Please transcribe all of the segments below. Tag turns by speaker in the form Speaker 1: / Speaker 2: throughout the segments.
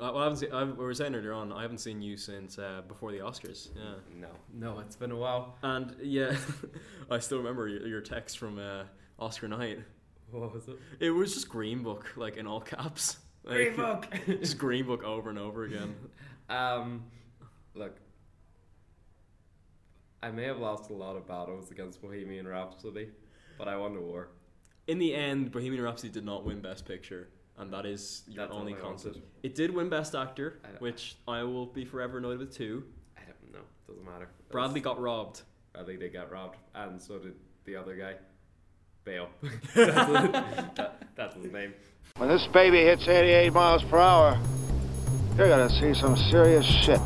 Speaker 1: I, I haven't seen. I, we were saying earlier on. I haven't seen you since uh, before the Oscars. Yeah.
Speaker 2: No.
Speaker 3: No, it's been a while.
Speaker 1: And yeah, I still remember your, your text from uh, Oscar night.
Speaker 3: What was it?
Speaker 1: It was just Green Book, like in all caps. Like,
Speaker 3: Green Book.
Speaker 1: Just Green Book over and over again.
Speaker 3: Um, look, I may have lost a lot of battles against Bohemian Rhapsody, but I won the war.
Speaker 1: In the end, Bohemian Rhapsody did not win Best Picture, and that is your
Speaker 3: That's all
Speaker 1: only
Speaker 3: I
Speaker 1: concert.
Speaker 3: wanted.
Speaker 1: It did win Best Actor,
Speaker 3: I don't-
Speaker 1: which I will be forever annoyed with too.
Speaker 3: I don't know. Doesn't matter. That's-
Speaker 1: Bradley got robbed.
Speaker 3: Bradley did get robbed, and so did the other guy, Bale. That's- that- that's his name.
Speaker 4: When this baby hits 88 miles per hour, you're gonna see some serious shit.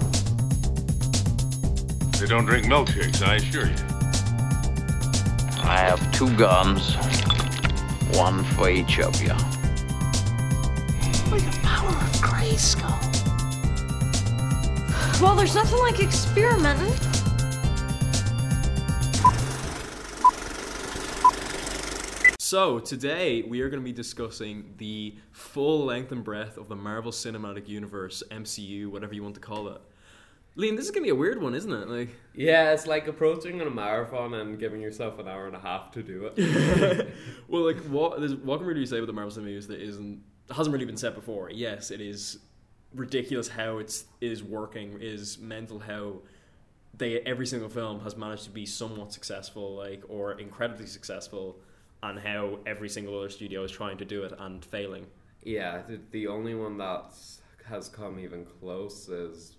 Speaker 5: They don't drink milkshakes, I assure you.
Speaker 6: I have two gums, one for each of you.
Speaker 7: With the power of Grayskull. Well, there's nothing like experimenting.
Speaker 1: So today we are going to be discussing the full length and breadth of the Marvel Cinematic Universe (MCU), whatever you want to call it. Liam, this is going to be a weird one, isn't it? Like,
Speaker 3: Yeah, it's like approaching a marathon and giving yourself an hour and a half to do it.
Speaker 1: well, like what? There's, what can we really say about the Marvel Cinematic Universe that isn't hasn't really been said before? Yes, it is ridiculous how it's it is working. It is mental how they every single film has managed to be somewhat successful, like or incredibly successful, and how every single other studio is trying to do it and failing.
Speaker 3: yeah, the, the only one that has come even close is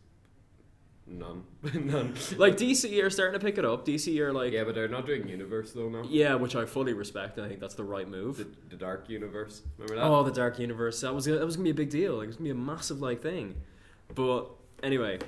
Speaker 3: none. none.
Speaker 1: Like DC are starting to pick it up. DC are like
Speaker 3: yeah, but they're not doing universe though now.
Speaker 1: Yeah, which I fully respect. I think that's the right move.
Speaker 3: The, the dark universe. Remember that?
Speaker 1: oh, the Dark Universe. That was that was gonna be a big deal. Like, it was gonna be a massive like thing. But anyway,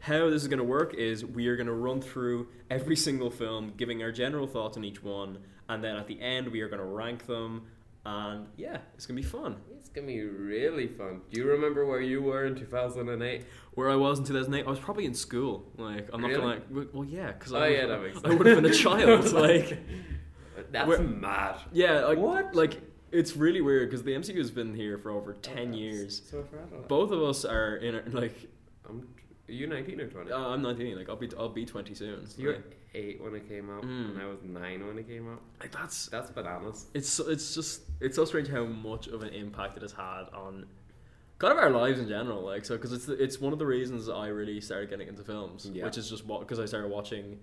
Speaker 1: how this is gonna work is we are gonna run through every single film, giving our general thoughts on each one, and then at the end we are gonna rank them. And yeah, it's gonna be fun.
Speaker 3: It's gonna be really fun. Do you remember where you were in 2008?
Speaker 1: Where I was in 2008, I was probably in school. Like, I'm not
Speaker 3: Really?
Speaker 1: gonna like. w- Well, yeah, because
Speaker 3: Oh,
Speaker 1: I,
Speaker 3: yeah, that makes
Speaker 1: I
Speaker 3: sense.
Speaker 1: would have been a child. like,
Speaker 3: Uh, That's
Speaker 1: Where-
Speaker 3: mad.
Speaker 1: yeah, like
Speaker 3: What? Oh,
Speaker 1: Like, it's really weird because the MCU has been here for over 10 years.
Speaker 3: So forever.
Speaker 1: Both of us are in our, like
Speaker 3: I'm, are you 19 or 20?
Speaker 1: uh, I'm 19. Like I'll be I'll be 20 soon.
Speaker 3: you were
Speaker 1: Like,
Speaker 3: eight when it came out,
Speaker 1: Mm.
Speaker 3: and I was nine when it came out.
Speaker 1: like, that's
Speaker 3: That's bananas.
Speaker 1: it's so- it's just it's so strange how much of an impact it has had on kind of our lives in general. Like so because it's the- it's one of the reasons I really started getting into films,
Speaker 3: Yeah.
Speaker 1: which is just what because I started watching.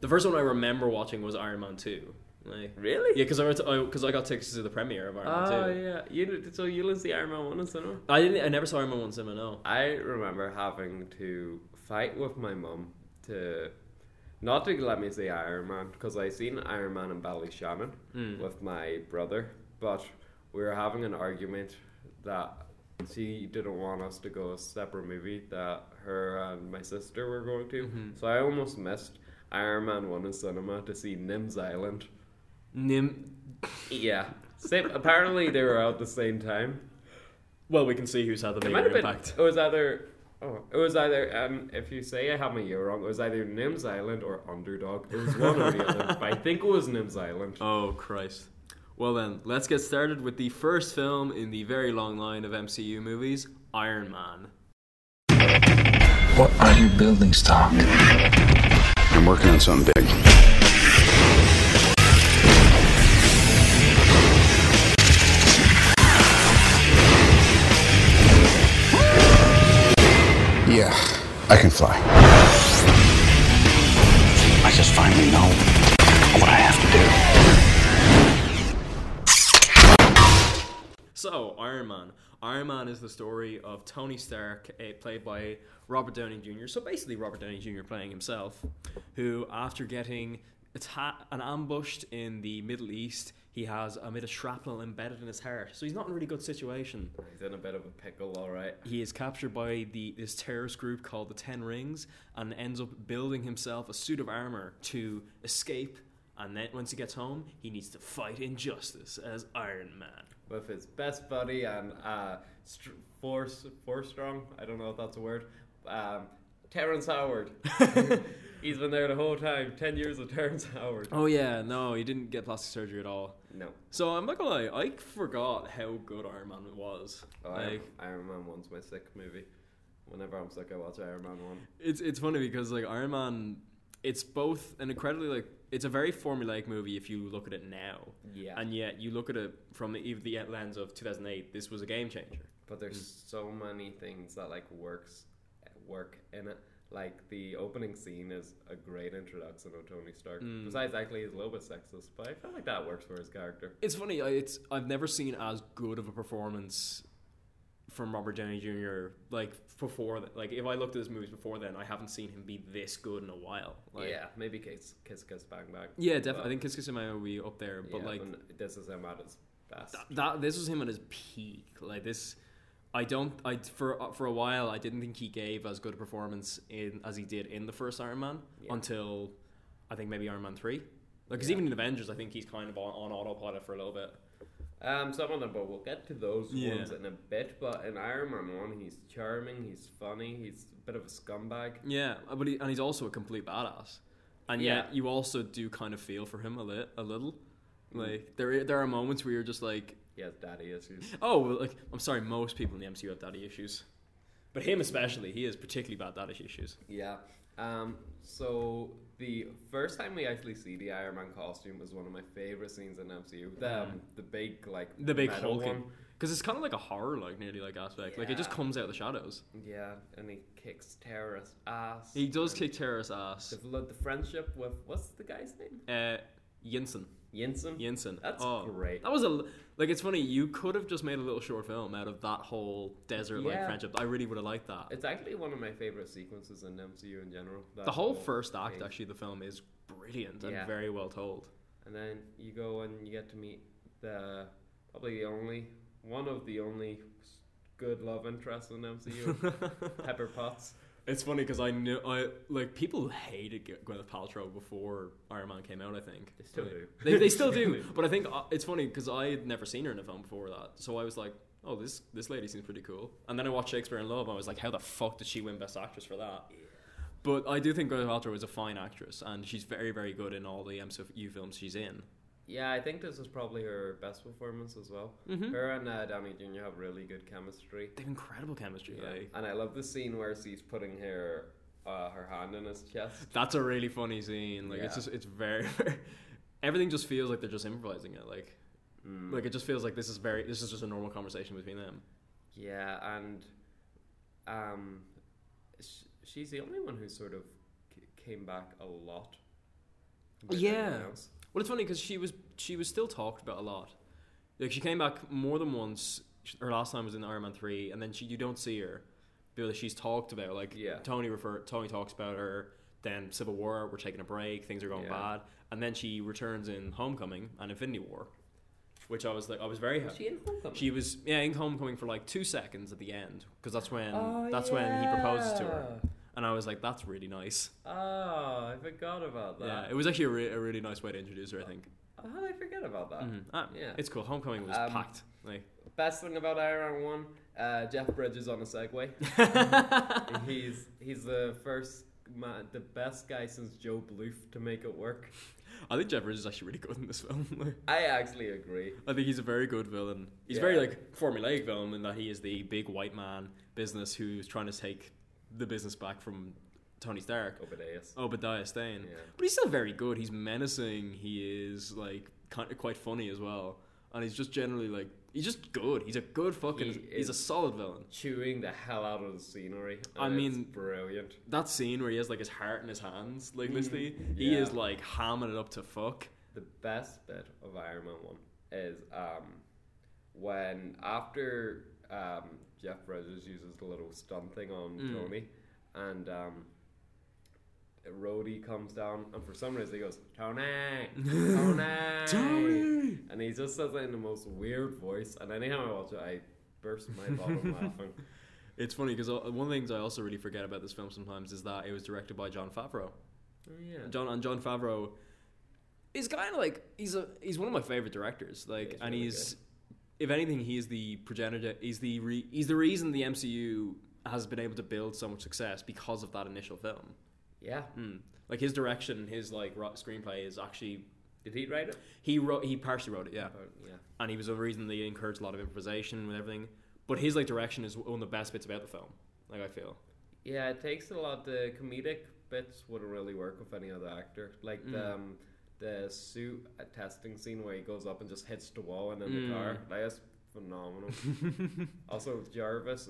Speaker 1: The first one I remember watching was Iron Man 2. Like
Speaker 3: Really?
Speaker 1: yeah, because I because I, got tickets to the premiere of Iron
Speaker 3: Oh
Speaker 1: Man 2.
Speaker 3: yeah. You did- so you didn't see Iron Man one in cinema?
Speaker 1: I didn't I never saw Iron Man one cinema. No.
Speaker 3: I remember having to fight with my mum to not to let me see Iron Man because I seen Iron Man in Ballyshannon with my brother, but we were having an argument that she didn't want us to go a separate movie that her and my sister were going to, so I almost missed Iron Man one in cinema to see Nims Island.
Speaker 1: Nim.
Speaker 3: Yeah, same. apparently they were out the same time.
Speaker 1: Well, we can see who's had the
Speaker 3: It might
Speaker 1: bigger
Speaker 3: have been.
Speaker 1: impact.
Speaker 3: It was either. Oh, it was either. Um, if you say I have my year wrong, it was either Nims Island or Underdog. It was one or the other. But I think it was Nims Island.
Speaker 1: Oh Christ. Well then, let's get started with the first film in the very long line of MCU movies, Iron Man.
Speaker 8: What are you building, Stark?
Speaker 5: I'm working on something big.
Speaker 8: Yeah.
Speaker 5: I can fly.
Speaker 8: I just finally know what I have to do.
Speaker 1: So, Iron Man. Iron Man is the story of Tony Stark, eh, played by Robert Downey Jr. So basically, Robert Downey Jr. playing himself, who after getting atta- an ambushed in the Middle East, he has a bit of shrapnel embedded in his heart. So he's not in a really good situation.
Speaker 3: He's in a bit of a pickle, all right.
Speaker 1: he is captured by the this terrorist group called the Ten Rings and ends up building himself a suit of armor to escape. And then once he gets home, he needs to fight injustice as Iron Man.
Speaker 3: With his best buddy and uh, str- force, force strong. I don't know if that's a word. Um, Terrence Howard. He's been there the whole time. Ten years of Terrence Howard.
Speaker 1: Oh yeah, no, he didn't get plastic surgery at all.
Speaker 3: No,
Speaker 1: So I'm not gonna lie, I forgot how good Iron Man was.
Speaker 3: oh,
Speaker 1: like
Speaker 3: Iron, Iron Man One's my sick movie. Whenever I'm sick, I watch Iron Man One.
Speaker 1: it's it's funny because like Iron Man, it's both an incredibly like it's a very formulaic movie if you look at it now.
Speaker 3: Yeah.
Speaker 1: And yet you look at it from the, even the lens of 2008. This was a game changer.
Speaker 3: But there's
Speaker 1: Mm.
Speaker 3: so many things that like works work in it. Like the opening scene is a great introduction of Tony Stark.
Speaker 1: Mm.
Speaker 3: Besides, actually, he's a little bit sexist, but I feel like that works for his character.
Speaker 1: It's funny. I- It's I've never seen as good of a performance from Robert Downey Jr. Like before, th- like if I looked at his movies before then, I haven't seen him be this good in a while. Like,
Speaker 3: yeah, maybe Kiss Kiss Kiss Bang Bang.
Speaker 1: yeah, definitely.
Speaker 3: But-
Speaker 1: I think Kiss Kiss and I will be up there, but
Speaker 3: yeah,
Speaker 1: like
Speaker 3: and this is him at his best.
Speaker 1: that this was him at his peak. Like this, I don't. I for for a while I didn't think he gave as good a performance in as he did in the first Iron Man until I think maybe Iron Man three. Like, because even in Avengers, I think he's kind of on, on autopilot for a little bit.
Speaker 3: Um, some of them, but we'll get to those
Speaker 1: Yeah.
Speaker 3: ones in a bit. But in Iron Man One, he's charming, he's funny, he's a bit of a scumbag.
Speaker 1: Yeah, uh, but he, and he's also a complete badass, and
Speaker 3: Yeah.
Speaker 1: yet you also do kind of feel for him a lit, a little.
Speaker 3: Mm-hmm.
Speaker 1: Like there, i- there are moments where you're just like,
Speaker 3: He has daddy issues.
Speaker 1: oh, well, like I'm sorry, most people in the MCU have daddy issues, but him especially, he has particularly bad daddy issues.
Speaker 3: Yeah. Um, so the first time we actually see the Iron Man costume was one of my favorite scenes in MCU. The, um, the big like
Speaker 1: Mm-hmm. The big
Speaker 3: metal
Speaker 1: hulking,
Speaker 3: one.
Speaker 1: because it's kind of like a horror, like nearly like aspect. Like it just
Speaker 3: Yeah.
Speaker 1: comes out of the shadows.
Speaker 3: Yeah, and he kicks terrorist ass.
Speaker 1: He does kick terrorist ass.
Speaker 3: The, the friendship with what's the guy's name?
Speaker 1: Uh, Yinsen,
Speaker 3: Yinsen.
Speaker 1: Yinsen.
Speaker 3: That's
Speaker 1: oh,
Speaker 3: great.
Speaker 1: That was a l- like. It's funny. You could have just made a little short film out of that whole desert like
Speaker 3: Yeah.
Speaker 1: friendship. I really would have liked that.
Speaker 3: It's actually one of my favorite sequences in MCU in general. that
Speaker 1: the whole first act
Speaker 3: thing.
Speaker 1: actually of the film is brilliant
Speaker 3: Yeah.
Speaker 1: and very well told
Speaker 3: And then you go and you get to meet the probably the only one of the only s- good love interests in MCU, Pepper Potts.
Speaker 1: it's funny because i knew i like people hated G- gwyneth paltrow before iron man came out i think
Speaker 3: They still
Speaker 1: Like,
Speaker 3: do.
Speaker 1: they, they still do but i think uh, it's funny because i had never seen her in a film before that so i was like oh this this lady seems pretty cool and then i watched shakespeare in love and i was like how the fuck did she win best actress for that but i do think gwyneth paltrow is a fine actress and she's very very good in all the mcu films she's in
Speaker 3: Yeah, I think this is probably her best performance as well. Her and uh, Danny Jr. have really good chemistry.
Speaker 1: they have incredible chemistry like
Speaker 3: And I love the scene where she's putting her uh, her hand in his chest.
Speaker 1: That's a really funny scene. Like it's
Speaker 3: Yeah.
Speaker 1: just it's very everything just feels like they're just improvising it. Like
Speaker 3: Mm.
Speaker 1: like it just feels like this is very this is just a normal conversation between them.
Speaker 3: Yeah, and um, sh- she's the only one who sort of c- came back a lot. compared to everyone else.
Speaker 1: Well, it's funny because she was she was still talked about a lot. Like she came back more than once. Sh- Her last time was in Iron Man three, and then she you don't see her, but she's talked about. Like
Speaker 3: Yeah.
Speaker 1: Tony refer Tony talks about her. Then Civil War, we're taking a break, things are going
Speaker 3: Yeah.
Speaker 1: bad, and then she returns in Homecoming and Infinity War, which I was like I was very happy.
Speaker 3: She in Homecoming?
Speaker 1: She was yeah in Homecoming for like two seconds at the end because that's when
Speaker 3: Oh,
Speaker 1: that's when he proposes to her, and I was like that's really nice.
Speaker 3: Oh, I forgot about that.
Speaker 1: Yeah, it was actually a, re- a really nice way to introduce her. I think.
Speaker 3: How did I forget about that?
Speaker 1: Ah,
Speaker 3: Yeah.
Speaker 1: it's cool. Homecoming was
Speaker 3: Um,
Speaker 1: packed. Like
Speaker 3: Best thing about Iron Man One, uh, Jeff Bridges on a Segway. he's he's the first man, the best guy since Joe Bluth to make it work.
Speaker 1: I think Jeff Bridges is actually really good in this film. Like,
Speaker 3: I actually agree.
Speaker 1: I think he's a very good villain. He's
Speaker 3: Yeah.
Speaker 1: very like formulaic villain in that he is the big white man business who's trying to take the business back from Tony Stark.
Speaker 3: Obadiah.
Speaker 1: Oh. Obadiah Stane.
Speaker 3: Yeah.
Speaker 1: But he's still very good. He's menacing. He is like kind of quite funny as well, and he's just generally like he's just good. He's a good fucking.
Speaker 3: He
Speaker 1: he's a
Speaker 3: is-
Speaker 1: solid villain.
Speaker 3: Chewing the hell out of the scenery. and
Speaker 1: I mean-
Speaker 3: it's brilliant.
Speaker 1: That scene where he has like his heart in his hands, like this thing, he
Speaker 3: Mm-hmm. Yeah.
Speaker 1: is like hamming it up to fuck.
Speaker 3: The best bit of Iron Man One is um, when after um, Jeff Bridges uses the little stun thing on Tony, and um, Rhodey comes down, and for some reason he goes Tony, Tony,
Speaker 1: Tony!
Speaker 3: and he just says it in the most weird voice. And anytime I watch it, I burst my bottom laughing.
Speaker 1: It's funny because one of the things I also really forget about this film sometimes is that it was directed by John Favreau.
Speaker 3: Oh, yeah.
Speaker 1: John and John Favreau is kind of like he's a he's one of my favorite directors. Like,
Speaker 3: he's
Speaker 1: and
Speaker 3: really
Speaker 1: he's if anything, he is the progenitor. He's the re, he's the reason the MCU has been able to build so much success because of that initial film.
Speaker 3: Yeah.
Speaker 1: Mm. Like his direction, his like ro- screenplay is actually
Speaker 3: Did he write it?
Speaker 1: he wrote he partially wrote it, Oh, yeah.
Speaker 3: Or- yeah.
Speaker 1: And he was the reason that he encouraged a lot of improvisation and everything. But his like direction is one of the best bits about the film. Like I feel.
Speaker 3: Yeah, it takes a lot. The comedic bits wouldn't really work with any other actor. Like the um, the suit uh, testing scene where he goes up and just hits the wall and in the car. Like, that's phenomenal. also, Jarvis,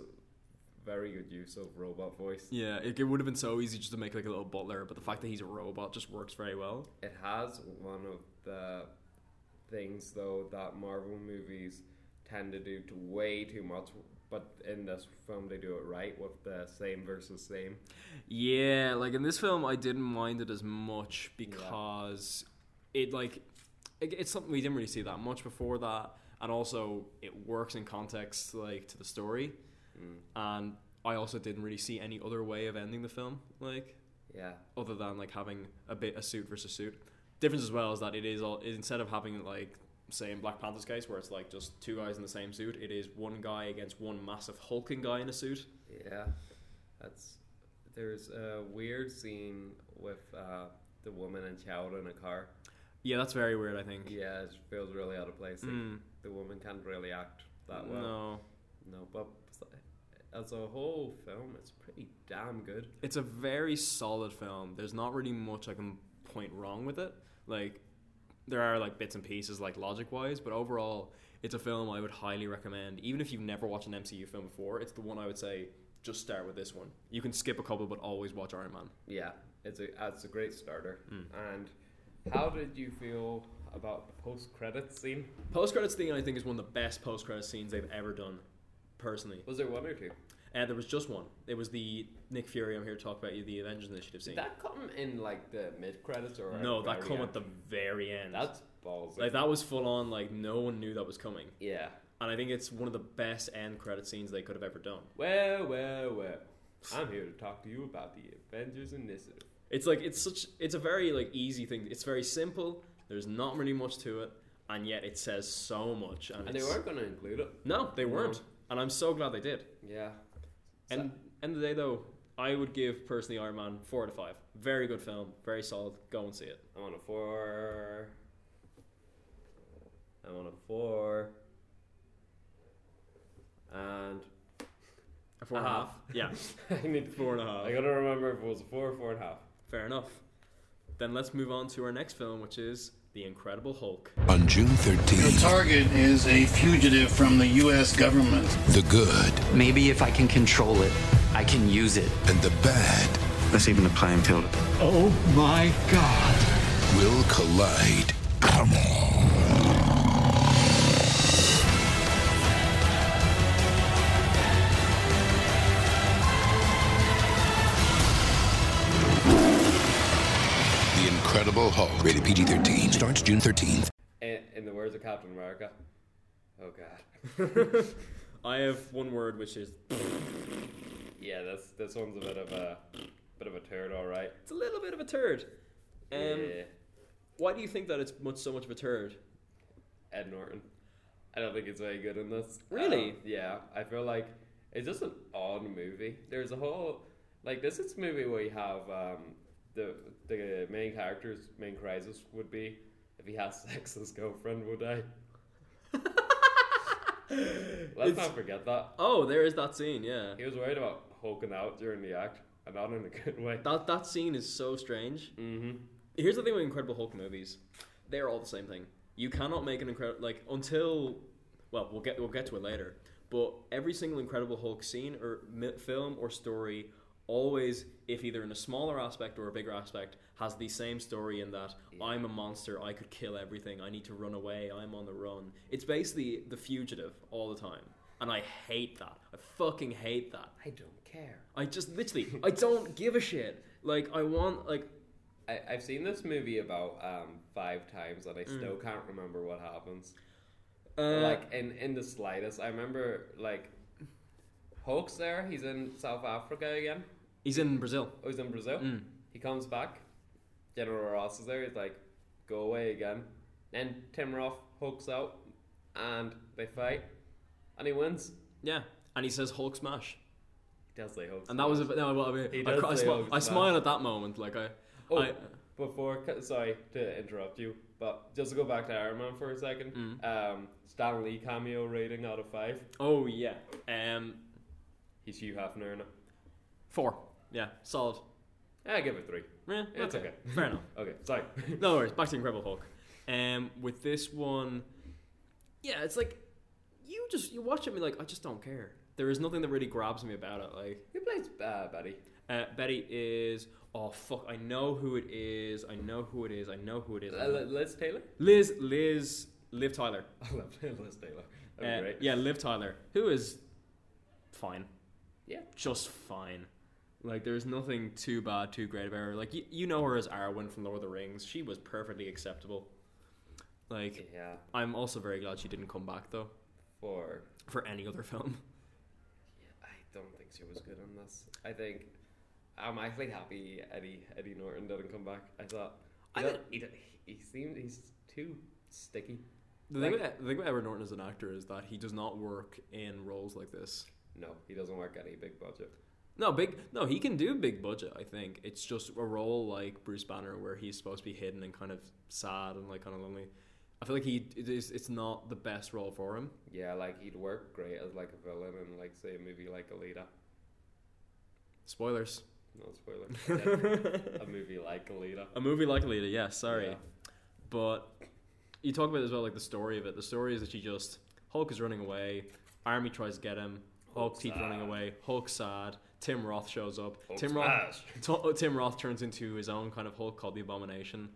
Speaker 3: very good use of robot voice.
Speaker 1: Yeah, it, it would have been so easy just to make like a little butler, but the fact that he's a robot just works very well.
Speaker 3: It has one of the things though that Marvel movies tend to do to way too much. But in this film, they do it right with the same versus same.
Speaker 1: Yeah, like in this film, I didn't mind it as much because it like it, it's something we didn't really see that much before that, and also it works in context like to the story, Mm. and I also didn't really see any other way of ending the film like
Speaker 3: Yeah,
Speaker 1: other than like having a bit a suit versus suit. Difference as well is that it is all instead of having like say in Black Panther's case where it's like just two guys in the same suit, it is one guy against one massive hulking guy in a suit.
Speaker 3: yeah. That's there's a weird scene with uh, the woman and child in a car.
Speaker 1: Yeah, that's very weird. I think.
Speaker 3: Yeah, it feels really out of place. Like,
Speaker 1: Mm.
Speaker 3: The woman can't really act that well.
Speaker 1: No,
Speaker 3: No, but as a whole film, it's pretty damn good.
Speaker 1: it's a very solid film. There's not really much I can point wrong with it. Like there are like bits and pieces like logic wise, but overall, it's a film I would highly recommend. Even if you've never watched an MCU film before, it's the one I would say just start with this one. You can skip a couple, but always watch Iron Man.
Speaker 3: Yeah, it's a it's a great starter.
Speaker 1: Hmm.
Speaker 3: And how did you feel about the post credits scene?
Speaker 1: Post credits scene I think is one of the best post credits scenes they've ever done, personally.
Speaker 3: Was there one or two?
Speaker 1: And there was just one. It was the Nick Fury. I'm here to talk about you. The Avengers Initiative scene.
Speaker 3: Did that come in like the mid credits or
Speaker 1: no, that
Speaker 3: very
Speaker 1: come
Speaker 3: end?
Speaker 1: at the very end.
Speaker 3: that's balls.
Speaker 1: like that was full on. Like no one knew that was coming.
Speaker 3: yeah.
Speaker 1: And I think it's one of the best end credit scenes they could have ever done.
Speaker 3: Well, well, well. I'm here to talk to you about the Avengers Initiative.
Speaker 1: It's like it's such it's a very like easy thing. It's very simple. There's not really much to it, and yet it says so much. And,
Speaker 3: And they
Speaker 1: it's-
Speaker 3: weren't going to include it.
Speaker 1: No, they weren't. And I'm so glad they did.
Speaker 3: Yeah.
Speaker 1: And end of the day though, I would give personally Iron Man four out of five. Very good film, very solid. Go and see it.
Speaker 3: I'm on a four. I'm on a four. And
Speaker 1: A four and a half. Yeah,
Speaker 3: I need
Speaker 1: four and a half.
Speaker 3: I gotta remember if it was a four or four and a half.
Speaker 1: Fair enough. Then let's move on to our next film, which is The Incredible Hulk.
Speaker 8: On June
Speaker 9: The
Speaker 8: 13th,
Speaker 9: target is a fugitive from the U.S. government.
Speaker 8: the good
Speaker 10: Maybe if I can control it, I can use it.
Speaker 8: and the bad
Speaker 10: That's even the playing field.
Speaker 9: Oh my God!
Speaker 8: will collide. Come on. The Incredible Hulk, rated PG 13, starts June 13th.
Speaker 3: In, in the words of Captain America. Oh god.
Speaker 1: I have one word, which is
Speaker 3: Yeah, this this one's a bit of a bit of a turd, all right.
Speaker 1: it's a little bit of a turd. Um,
Speaker 3: yeah.
Speaker 1: Why do you think that it's much so much of a turd?
Speaker 3: Ed Norton. I don't think it's very good in this.
Speaker 1: Really?
Speaker 3: Um, yeah, I feel like it's just an odd movie. There's a whole like this is a movie where you have um, the the main character's main crisis would be if he has sex, his girlfriend will die. Let's not forget that
Speaker 1: Oh, there is that scene. Yeah,
Speaker 3: he was worried about hulking out during the act, and not in a good way.
Speaker 1: that that scene is so strange. Mm-hmm. Here's the thing with Incredible Hulk movies, they are all the same thing. You cannot make an incredible like until, well, we'll get we'll get to it later. But every single Incredible Hulk scene or mi- film or story always, if either in a smaller aspect or a bigger aspect, has the same story in that I'm a monster, I could kill everything, I need to run away, I'm on the run. It's basically the fugitive all the time. And I hate that. I fucking hate that.
Speaker 3: I don't care.
Speaker 1: I just literally, I don't give a shit. Like, I want, like,
Speaker 3: I, I've seen this movie about um, five times, and I still can't remember what happens.
Speaker 1: uh,
Speaker 3: like in in the slightest. I remember like Hulk's there. He's in South Africa again.
Speaker 1: he's in Brazil.
Speaker 3: Oh, he's in Brazil.
Speaker 1: Mm.
Speaker 3: He comes back. General Ross is there. He's like, go away again. Then Tim Roth Hulk's out, and they fight, and he wins.
Speaker 1: Yeah. And he says Hulk smash.
Speaker 3: does they hope.
Speaker 1: And that was a, no, well, I, mean,
Speaker 3: He
Speaker 1: I,
Speaker 3: does
Speaker 1: cr- I,
Speaker 3: say
Speaker 1: smi-
Speaker 3: always
Speaker 1: I
Speaker 3: that.
Speaker 1: smile at that moment. Like I,
Speaker 3: Oh,
Speaker 1: I
Speaker 3: before c- sorry to interrupt you, but just to go back to Iron Man for a second,
Speaker 1: Mm.
Speaker 3: um, Stan Lee cameo rating out of five.
Speaker 1: oh yeah, um,
Speaker 3: He's Hugh Hefner. in it.
Speaker 1: four. Yeah, solid.
Speaker 3: I give it three.
Speaker 1: Yeah,
Speaker 3: It's
Speaker 1: that's
Speaker 3: okay.
Speaker 1: Fair enough.
Speaker 3: Okay, sorry.
Speaker 1: No worries. Back to Incredible Hulk. Um, with this one, yeah, it's like you just you watch it and be like, I just don't care. There is nothing that really grabs me about it. Like
Speaker 3: Who plays uh, Betty?
Speaker 1: uh, Betty is oh fuck, I know who it is. I know who it is. I know who it is.
Speaker 3: Uh, Li- Liz Taylor.
Speaker 1: Liz, Liz, Liv Tyler.
Speaker 3: I love Liz Taylor.
Speaker 1: Uh,
Speaker 3: That'd be great.
Speaker 1: Yeah, Liv Tyler, who is fine.
Speaker 3: Yeah.
Speaker 1: just fine. Like there's nothing too bad, too great about her. Like you, you know her as Arwen from Lord of the Rings. She was perfectly acceptable. Like
Speaker 3: Yeah.
Speaker 1: I'm also very glad she didn't come back though
Speaker 3: For
Speaker 1: for any other film.
Speaker 3: I don't think she was good on this. I think I'm actually happy Eddie Eddie Norton didn't come back. I thought
Speaker 1: I
Speaker 3: he,
Speaker 1: don't-
Speaker 3: don't- he, don't- he seemed he's too sticky.
Speaker 1: The thing,
Speaker 3: Like-
Speaker 1: about, the thing about Edward Norton as an actor is that he does not work in roles like this.
Speaker 3: No, he doesn't work any big budget.
Speaker 1: No big, no he can do big budget. I think it's just a role like Bruce Banner where he's supposed to be hidden and kind of sad and like kind of lonely. I feel like he it is, it's not the best role for him.
Speaker 3: Yeah, like he'd work great as like a villain in like say a movie like Alita.
Speaker 1: Spoilers.
Speaker 3: No spoiler. a movie like Alita.
Speaker 1: A movie like Lita, yeah, sorry.
Speaker 3: Yeah.
Speaker 1: But you talk about it as well, like the story of it. The story is that she just Hulk is running away, Army tries to get him, Hulk keeps running away, Hulk's sad, Tim Roth shows up. Tim Roth T- Tim Roth turns into his own kind of Hulk called the Abomination.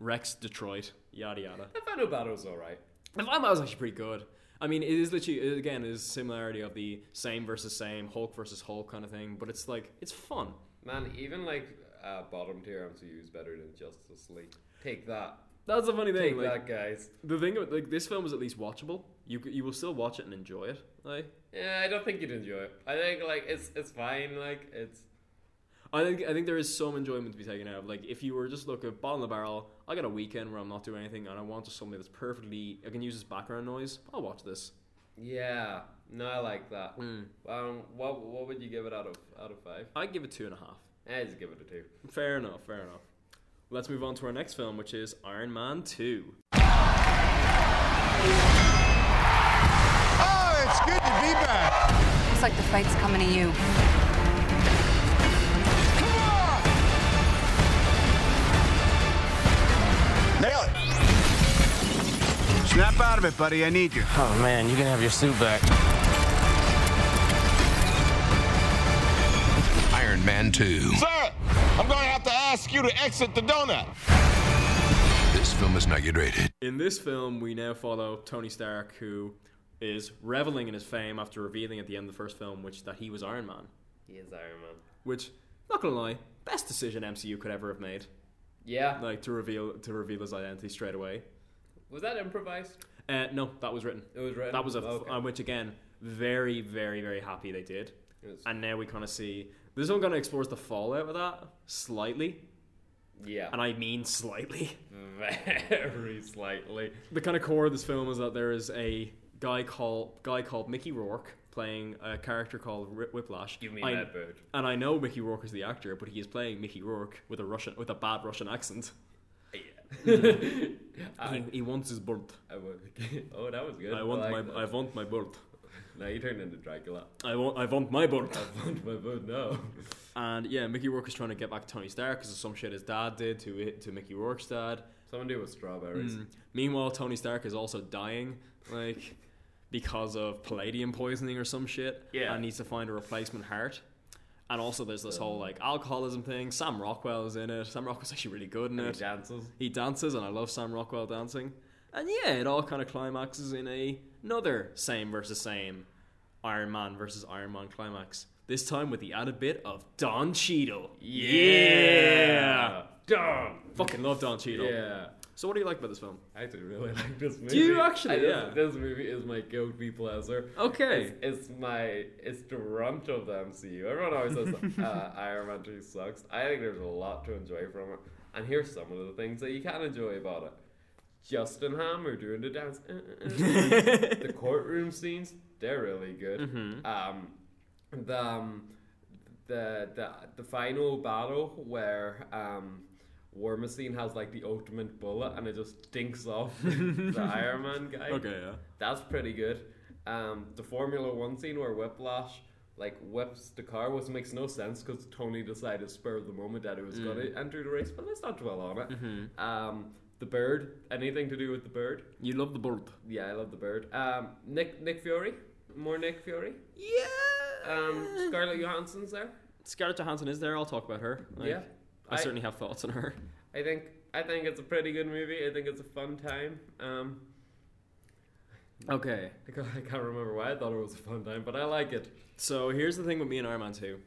Speaker 1: Rex Detroit, yada yada.
Speaker 3: The final battle's alright.
Speaker 1: I found that was actually pretty good. I mean, it is literally again it is similarity of the same versus same, Hulk versus Hulk kind of thing. But it's like it's fun.
Speaker 3: Man, even like uh, bottom tier MCU's better than Justice League. Take that.
Speaker 1: That's the funny thing.
Speaker 3: Take
Speaker 1: like,
Speaker 3: that guys.
Speaker 1: The thing about like this film is at least watchable. You c- you will still watch it and enjoy it. Like
Speaker 3: Yeah, I don't think you'd enjoy it. I think like it's it's fine, like it's
Speaker 1: I think I think there is some enjoyment to be taken out of. Like if you were just look at bottom of the barrel, I got a weekend where I'm not doing anything and I want just something that's perfectly I can use as background noise. I'll watch this.
Speaker 3: Yeah, no, I like that.
Speaker 1: Hmm.
Speaker 3: Um, what what would you give it out of out of five?
Speaker 1: I give it two and a half.
Speaker 3: I just give it a two.
Speaker 1: Fair enough. Fair enough. Let's move on to our next film, which is Iron Man Two.
Speaker 4: Oh, it's good to be back.
Speaker 9: Looks like the fight's coming to you.
Speaker 4: Nail it. Snap out of it, buddy. I need you.
Speaker 11: Oh man, you can have your suit back.
Speaker 8: Iron Man 2.
Speaker 4: Sir, I'm going to have to ask you to exit the donut.
Speaker 8: This film is not yet rated.
Speaker 1: In this film, we now follow Tony Stark, who is reveling in his fame after revealing at the end of the first film, which that he was Iron Man.
Speaker 3: He is Iron Man.
Speaker 1: Which, not gonna lie, best decision MCU could ever have made.
Speaker 3: Yeah,
Speaker 1: Like to reveal to reveal his identity straight away.
Speaker 3: was that improvised?
Speaker 1: Uh, no, that was written.
Speaker 3: It was written?
Speaker 1: That was a
Speaker 3: Okay.
Speaker 1: uh, which again, very very very happy they did.
Speaker 3: Yes.
Speaker 1: And now we kind of see this one kind of explores the fallout of that slightly,
Speaker 3: Yeah,
Speaker 1: and I mean slightly.
Speaker 3: very slightly.
Speaker 1: the kind of core of this film is that there is a guy called guy called Mickey Rourke playing a character called Whi- Whiplash.
Speaker 3: Give me
Speaker 1: I-
Speaker 3: that bird.
Speaker 1: And I know Mickey Rourke is the actor, but he is playing Mickey Rourke with a Russian with a bad Russian accent. he, he wants his bird.
Speaker 3: I would. oh, that was good.
Speaker 1: I want
Speaker 3: like
Speaker 1: my
Speaker 3: that.
Speaker 1: I want my bird.
Speaker 3: Now you turned into Dracula.
Speaker 1: I want I want my bird.
Speaker 3: I want my boat now.
Speaker 1: And yeah, Mickey Rourke is trying to get back to Tony Stark because of some shit his dad did to it, to Mickey Rourke's dad.
Speaker 3: Someone do with
Speaker 1: Hmm.
Speaker 3: strawberries.
Speaker 1: Meanwhile, Tony Stark is also dying, like because of palladium poisoning or some shit,
Speaker 3: Yeah.
Speaker 1: and needs to find a replacement heart. And also, there's this whole like alcoholism thing. Sam Rockwell is in it. Sam Rockwell's actually really good in
Speaker 3: He
Speaker 1: it.
Speaker 3: dances.
Speaker 1: He dances, and I love Sam Rockwell dancing. And yeah, it all kind of climaxes in a, another same versus same Iron Man versus Iron Man climax. This time with the added bit of Don Cheadle.
Speaker 3: Dumb.
Speaker 1: Fucking love Don Cheadle.
Speaker 3: Yeah.
Speaker 1: So what do you like about this film?
Speaker 3: I actually really like this movie.
Speaker 1: you actually?
Speaker 3: I just-
Speaker 1: Yeah.
Speaker 3: This movie is my guilty pleasure.
Speaker 1: Okay.
Speaker 3: It's, it's my it's the runt of the MCU. Everyone always says uh, Iron Man 2 sucks. I think there's a lot to enjoy from it. And here's some of the things that you can enjoy about it. Justin Hammer doing the dance. Uh, uh,
Speaker 1: Mm-hmm.
Speaker 3: uh. the courtroom scenes, they're really good. Um, the um, the the the final battle where um, War Machine has like the ultimate bullet and it just dinks off the Iron Man guy.
Speaker 1: Okay, yeah.
Speaker 3: That's pretty good. Um, the Formula One scene where Whiplash like whips the car, which makes no sense because Tony decided spur of the moment that he was going
Speaker 1: Mm.
Speaker 3: to enter the race, but let's not dwell on it.
Speaker 1: Mm-hmm.
Speaker 3: Um, the bird, anything to do with the bird?
Speaker 1: You love the bird.
Speaker 3: Yeah, I love the bird. Um, Nick Nick Fury, more Nick Fury.
Speaker 1: Yeah.
Speaker 3: Um, Scarlett Johansson's there.
Speaker 1: Uh, Scarlett Johansson is there. I'll talk about her. Like,
Speaker 3: Yeah.
Speaker 1: I,
Speaker 3: I-
Speaker 1: certainly have thoughts on her.
Speaker 3: I think I think it's a pretty good movie. I think it's a fun time. Um,
Speaker 1: Okay.
Speaker 3: I can't, I can't remember why I thought it was a fun time, but I like it.
Speaker 1: So here's the thing with me and Iron Man 2.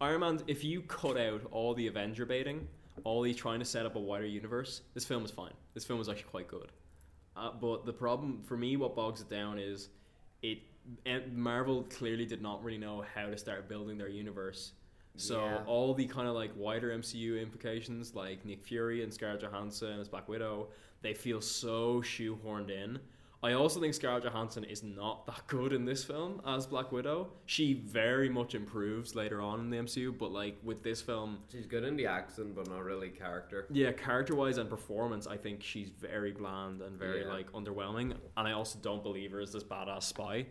Speaker 1: Iron Man, if you cut out all the Avenger baiting, all the trying to set up a wider universe, this film is fine. This film is actually quite good. Uh, but the problem for me, what bogs it down is, it and Marvel clearly did not really know how to start building their universe. So
Speaker 3: Yeah.
Speaker 1: all the kind of like wider MCU implications, like Nick Fury and Scarlett Johansson as Black Widow, they feel so shoehorned in. I also think Scarlett Johansson is not that good in this film as Black Widow. She very much improves later on in the MCU, but like with this film,
Speaker 3: She's good in the accent, but not really character.
Speaker 1: yeah, character wise and performance, I think she's very bland and very
Speaker 3: Yeah.
Speaker 1: like underwhelming. And I also don't believe her as this badass spy.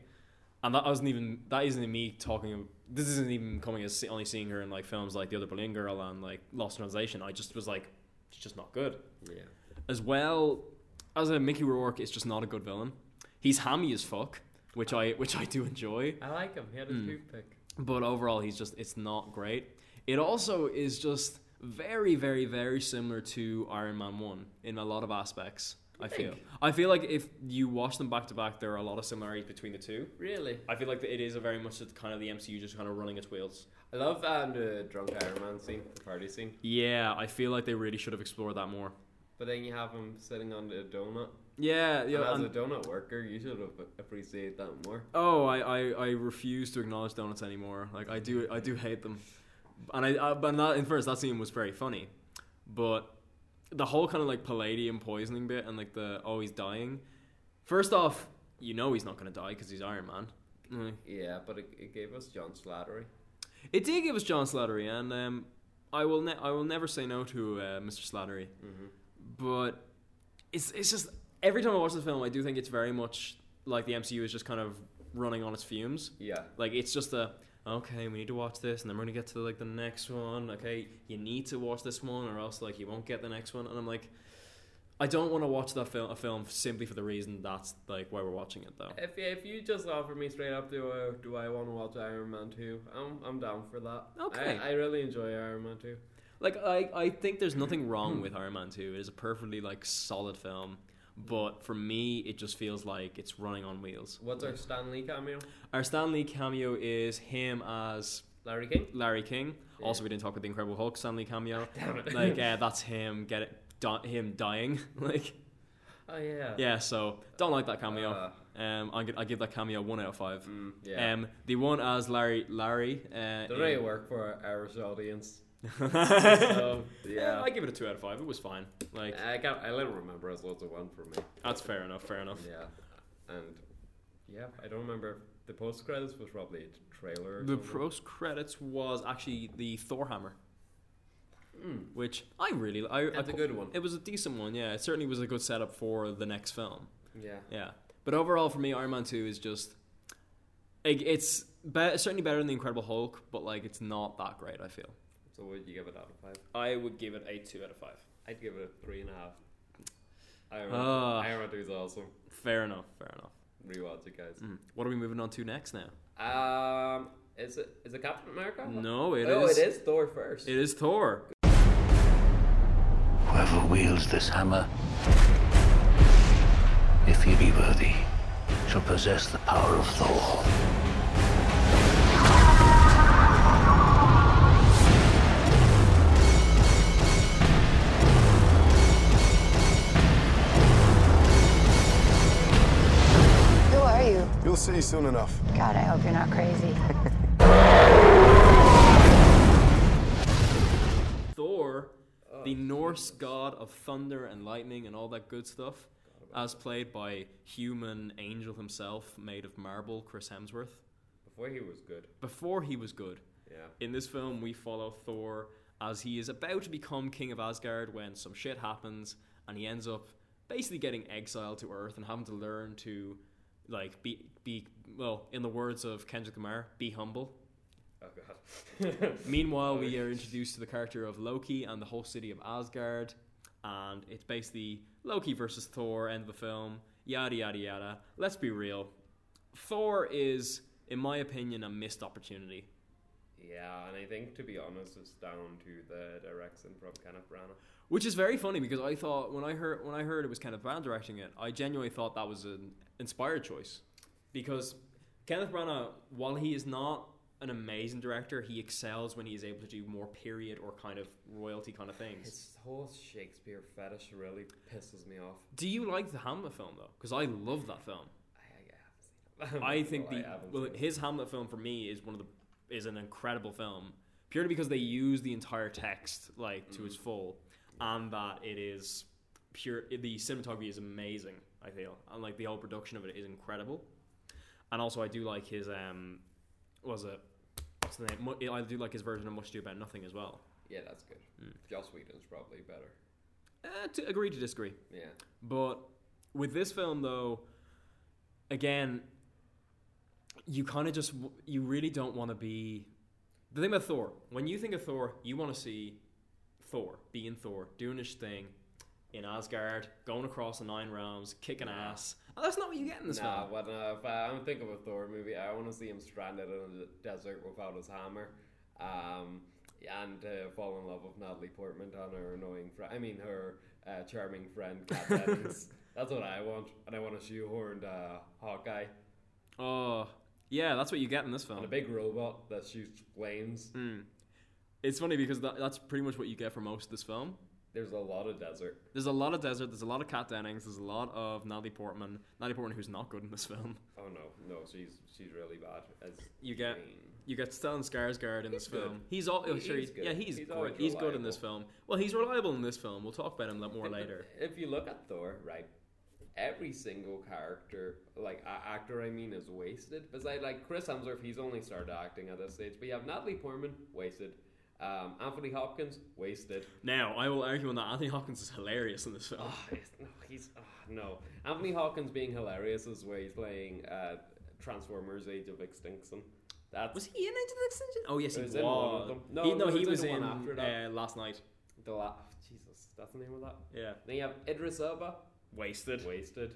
Speaker 1: And that wasn't even that isn't me talking. This isn't even coming as only seeing her in like films like The Other Berlin Girl and like Lost in Translation. I just was like, she's just not good.
Speaker 3: Yeah.
Speaker 1: As well as a Mickey Rourke is just not a good villain. He's hammy as fuck, which
Speaker 3: Ah.
Speaker 1: I which I do enjoy.
Speaker 3: I like him. He had a
Speaker 1: Hmm.
Speaker 3: toothpick.
Speaker 1: But overall, he's just it's not great. It also is just very, very, very similar to Iron Man One in a lot of aspects. I feel.
Speaker 3: think?
Speaker 1: I feel like if you watch them back to back, there are a lot of similarities between the two.
Speaker 3: Really?
Speaker 1: I feel like it is a very much that kind of the MCU just kind of running its wheels.
Speaker 3: I love um, the drunk Iron Man scene, the party scene.
Speaker 1: Yeah, I feel like they really should have explored that more.
Speaker 3: But then you have him sitting on the donut.
Speaker 1: Yeah, yeah. and-
Speaker 3: And as a donut worker, you should have appreciated that more.
Speaker 1: Oh, I, I, I refuse to acknowledge donuts anymore. Like I do I do hate them, and I, I but not in first that scene was very funny, but the whole kind of like palladium poisoning bit and like the oh he's dying. First off, you know he's not gonna die because he's Iron Man. Mm.
Speaker 3: Yeah, but it, it gave us John Slattery.
Speaker 1: It did give us John Slattery, and um, I will ne- I will never say no to uh, Mr. Slattery. But it's it's just every time I watch the film, I do think it's very much like the MCU is just kind of running on its fumes.
Speaker 3: Yeah.
Speaker 1: Like it's just a okay, we need to watch this, and then we're gonna get to like the next one. Okay, you need to watch this one, or else like you won't get the next one. And I'm like, I don't want to watch that film a film simply for the reason that's like why we're watching it though.
Speaker 3: If, if you just offer me straight up, do I, do I want to watch Iron Man 2? I'm, I'm down for that.
Speaker 1: Okay.
Speaker 3: I, I really enjoy Iron Man 2.
Speaker 1: Like I, I think there's nothing wrong with Iron Man 2. It is a perfectly like solid film, but for me it just feels like it's running on wheels.
Speaker 3: What's our Stan Lee cameo?
Speaker 1: Our Stan Lee cameo is him as
Speaker 3: Larry King?
Speaker 1: Larry King. Also, we didn't talk about the Incredible Hulk Stanley cameo. Like, uh, that's him. Get it? Di- him dying. like,
Speaker 3: Oh, yeah.
Speaker 1: yeah. So don't like that cameo.
Speaker 3: Uh. Mm,
Speaker 1: um, I I give that cameo one out of five.
Speaker 3: yeah.
Speaker 1: Um, the one as Larry. Larry. Uh,
Speaker 3: Don't really work for our Irish audience.
Speaker 1: so,
Speaker 3: So, yeah.
Speaker 1: I give it a two out of five. It was fine. Like,
Speaker 3: I can't, I don't remember as loads of one for me.
Speaker 1: that's fair enough. Fair enough.
Speaker 3: Yeah. And, yeah, I don't remember. if The post credits was probably a trailer. Or
Speaker 1: The
Speaker 3: something.
Speaker 1: post credits was actually the Thor hammer, which I really. I,
Speaker 3: Mm. That's
Speaker 1: I-
Speaker 3: a good one.
Speaker 1: It was a decent one. Yeah, it certainly was a good setup for the next film.
Speaker 3: Yeah.
Speaker 1: Yeah, but overall for me, Iron Man Two is just like it's be- certainly better than the Incredible Hulk, but like it's not that great. I feel.
Speaker 3: So, would you give it out of five?
Speaker 1: I would give it a two out of five.
Speaker 3: I'd give it a three and a half. Iron Man,
Speaker 1: Ah.
Speaker 3: Iron Man 2 is awesome.
Speaker 1: Fair enough. Fair enough.
Speaker 3: Rewatch it, guys.
Speaker 1: What are we moving on to next now?
Speaker 3: Um, is it is it Captain America?
Speaker 1: No, it
Speaker 3: oh,
Speaker 1: is-
Speaker 3: it is Thor first.
Speaker 1: It is Thor.
Speaker 6: Whoever wields this hammer, if he be worthy, shall possess the power of Thor.
Speaker 9: Who are you?
Speaker 12: You'll see soon enough.
Speaker 9: God, I hope you're not crazy.
Speaker 1: Thor, the Norse god of thunder and lightning and all that good stuff, as played by human angel himself, made of marble, Chris Hemsworth.
Speaker 3: Before he was good.
Speaker 1: Before he was good,
Speaker 3: Yeah.
Speaker 1: In this film, we follow Thor as he is about to become king of Asgard when some shit happens and he ends up basically getting exiled to Earth and having to learn to, like, be, be well, in the words of Kendrick Lamar, be humble.
Speaker 3: Oh god.
Speaker 1: Meanwhile, we are introduced to the character of Loki and the whole city of Asgard, and it's basically Loki versus Thor, end of the film, yada yada yada. Let's be real. Thor is, in my opinion, a missed opportunity.
Speaker 3: Yeah, and I think to be honest, it's down to the direction from Kenneth Branagh.
Speaker 1: Which is very funny because I thought when I heard when I heard it was Kenneth Branagh directing it, I genuinely thought that was an inspired choice. Because Kenneth Branagh, while he is not an amazing director. He excels when he is able to do more period or kind of royalty kind of things.
Speaker 3: His whole Shakespeare fetish really pisses me off.
Speaker 1: Do you like the Hamlet film though? Because I love that film.
Speaker 3: I, I haven't seen it.
Speaker 1: I think
Speaker 3: No, I
Speaker 1: the
Speaker 3: haven't
Speaker 1: well,
Speaker 3: seen it.
Speaker 1: his Hamlet film for me is one of the is an incredible film purely because they use the entire text like to its
Speaker 3: Mm.
Speaker 1: full, and that it is pure. The cinematography is amazing. I feel and like the whole production of it is incredible, and also I do like his um was it what's the name? Mu- I do like his version of Much Ado About Nothing as well.
Speaker 3: Yeah, that's good. Joss Whedon's probably better.
Speaker 1: Uh, to agree to disagree.
Speaker 3: Yeah.
Speaker 1: But with this film, though, again, you kind of just you really don't want to be. The thing about Thor, when you think of Thor, you want to see Thor being Thor, doing his thing in Asgard, going across the nine realms, kicking ass. And that's not what you get in this
Speaker 3: Nah,
Speaker 1: film.
Speaker 3: when, uh, if I'm thinking of a Thor movie, I want to see him stranded in the desert without his hammer, um, and uh, fall in love with Natalie Portman and her annoying friend. I mean, her uh, charming friend Kat Dennings. That's what I want, and I want a shoehorned uh, Hawkeye
Speaker 1: Oh, yeah, that's what you get in this
Speaker 3: and a
Speaker 1: film.
Speaker 3: big robot that shoots flames.
Speaker 1: It's funny because that, that's pretty much what you get for most of this film.
Speaker 3: There's a lot of desert.
Speaker 1: There's a lot of desert. There's a lot of Kat Dennings. There's a lot of Natalie Portman. Natalie Portman, who's not good in this film.
Speaker 3: Oh no, no, she's she's really bad. As
Speaker 1: You get
Speaker 3: Jane.
Speaker 1: you get Stellan Skarsgård in this
Speaker 3: good.
Speaker 1: film. He's all oh,
Speaker 3: He
Speaker 1: sure,
Speaker 3: is
Speaker 1: he-
Speaker 3: good.
Speaker 1: yeah he's
Speaker 3: He's
Speaker 1: great.
Speaker 3: always
Speaker 1: He's good in this
Speaker 3: reliable.
Speaker 1: film. Well, he's reliable in this film. We'll talk about him a lot more later.
Speaker 3: If you look at Thor, right, every single character, like a- actor, I mean, is wasted. Besides, like Chris Hemsworth, he's only started acting at this stage. But you have Natalie Portman, wasted. Um, Anthony Hopkins, wasted.
Speaker 1: Now I will argue on that Anthony Hopkins is hilarious in this film.
Speaker 3: Oh, it's- no, he's ah, no. Anthony Hopkins being hilarious is where he's playing uh, Transformers: Age of Extinction. That's
Speaker 1: was he in Into the Extinction? Oh yes, he
Speaker 3: He
Speaker 1: was.
Speaker 3: was in one of them. No,
Speaker 1: he,
Speaker 3: no,
Speaker 1: he
Speaker 3: he was
Speaker 1: was
Speaker 3: in
Speaker 1: in
Speaker 3: one after that.
Speaker 1: uh, last night.
Speaker 3: the la- Jesus. That's the name of that.
Speaker 1: Yeah,
Speaker 3: Then you have Idris Elba,
Speaker 1: wasted.
Speaker 3: wasted.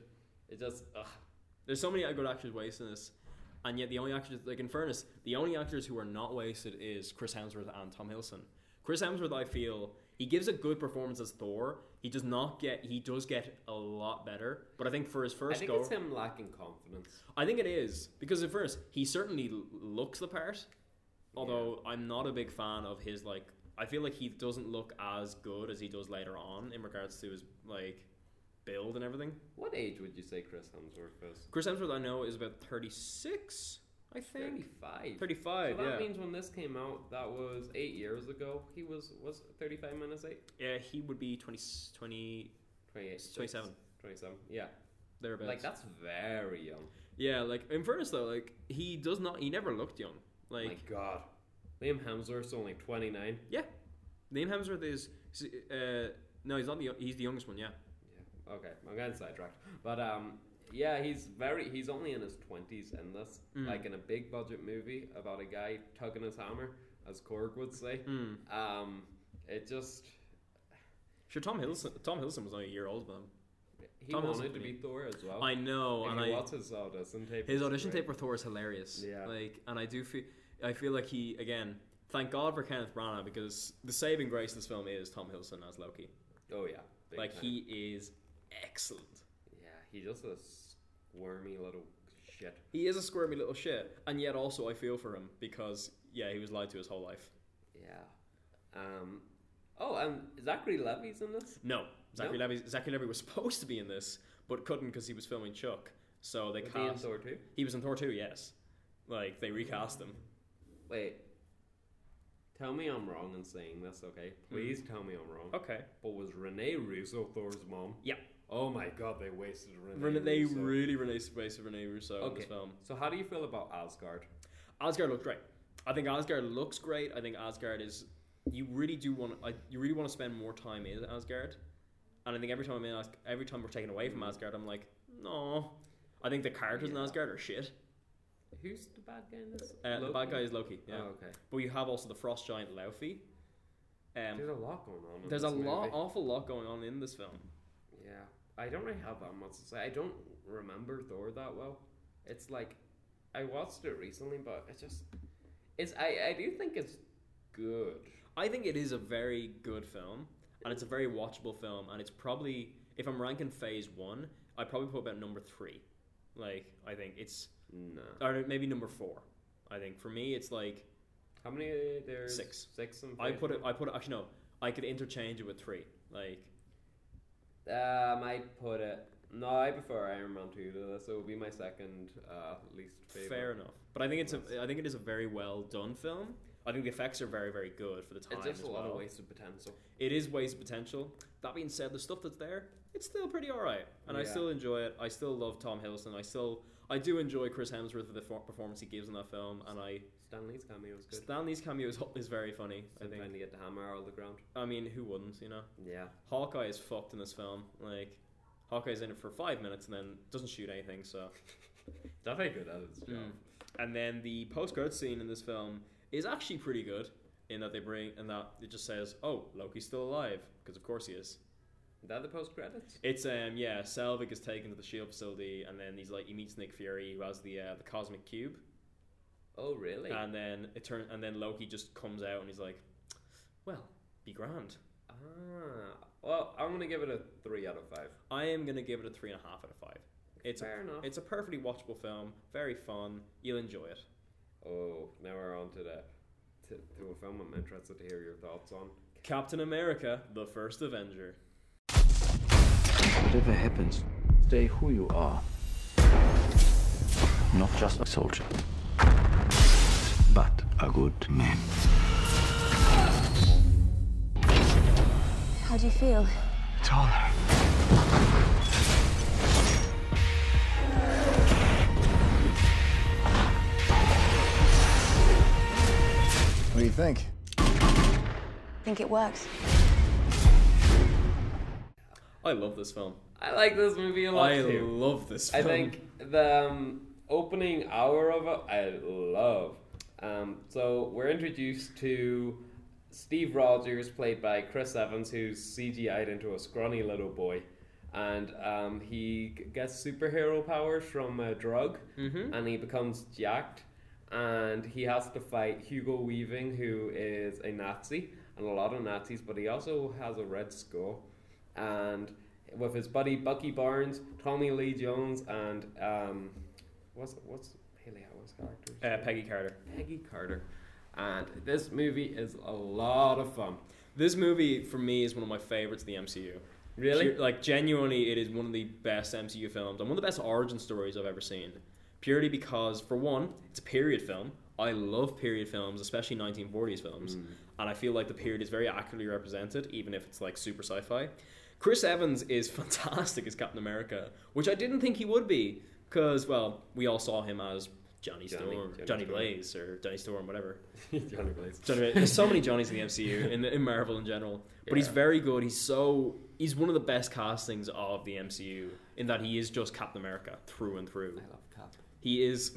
Speaker 3: It just ugh.
Speaker 1: There's so many good actors wasting this, and yet the only actors, like in fairness, the only actors who are not wasted is Chris Hemsworth and Tom Hiddleston. Chris Hemsworth, I feel, he gives a good performance as Thor. He does not get, he does get a lot better, but I think for his
Speaker 3: I
Speaker 1: first
Speaker 3: think
Speaker 1: go,
Speaker 3: it's him lacking confidence.
Speaker 1: I think it is because at first he certainly l- looks the part. Although I'm not a big fan of his like, I feel like he doesn't look as good as he does later on in regards to his like build and everything.
Speaker 3: What age would you say Chris Hemsworth is?
Speaker 1: Chris Hemsworth, I know, is about 36, I think.
Speaker 3: 35.
Speaker 1: 35,
Speaker 3: So that
Speaker 1: yeah.
Speaker 3: means when this came out, that was eight years ago. He was was it 35 minus eight.
Speaker 1: Yeah, he would be 20, 20
Speaker 3: 28.
Speaker 1: It's 27.
Speaker 3: 27. Yeah.
Speaker 1: thereabouts.
Speaker 3: Like that's very young.
Speaker 1: Yeah, like in fairness though, like he does not. He never looked young. Like
Speaker 3: My God. Liam Hemsworth's only 29.
Speaker 1: yeah, Liam Hemsworth is. Uh, no, he's not the. He's the youngest one. Yeah.
Speaker 3: Yeah. Okay. I'm getting sidetracked. But um, yeah, he's very. He's only in his 20s in this.
Speaker 1: Mm.
Speaker 3: Like in a big budget movie about a guy tugging his hammer, as Korg would say.
Speaker 1: Hmm.
Speaker 3: Um, it just.
Speaker 1: Sure, Tom Hiddleston. Tom Hiddleston was only a year older than him.
Speaker 3: He
Speaker 1: Tom Hiddleston
Speaker 3: wanted to
Speaker 1: would
Speaker 3: be
Speaker 1: be-
Speaker 3: Thor as well.
Speaker 1: I know,
Speaker 3: If
Speaker 1: and
Speaker 3: you
Speaker 1: I
Speaker 3: watch his audition tape.
Speaker 1: his audition
Speaker 3: tape
Speaker 1: tape for Thor is hilarious.
Speaker 3: Yeah.
Speaker 1: Like, and I do feel. I feel like he again. Thank God for Kenneth Branagh because the saving grace of this film is Tom Hiddleston as Loki.
Speaker 3: Oh yeah, big
Speaker 1: like
Speaker 3: time.
Speaker 1: he is excellent.
Speaker 3: Yeah, he's just a squirmy little shit.
Speaker 1: He is a squirmy little shit, and yet also I feel for him because yeah, he was lied to his whole life.
Speaker 3: Yeah. Um. Oh, and Zachary Levy's in this.
Speaker 1: No, Zachary
Speaker 3: No?
Speaker 1: Levy. Zachary Levy was supposed to be in this, but couldn't because he was filming Chuck. So they
Speaker 3: Was he in
Speaker 1: cast.
Speaker 3: Thor too?
Speaker 1: He was in Thor two. Yes, like they recast him.
Speaker 3: Wait. Tell me I'm wrong in saying this, okay? Please tell me I'm wrong.
Speaker 1: Hmm. Okay.
Speaker 3: But was Renee Russo Thor's mom?
Speaker 1: Yeah.
Speaker 3: Oh my God, they wasted Renee.
Speaker 1: Rene, they
Speaker 3: Russo.
Speaker 1: really released space of Rene Russo in
Speaker 3: Okay.
Speaker 1: this film.
Speaker 3: So how do you feel about Asgard?
Speaker 1: Asgard looked great. I think Asgard looks great. I think Asgard is. You really do want. I, you really want to spend more time in Asgard, and I think every time I'm in, As- every time we're taken away from Asgard, I'm like, no. I think the characters in Asgard are shit.
Speaker 3: Who's the bad guy in this?
Speaker 1: Uh, the
Speaker 3: Loki?
Speaker 1: bad guy is Loki. Yeah.
Speaker 3: Oh, okay.
Speaker 1: But you have also the frost giant Laufey.
Speaker 3: There's a
Speaker 1: Um,
Speaker 3: lot going on. in
Speaker 1: there's a
Speaker 3: this
Speaker 1: lot,
Speaker 3: movie.
Speaker 1: awful lot going on in this film.
Speaker 3: Yeah, I don't really have that much to say. I don't remember Thor that well. It's like I watched it recently, but it's just it's. I I do think it's good.
Speaker 1: I think it is a very good film, and it's a very watchable film, and it's probably if I'm ranking Phase One, I probably put about number three. Like I think it's
Speaker 3: No.
Speaker 1: or maybe number four. I think for me, it's like
Speaker 3: How many there's
Speaker 1: Six.
Speaker 3: Six. And
Speaker 1: I put it. I put it. Actually, no, I could interchange it with three. Like
Speaker 3: Um, I put it. No, I prefer Iron Man two to this. It would be my second uh, least favorite.
Speaker 1: fair enough, but I think it's a. I think it is a very well done film. I think the effects are very very good for the time.
Speaker 3: It's just
Speaker 1: as
Speaker 3: a lot
Speaker 1: well.
Speaker 3: of wasted potential.
Speaker 1: It is waste potential. That being said, the stuff that's there, it's still pretty all right, and I
Speaker 3: Yeah.
Speaker 1: still enjoy it. I still love Tom Hiddleston. I still, I do enjoy Chris Hemsworth for the for- performance he gives in that film, and I
Speaker 3: Stanley's cameo was good.
Speaker 1: Stanley's cameo is, is very funny. I
Speaker 3: I'm trying to
Speaker 1: think.
Speaker 3: get the hammer out of the ground.
Speaker 1: I mean, who wouldn't? You know,
Speaker 3: Yeah.
Speaker 1: Hawkeye is fucked in this film. Like, Hawkeye's in it for five minutes and then doesn't shoot anything. So, Mm.
Speaker 3: That's very good at its job.
Speaker 1: and then the post credit scene in this film is actually pretty good in that they bring and that it just says, "Oh, Loki's still alive," because of course he is.
Speaker 3: Is that the post credits?
Speaker 1: It's um yeah, Selvig is taken to the Shield facility, and then he's like he meets Nick Fury, who has the uh, the cosmic cube,
Speaker 3: Oh really?
Speaker 1: and then it turn and then Loki just comes out and he's like, "Well, be grand."
Speaker 3: Ah, well, I'm gonna give it a three out of five.
Speaker 1: I am gonna give it a three and a half out of five. It's
Speaker 3: Fair
Speaker 1: a,
Speaker 3: enough.
Speaker 1: It's a perfectly watchable film, very fun. You'll enjoy it.
Speaker 3: Oh, now we're on to the to, to a film I'm interested to hear your thoughts on.
Speaker 1: Captain America: The First Avenger.
Speaker 6: Whatever happens, stay who you are. Not just a soldier, but a good man.
Speaker 7: How do you feel?
Speaker 6: Taller.
Speaker 8: What do you think?
Speaker 7: Think it works?
Speaker 1: I love this film.
Speaker 3: I like this movie a lot
Speaker 1: I
Speaker 3: too.
Speaker 1: love this.
Speaker 3: I
Speaker 1: film.
Speaker 3: think the um, opening hour of it, I love. Um, so we're introduced to Steve Rogers, played by Chris Evans, who's CGI'd into a scrawny little boy. And um, he g- gets superhero powers from a drug, and he becomes jacked. And he has to fight Hugo Weaving, who is a Nazi, and a lot of Nazis, but he also has a red skull. And with his buddy Bucky Barnes, Tommy Lee Jones, and um, what's what's Haley Howell's character?
Speaker 1: uh, Peggy Carter.
Speaker 3: Peggy Carter. And this movie is a lot of fun.
Speaker 1: This movie for me is one of my favorites of the MCU.
Speaker 3: Really?
Speaker 1: Pure- like genuinely, it is one of the best MCU films and one of the best origin stories I've ever seen. Purely because, for one, it's a period film. I love period films, especially 1940s
Speaker 3: Hmm.
Speaker 1: films, and I feel like the period is very accurately represented, even if it's like super sci-fi. Chris Evans is fantastic as Captain America, which I didn't think he would be, because well, we all saw him as Johnny, Storm,
Speaker 3: Johnny
Speaker 1: Johnny,
Speaker 3: Storm.
Speaker 1: Blaze, or Johnny Storm, whatever.
Speaker 3: Johnny Blaze.
Speaker 1: Johnny- There's so many Johnnies in the MCU in, in Marvel in general, but he's very good. He's so he's one of the best castings of the MCU in that he is just Captain America through and through.
Speaker 3: I love Cap.
Speaker 1: He is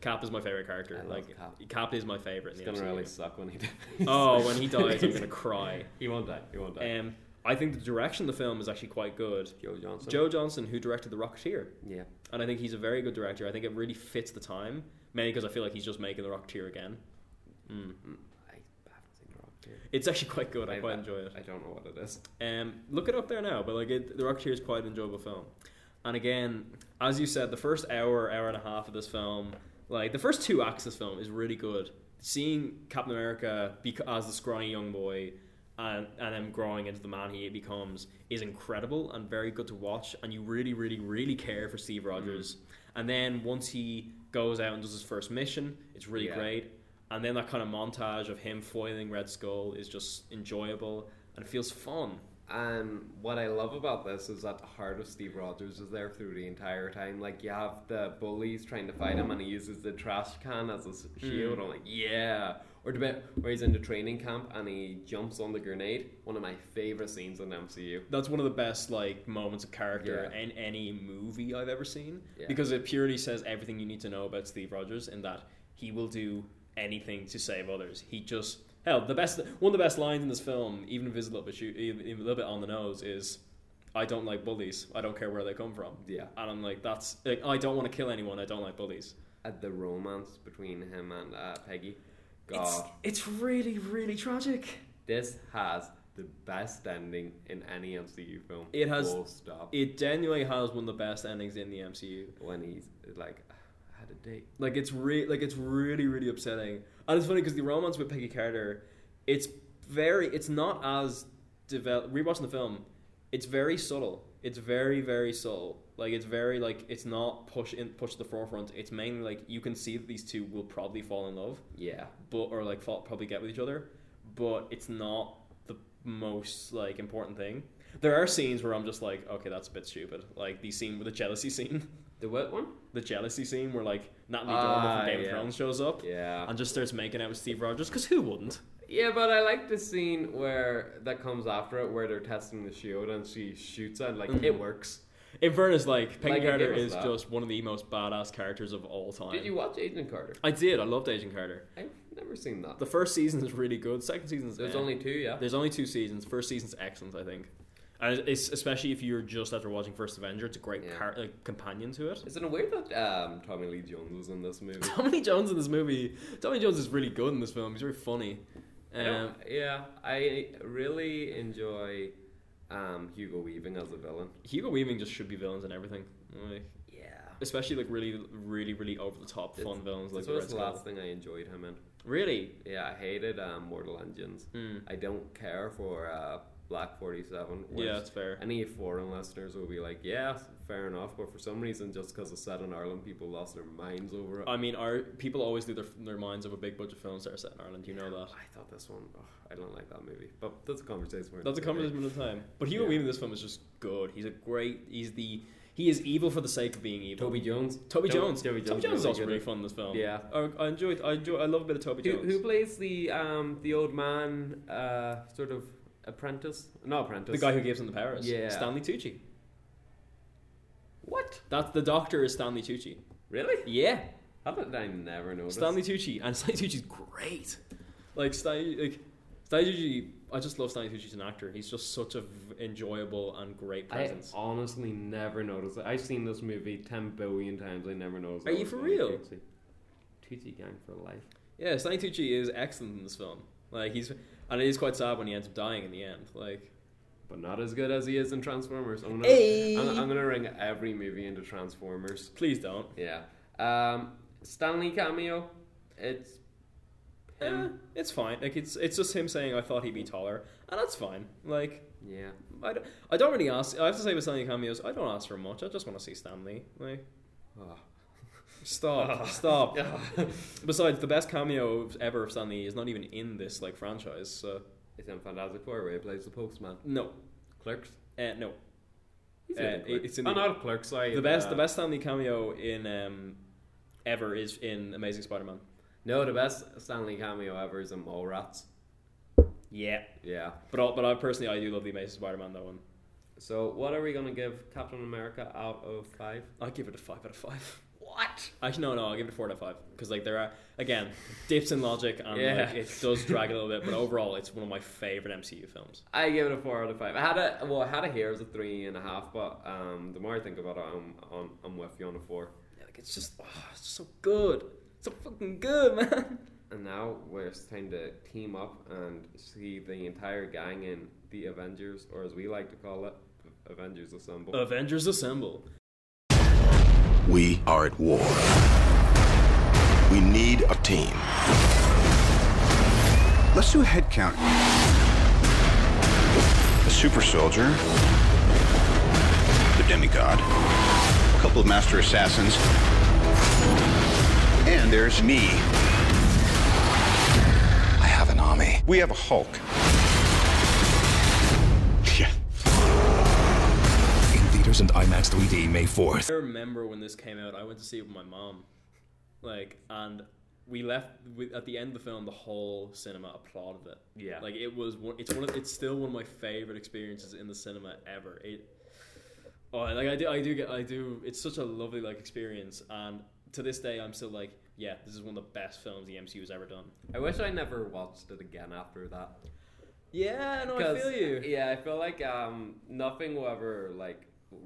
Speaker 1: Cap is my favorite character.
Speaker 3: I love
Speaker 1: like
Speaker 3: Cap.
Speaker 1: is my favorite. In
Speaker 3: It's
Speaker 1: the
Speaker 3: gonna
Speaker 1: MCU.
Speaker 3: really suck when he dies.
Speaker 1: Oh, when he dies, I'm gonna cry.
Speaker 3: He won't die. He won't die.
Speaker 1: Um, I think the direction of the film is actually quite good.
Speaker 3: Joe Johnson.
Speaker 1: Joe Johnson, who directed The Rocketeer,
Speaker 3: Yeah.
Speaker 1: and I think he's a very good director. I think it really fits the time, mainly because I feel like he's just making The Rocketeer again.
Speaker 3: I haven't seen the Rock too.
Speaker 1: It's actually quite good. I quite enjoy it.
Speaker 3: I don't know what it is.
Speaker 1: Um, look it up there now, but like it, The Rocketeer is quite an enjoyable film. And again, as you said, the first hour, hour and a half of this film, like the first two acts of this film, is really good. Seeing Captain America bec as the scrawny young boy and, and him growing into the man he becomes is incredible and very good to watch. And you really, really, really care for Steve Rogers. And then once he goes out and does his first mission, it's really
Speaker 3: Yeah.
Speaker 1: great. And then that kind of montage of him foiling Red Skull is just enjoyable and it feels fun.
Speaker 3: And what I love about this is that the heart of Steve Rogers is there through the entire time. Like you have the bullies trying to fight him, and he uses the trash can as a s-
Speaker 1: Hmm.
Speaker 3: shield. I'm like, yeah. Or the bit where he's in the training camp and he jumps on the grenade. One of my favorite scenes in MCU.
Speaker 1: That's one of the best like moments of character
Speaker 3: Yeah.
Speaker 1: in any movie I've ever seen
Speaker 3: Yeah.
Speaker 1: because it purely says everything you need to know about Steve Rogers in that he will do anything to save others. He just hell the best one of the best lines in this film, even if it's a little bit shoot, even, even a little bit on the nose, is "I don't like bullies. I don't care where they come from."
Speaker 3: Yeah.
Speaker 1: and I'm like that's like, I don't want to kill anyone. I don't like bullies.
Speaker 3: At the romance between him and uh, Peggy. God,
Speaker 1: It's, it's really really tragic.
Speaker 3: this has the best ending in any MCU film.
Speaker 1: It has-
Speaker 3: Full stop.
Speaker 1: It genuinely has one of the best endings in the MCU.
Speaker 3: when he's like, I had a date.
Speaker 1: Like it's re- like it's really really upsetting, and it's funny because the romance with Peggy Carter, it's very it's not as developed. Rewatching the film, it's very subtle. It's very very subtle. Like it's very like it's not push in push to the forefront. It's mainly like you can see that these two will probably fall in love,
Speaker 3: Yeah.
Speaker 1: but or like fall, probably get with each other, but it's not the most like important thing. There are scenes where I'm just like, okay, that's a bit stupid. Like the scene with the jealousy scene
Speaker 3: The what one?
Speaker 1: the jealousy scene where like Natalie Dormer
Speaker 3: Ah,
Speaker 1: from Game of
Speaker 3: yeah.
Speaker 1: Thrones shows up
Speaker 3: Yeah.
Speaker 1: and just starts making out with Steve Rogers because who wouldn't?
Speaker 3: Yeah, but I like the scene where that comes after it, where they're testing the shield and she shoots and like it works.
Speaker 1: In fairness, like Peggy
Speaker 3: Like, it
Speaker 1: Carter
Speaker 3: gave us
Speaker 1: is
Speaker 3: that.
Speaker 1: just one of the most badass characters of all time.
Speaker 3: Did you watch Agent Carter?
Speaker 1: I did. I loved Agent Carter.
Speaker 3: I've never seen that.
Speaker 1: The first season is really good. Second season is
Speaker 3: There's only two, yeah.
Speaker 1: There's only two seasons. First season's excellent, I think. And it's, especially if you're just after watching First Avenger, it's a great
Speaker 3: Yeah.
Speaker 1: par- like, companion to it.
Speaker 3: Isn't it weird that um, Tommy Lee Jones was in this movie?
Speaker 1: Tommy Jones in this movie. Tommy Jones is really good in this film. He's very funny.
Speaker 3: I
Speaker 1: Um,
Speaker 3: don't- yeah, I really enjoy um, Hugo Weaving as a villain.
Speaker 1: Hugo Weaving just should be villains and everything. Like,
Speaker 3: Yeah.
Speaker 1: especially like really, really, really over the top fun villains like
Speaker 3: This
Speaker 1: the
Speaker 3: was
Speaker 1: Red
Speaker 3: the
Speaker 1: Skull.
Speaker 3: last thing I enjoyed him in.
Speaker 1: Really,
Speaker 3: Yeah, I hated um, Mortal Engines. I don't care for uh, Black 47. which
Speaker 1: Hmm. Yeah, that's fair.
Speaker 3: Any foreign listeners will be like, yeah, fair enough. But for some reason, just because it's set in Ireland, people lost their minds over it.
Speaker 1: I mean, our people always do their their minds of a big budget films that are set in Ireland. You know that.
Speaker 3: I thought this one, oh, I don't like that movie. But that's a conversation. for
Speaker 1: That's a
Speaker 3: another day.
Speaker 1: conversation at a time. But Hugo
Speaker 3: Yeah.
Speaker 1: Weaving in this film is just good. He's a great. He's the. He is evil for the sake of being evil.
Speaker 3: Toby Jones.
Speaker 1: Toby
Speaker 3: To-
Speaker 1: Jones.
Speaker 3: Toby Jones,
Speaker 1: is also
Speaker 3: good.
Speaker 1: really fun in this film.
Speaker 3: Yeah.
Speaker 1: I, Oh, I enjoyed. I enjoy. I love a bit of Toby
Speaker 3: Who,
Speaker 1: Jones.
Speaker 3: who plays the um, the old man uh, sort of apprentice? Not apprentice.
Speaker 1: the guy who gives him the powers.
Speaker 3: Yeah.
Speaker 1: Stanley Tucci.
Speaker 3: What?
Speaker 1: That's the doctor is Stanley Tucci.
Speaker 3: Really?
Speaker 1: Yeah.
Speaker 3: How did I never notice?
Speaker 1: Stanley Tucci, and Stanley Tucci's great. Like Stanley, like Stanley Tucci, I just love Stanley Tucci as an actor. He's just such a v- enjoyable and great
Speaker 3: I
Speaker 1: presence.
Speaker 3: honestly never noticed it. I've seen this movie 10 billion times. I never noticed
Speaker 1: Are
Speaker 3: it
Speaker 1: you
Speaker 3: was
Speaker 1: for
Speaker 3: Stanley
Speaker 1: real?
Speaker 3: Tucci. Tucci gang for life.
Speaker 1: yeah, Stanley Tucci is excellent in this film. Like he's, and it is quite sad when he ends up dying in the end. Like
Speaker 3: But not as good as he is in Transformers. I'm gonna,
Speaker 1: Hey!
Speaker 3: I'm, I'm gonna ring every movie into Transformers.
Speaker 1: please don't.
Speaker 3: Yeah. Um, Stanley cameo. It's
Speaker 1: Eh, it's fine. Like it's it's just him saying I thought he'd be taller, and that's fine. Like
Speaker 3: yeah.
Speaker 1: I don't, I don't really ask. I have to say with Stanley cameos, I don't ask for much. I just want to see Stanley. Like
Speaker 3: Oh.
Speaker 1: Stop! Stop! Besides, the best cameo of- ever of Stanley is not even in this like franchise. So
Speaker 3: It's in Fantastic Four where he plays the postman.
Speaker 1: no,
Speaker 3: Clerks.
Speaker 1: uh, no.
Speaker 3: He's
Speaker 1: Uh,
Speaker 3: in the Clerks.
Speaker 1: it's in
Speaker 3: oh,
Speaker 1: the-
Speaker 3: not Clerks. Sorry.
Speaker 1: The best,
Speaker 3: uh,
Speaker 1: the best Stanley cameo in um, ever is in Amazing Spider-Man.
Speaker 3: No, the best Stanley cameo ever is in Mallrats.
Speaker 1: Yeah,
Speaker 3: Yeah.
Speaker 1: but all, but I personally I do love the Amazing Spider-Man that one.
Speaker 3: So what are we gonna give Captain America out of five?
Speaker 1: I give it a five out of five.
Speaker 3: What?
Speaker 1: Actually, no, no, I'll give it a four out of five because like there are again dips in logic and
Speaker 3: Yeah.
Speaker 1: like, it does drag a little bit, but overall it's one of my favorite MCU films.
Speaker 3: I give it a four out of five. I had a well, I had a here as a three and a half, but um, the more I think about it, I'm I'm, I'm with you on a four.
Speaker 1: Yeah, like it's just oh, it's so good, so fucking good, man.
Speaker 3: And now we're it's time to team up and see the entire gang in the Avengers, or as we like to call it, Avengers Assemble.
Speaker 1: Avengers Assemble.
Speaker 8: We are at war. We need a team.
Speaker 4: Let's do a head count.
Speaker 8: A super soldier. The demigod. A couple of master assassins. And there's me. I have an army. We have a Hulk. Yeah, theaters and IMAX 3D May 4th.
Speaker 1: I remember when this came out, I went to see it with my mom. Like, and we left we, at the end of the film. The whole cinema applauded it.
Speaker 3: Yeah.
Speaker 1: like it was. One, it's one. Of, it's still one of my favorite experiences in the cinema ever. It. Oh, like I do. I do get. I do. It's such a lovely like experience, and to this day, I'm still like, yeah, this is one of the best films the MCU has ever done.
Speaker 3: I wish I never watched it again after that.
Speaker 1: Yeah, no, I
Speaker 3: 'Cause,
Speaker 1: feel you.
Speaker 3: Yeah, I feel like um nothing will ever like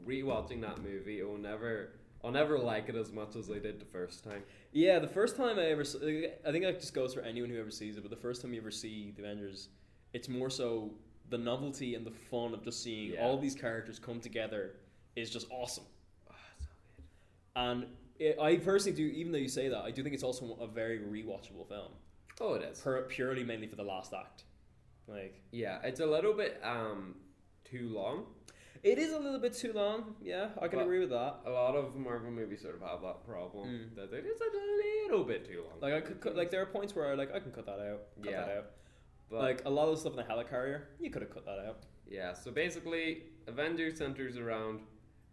Speaker 3: rewatching that movie. It will never. I'll never like it as much as I did the first time.
Speaker 1: Yeah, the first time I ever, s- I think that just goes for anyone who ever sees it. But the first time you ever see the Avengers, it's more so the novelty and the fun of just seeing
Speaker 3: Yeah.
Speaker 1: all these characters come together is just awesome.
Speaker 3: Ah,
Speaker 1: And it, I personally do, even though you say that, I do think it's also a very rewatchable film,
Speaker 3: Oh, it is.
Speaker 1: pur- purely mainly for the last act. Like
Speaker 3: Yeah, it's a little bit um too long.
Speaker 1: it is a little bit too long. Yeah, I can
Speaker 3: But-
Speaker 1: agree with that.
Speaker 3: A lot of Marvel movies sort of have that problem that it is a little bit too long.
Speaker 1: Hmm. Like I could, cut like there are points where I like I can cut that out. Cut that
Speaker 3: Yeah.
Speaker 1: out.
Speaker 3: But-
Speaker 1: like a lot of the stuff in the helicarrier, you could have cut that out.
Speaker 3: Yeah, so basically, Avengers centers around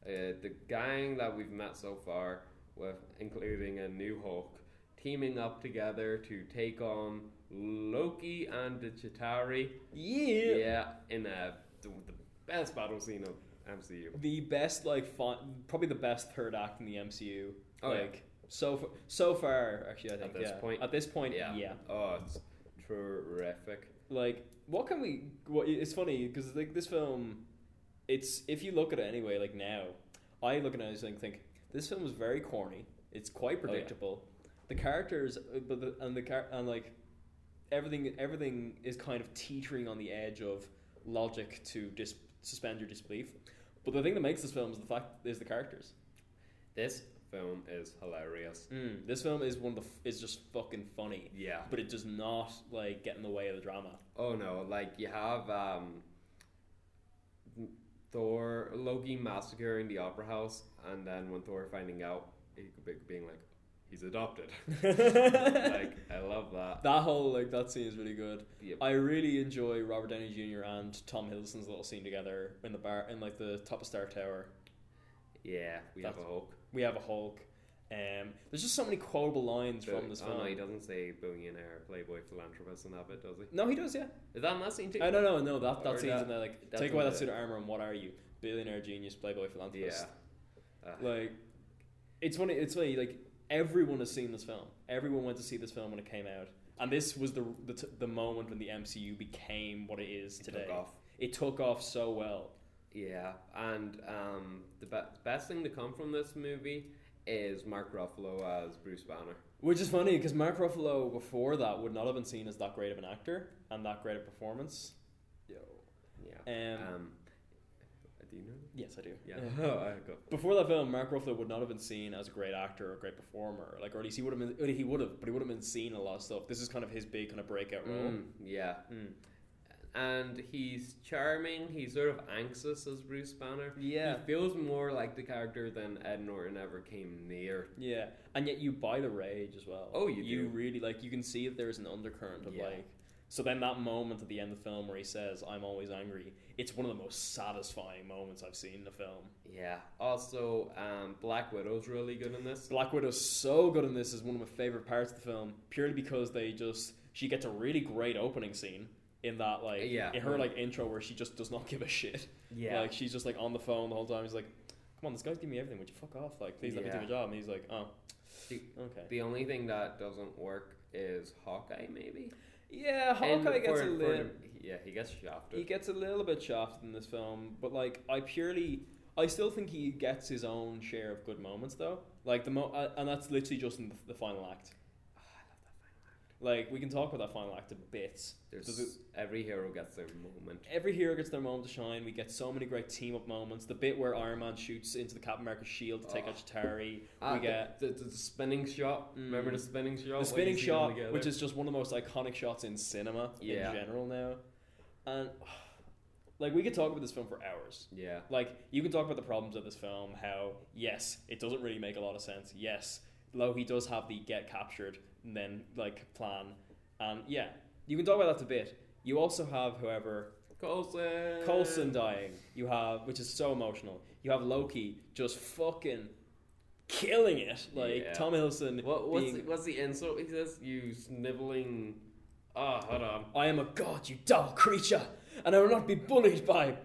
Speaker 3: uh, the gang that we've met so far, with including a new Hulk, teaming up together to take on Loki and the Chitari.
Speaker 1: Yeah.
Speaker 3: Yeah, in a, the, the best battle scene of MCU.
Speaker 1: the best like fun, probably the best third act in the MCU.
Speaker 3: Oh, yeah.
Speaker 1: like so fa- so far, actually, I think
Speaker 3: this
Speaker 1: yeah.
Speaker 3: point?
Speaker 1: At this point, yeah.
Speaker 3: Oh, it's terrific.
Speaker 1: Like, what can we? What it's funny because like this film, it's if you look at it anyway, like now, I look at it and think this film is very corny. It's quite
Speaker 3: Oh, yeah.
Speaker 1: predictable. The characters, uh, but the, and the char- and like everything, everything is kind of teetering on the edge of logic to dis- suspend your disbelief. But the thing that makes this film is the fact is the characters.
Speaker 3: This film is hilarious.
Speaker 1: Mm, this film is one of the f- is just fucking funny.
Speaker 3: Yeah.
Speaker 1: But it does not like get in the way of the drama.
Speaker 3: Oh no, like you have um Thor Loki massacring the opera house and then when Thor finding out he could be being like he's adopted. like I love that.
Speaker 1: That whole like that scene is really good.
Speaker 3: Yep.
Speaker 1: I really enjoy Robert Downey Jr. and Tom Hiddleston's little scene together in the bar in like the top of Star Tower.
Speaker 3: Yeah, we have a
Speaker 1: That's-
Speaker 3: Hulk.
Speaker 1: We have a Hulk. Um, there's just so many quotable lines from this
Speaker 3: oh
Speaker 1: film.
Speaker 3: no, he doesn't say billionaire, playboy, philanthropist and that bit, does he?
Speaker 1: No, he does, yeah.
Speaker 3: Is that in that scene too?
Speaker 1: I no no no that
Speaker 3: Or
Speaker 1: that scene's
Speaker 3: that-
Speaker 1: in there like
Speaker 3: that's
Speaker 1: take away
Speaker 3: in
Speaker 1: that
Speaker 3: the-
Speaker 1: suit of armor and what are you billionaire genius playboy
Speaker 3: Yeah. Uh-huh.
Speaker 1: philanthropist. like it's funny it's funny like everyone has seen this film everyone went to see this film when it came out and this was the the, t- the moment when the mcu became what it is today
Speaker 3: took off.
Speaker 1: it took off so well
Speaker 3: Yeah, and um, the be- best thing to come from this movie is Mark Ruffalo as Bruce Banner.
Speaker 1: which is funny because mark ruffalo before that would not have been seen as that great of an actor and that great a performance
Speaker 3: Yeah.
Speaker 1: Um,
Speaker 3: um do you know?
Speaker 1: yes i do
Speaker 3: Yeah. Oh, I go.
Speaker 1: before that film mark ruffalo would not have been seen as a great actor or a great performer like or at least he would have been he would have but he would have been seen in a lot of stuff this is kind of his big kind of breakout role
Speaker 3: mm, yeah. And he's charming. He's sort of anxious as Bruce Banner.
Speaker 1: Yeah.
Speaker 3: He feels more like the character than Ed Norton ever came near.
Speaker 1: Yeah, and yet you buy the rage as well.
Speaker 3: Oh, you
Speaker 1: You
Speaker 3: do.
Speaker 1: really like you can see that there is an undercurrent of
Speaker 3: Yeah.
Speaker 1: like. So then that moment at the end of the film where he says, "I'm always angry," it's one of the most satisfying moments I've seen in the film.
Speaker 3: Yeah. Also, um, Black Widow's really good in this.
Speaker 1: Black Widow's so good in this is one of my favorite parts of the film, purely because they just she gets a really great opening scene in that like
Speaker 3: Yeah.
Speaker 1: in her like intro where she just does not give a shit.
Speaker 3: Yeah.
Speaker 1: like she's just like on the phone the whole time. He's like, "Come on, this guy's giving me everything. Would you fuck off? Like, please let me do
Speaker 3: Yeah.
Speaker 1: my job." And he's like, "Oh,
Speaker 3: The,
Speaker 1: okay."
Speaker 3: the only thing that doesn't work is Hawkeye, maybe.
Speaker 1: yeah,
Speaker 3: And
Speaker 1: Hawkeye gets a
Speaker 3: for- for
Speaker 1: little.
Speaker 3: him- yeah, he gets shafted.
Speaker 1: He gets a little bit shafted in this film, but like I purely, I still think he gets his own share of good moments though. Like the mo, uh, and that's literally just in the, the final act. Like we can talk about Ah, that final act a bit.
Speaker 3: There's,
Speaker 1: Does it-
Speaker 3: every hero gets their moment.
Speaker 1: every hero gets their moment to shine. We get so many great team up moments. The bit where Iron Man shoots into the Captain America shield to take out Chitari.
Speaker 3: Ah,
Speaker 1: we
Speaker 3: the-
Speaker 1: get
Speaker 3: the, the, the spinning shot. Remember the spinning shot? when
Speaker 1: Uh, Mm. the
Speaker 3: you
Speaker 1: spinning
Speaker 3: see them
Speaker 1: shot,
Speaker 3: together?
Speaker 1: which is just one of the most iconic shots in cinema
Speaker 3: Yeah.
Speaker 1: in general now, and like we could talk about this film for hours.
Speaker 3: Yeah.
Speaker 1: like you can talk about the problems of this film. How yes, it doesn't really make a lot of sense. Yes, Loki does have the get captured and then like plan, and yeah, you can talk about that a bit. You also have, however,
Speaker 3: Coulson.
Speaker 1: Coulson dying. You have, which is so emotional. You have Loki just fucking killing it. Like
Speaker 3: Yeah.
Speaker 1: Tom Hiddleston.
Speaker 3: What, what's, the,
Speaker 1: being,
Speaker 3: what's the insult he says? You sniveling. Ah, hold on.
Speaker 1: I am a god, you dull creature, and I will not be bullied by.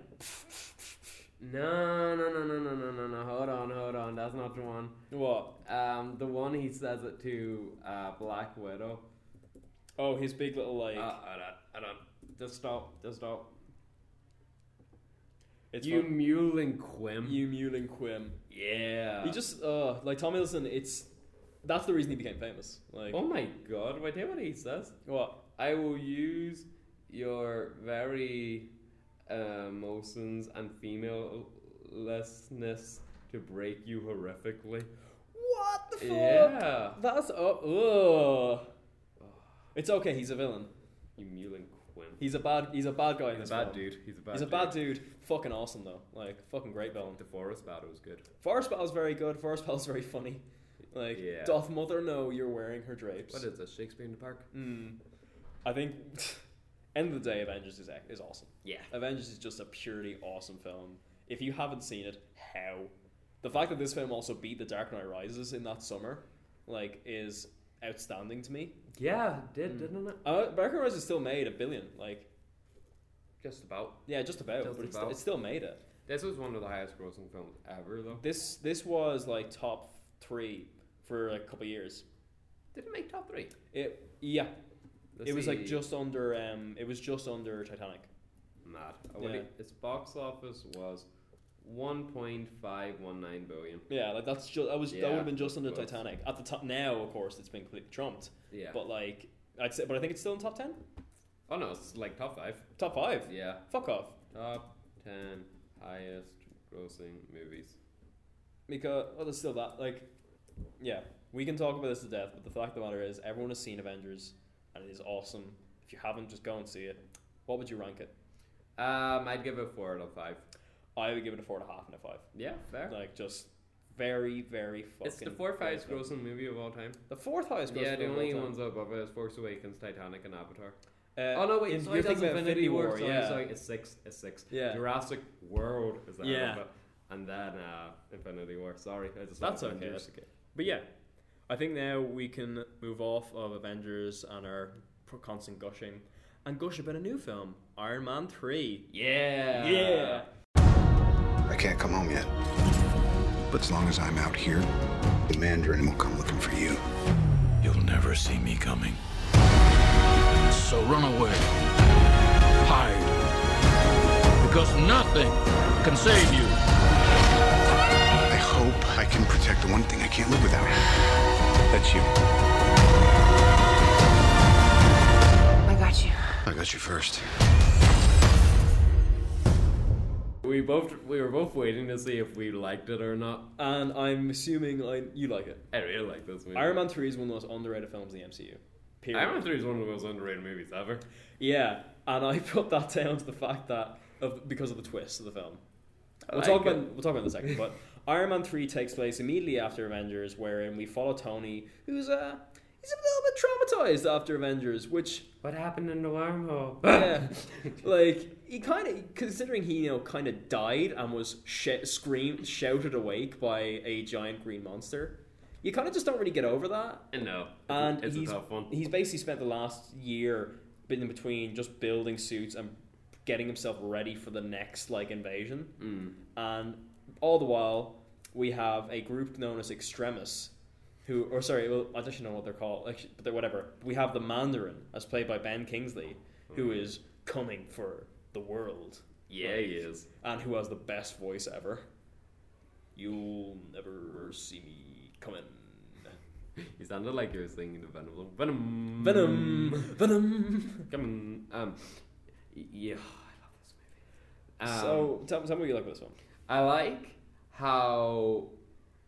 Speaker 3: No, no, no, no, no, no, no, no. Hold on, hold on. That's not the one.
Speaker 1: What?
Speaker 3: Um, the one he says it to uh, Black Widow.
Speaker 1: Oh, his big little like.
Speaker 3: Uh, hold on, hold on. Just stop, just stop.
Speaker 1: it's
Speaker 3: You
Speaker 1: fun.
Speaker 3: mewling quim.
Speaker 1: you mewling quim.
Speaker 3: yeah.
Speaker 1: He just uh like Tom Hiddleston. It's that's the reason he became famous. Like
Speaker 3: Oh my god, wait, hear what he says.
Speaker 1: what?
Speaker 3: I will use your very uh, emotions and femalelessness to break you horrifically.
Speaker 1: What the fuck?
Speaker 3: Yeah.
Speaker 1: That's oh. Ugh. It's okay. He's a villain.
Speaker 3: You mewling quim.
Speaker 1: He's a bad. He's a bad guy in
Speaker 3: He's
Speaker 1: this
Speaker 3: a bad
Speaker 1: film.
Speaker 3: dude. He's a bad
Speaker 1: He's a bad dude. Fucking awesome though. Like fucking great villain.
Speaker 3: The forest battle was good.
Speaker 1: Forest Battle's very good. Forest Battle's very funny. Like,
Speaker 3: Yeah.
Speaker 1: doth mother know you're wearing her drapes?
Speaker 3: What is this, Shakespeare in the Park?
Speaker 1: Mm. I think, end of the day, Avengers is, ac- is awesome.
Speaker 3: Yeah.
Speaker 1: Avengers is just a purely awesome film. If you haven't seen it, how? The fact that this film also beat The Dark Knight Rises in that summer, like, is outstanding to me.
Speaker 3: Yeah, it did, didn't it?
Speaker 1: Uh, Dark Knight Rises still made a billion. Like,
Speaker 3: Just about.
Speaker 1: yeah, just about.
Speaker 3: Just
Speaker 1: but it's-
Speaker 3: about.
Speaker 1: it still made it.
Speaker 3: This was one of the highest grossing films ever, though.
Speaker 1: This this was like top three for like, a couple of years.
Speaker 3: Did it make top three?
Speaker 1: It yeah,
Speaker 3: Let's
Speaker 1: it was
Speaker 3: see.
Speaker 1: like just under um it was just under Titanic.
Speaker 3: Mad. Oh,
Speaker 1: Yeah.
Speaker 3: Its box office was 1.519 billion.
Speaker 1: Yeah, like that's just that was that
Speaker 3: Yeah,
Speaker 1: would have been just under
Speaker 3: of course.
Speaker 1: Titanic. At the top now, of course, it's been completely trumped.
Speaker 3: Yeah.
Speaker 1: But like I'd say, but I think it's still in top ten,
Speaker 3: Oh no, it's like top five.
Speaker 1: top five.
Speaker 3: Yeah.
Speaker 1: Fuck off,
Speaker 3: Top 10 highest grossing movies.
Speaker 1: because well, oh, there's still that. Like, yeah, we can talk about this to death, but the fact of the matter is, everyone has seen Avengers, and it is awesome. If you haven't, just go and see it. What would you rank it?
Speaker 3: Um, I'd give it 4 out of 5.
Speaker 1: I would give it a four and a half and a five.
Speaker 3: Yeah, fair.
Speaker 1: Like just very, very fucking.
Speaker 3: it's the fourth highest
Speaker 1: great film.
Speaker 3: grossing movie of all time.
Speaker 1: The fourth highest grossing.
Speaker 3: yeah, the
Speaker 1: film of
Speaker 3: only
Speaker 1: all time.
Speaker 3: ones above it is Force Awakens, Titanic, and Avatar.
Speaker 1: Uh,
Speaker 3: oh no, wait,
Speaker 1: if
Speaker 3: sorry,
Speaker 1: you're
Speaker 3: that's
Speaker 1: thinking about
Speaker 3: Infinity War. sorry,
Speaker 1: yeah.
Speaker 3: sorry, it's six. It's six.
Speaker 1: Yeah.
Speaker 3: Jurassic World is that
Speaker 1: Yeah.
Speaker 3: it. And then uh, Infinity War. Sorry, I just
Speaker 1: That's
Speaker 3: love
Speaker 1: okay.
Speaker 3: Avengers.
Speaker 1: That's okay. But yeah, I think now we can move off of Avengers and our p- constant gushing and gush about a new film, Iron Man Uh, 3.
Speaker 3: Yeah.
Speaker 8: I can't come home yet. But as long as I'm out here, the Mandarin will come looking for you.
Speaker 13: You'll never see me coming.
Speaker 9: So run away. Hide. Because nothing can save you.
Speaker 8: I hope I can protect the one thing I can't live without. That's you.
Speaker 14: I got you.
Speaker 8: I got you first.
Speaker 3: We both we were both waiting to see if we liked it or not.
Speaker 1: And I'm assuming I, you like it.
Speaker 3: I really like this movie.
Speaker 1: Iron Man 3 is one of the most underrated films in the MCU. Period.
Speaker 3: Iron Man Three is one of the most underrated movies ever.
Speaker 1: Yeah, and I put that down to the fact that of because of the twist of the film. We'll
Speaker 3: like
Speaker 1: talk
Speaker 3: it.
Speaker 1: about we'll talk about it in a second, but Iron Man three takes place immediately after Avengers, wherein we follow Tony, who's uh he's a little bit traumatized after Avengers, which
Speaker 3: What happened in the wormhole?
Speaker 1: yeah, like he kind of considering he you know kind of died and was sh- screamed shouted awake by a giant green monster. You kind of just don't really get over that
Speaker 3: no,
Speaker 1: and
Speaker 3: it's
Speaker 1: he's,
Speaker 3: a tough one.
Speaker 1: he's basically spent the last year been in between just building suits and getting himself ready for the next like
Speaker 3: Mm.
Speaker 1: invasion. And all the while, we have a group known as Extremis, who or sorry, well, I don't actually know what they're called, actually, but they're whatever. We have the Mandarin, as played by Ben Kingsley, who is coming for the world
Speaker 3: Mm. yeah, he is.
Speaker 1: and who has the best voice ever. You'll never see me coming.
Speaker 3: He sounded like he was singing the Venom. Venom.
Speaker 1: Venom,
Speaker 3: Mm.
Speaker 1: Venom.
Speaker 3: Come on. Um. y- Yeah, I love this movie. Um,
Speaker 1: So tell, tell me what you like with this one.
Speaker 3: I like how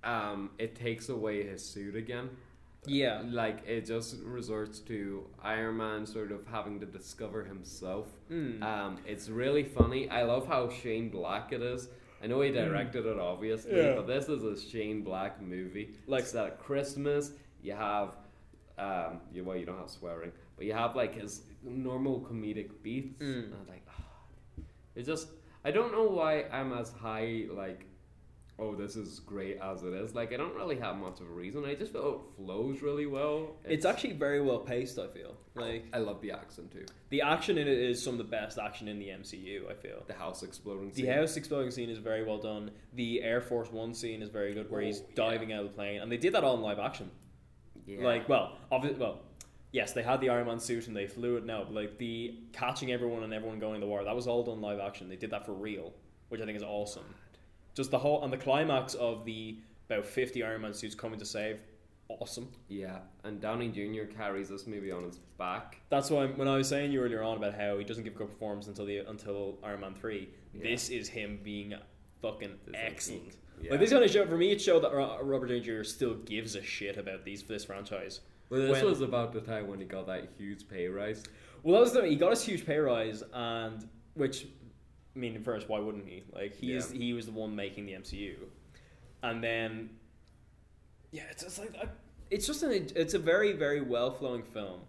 Speaker 3: um, it takes away his suit again.
Speaker 1: Yeah,
Speaker 3: Like it just resorts to Iron Man sort of having to discover himself.
Speaker 1: Hmm.
Speaker 3: Um, it's really funny. I love how Shane Black it is. I know he directed it obviously,
Speaker 1: Hmm. Yeah.
Speaker 3: but this is a Shane Black movie.
Speaker 1: Like-
Speaker 3: it's at Christmas, you have um, you,
Speaker 1: Hmm.
Speaker 3: well, you don't have swearing, but you have like his normal comedic beats, and I'm like, "Ah, It's just I don't know why I'm as high like oh this is great as it is. Like I don't really have much of a reason. I just feel it flows really well.
Speaker 1: It's, actually very well paced. I feel like
Speaker 3: I love the action too.
Speaker 1: The action in it is some of the best action in the MCU. I feel
Speaker 3: the house exploding.
Speaker 1: The
Speaker 3: scene.
Speaker 1: house exploding scene is very well done. The Air Force One scene is very good, where
Speaker 3: Oh,
Speaker 1: he's
Speaker 3: yeah.
Speaker 1: diving out of the plane, and they did that all in live action.
Speaker 3: Yeah.
Speaker 1: Like well, obviously well. Yes, they had the Iron Man suit and they flew it now, but like the catching everyone and everyone going in the water, that was all done live action. They did that for real, which I think is awesome. Just the whole and the climax of the about fifty Iron Man suits coming to save, awesome.
Speaker 3: Yeah, and Downey Jr. carries this movie on his back.
Speaker 1: That's why when I was saying you earlier on about how he doesn't give good performance until the until Iron Man three, this is him being fucking excellent.
Speaker 3: yeah.
Speaker 1: Like this kind of show for me, it showed that Ro- Robert Downey Jr. still gives a shit about these this franchise.
Speaker 3: Well, this
Speaker 1: When-
Speaker 3: was about the time when he got that huge pay rise.
Speaker 1: well, that was the thing. He got his huge pay rise, and which, I mean, first, why wouldn't he? Like he is,
Speaker 3: Yeah.
Speaker 1: he was the one making the MCU, and then, yeah, it's just like I- it's just an it's a very very well flowing film.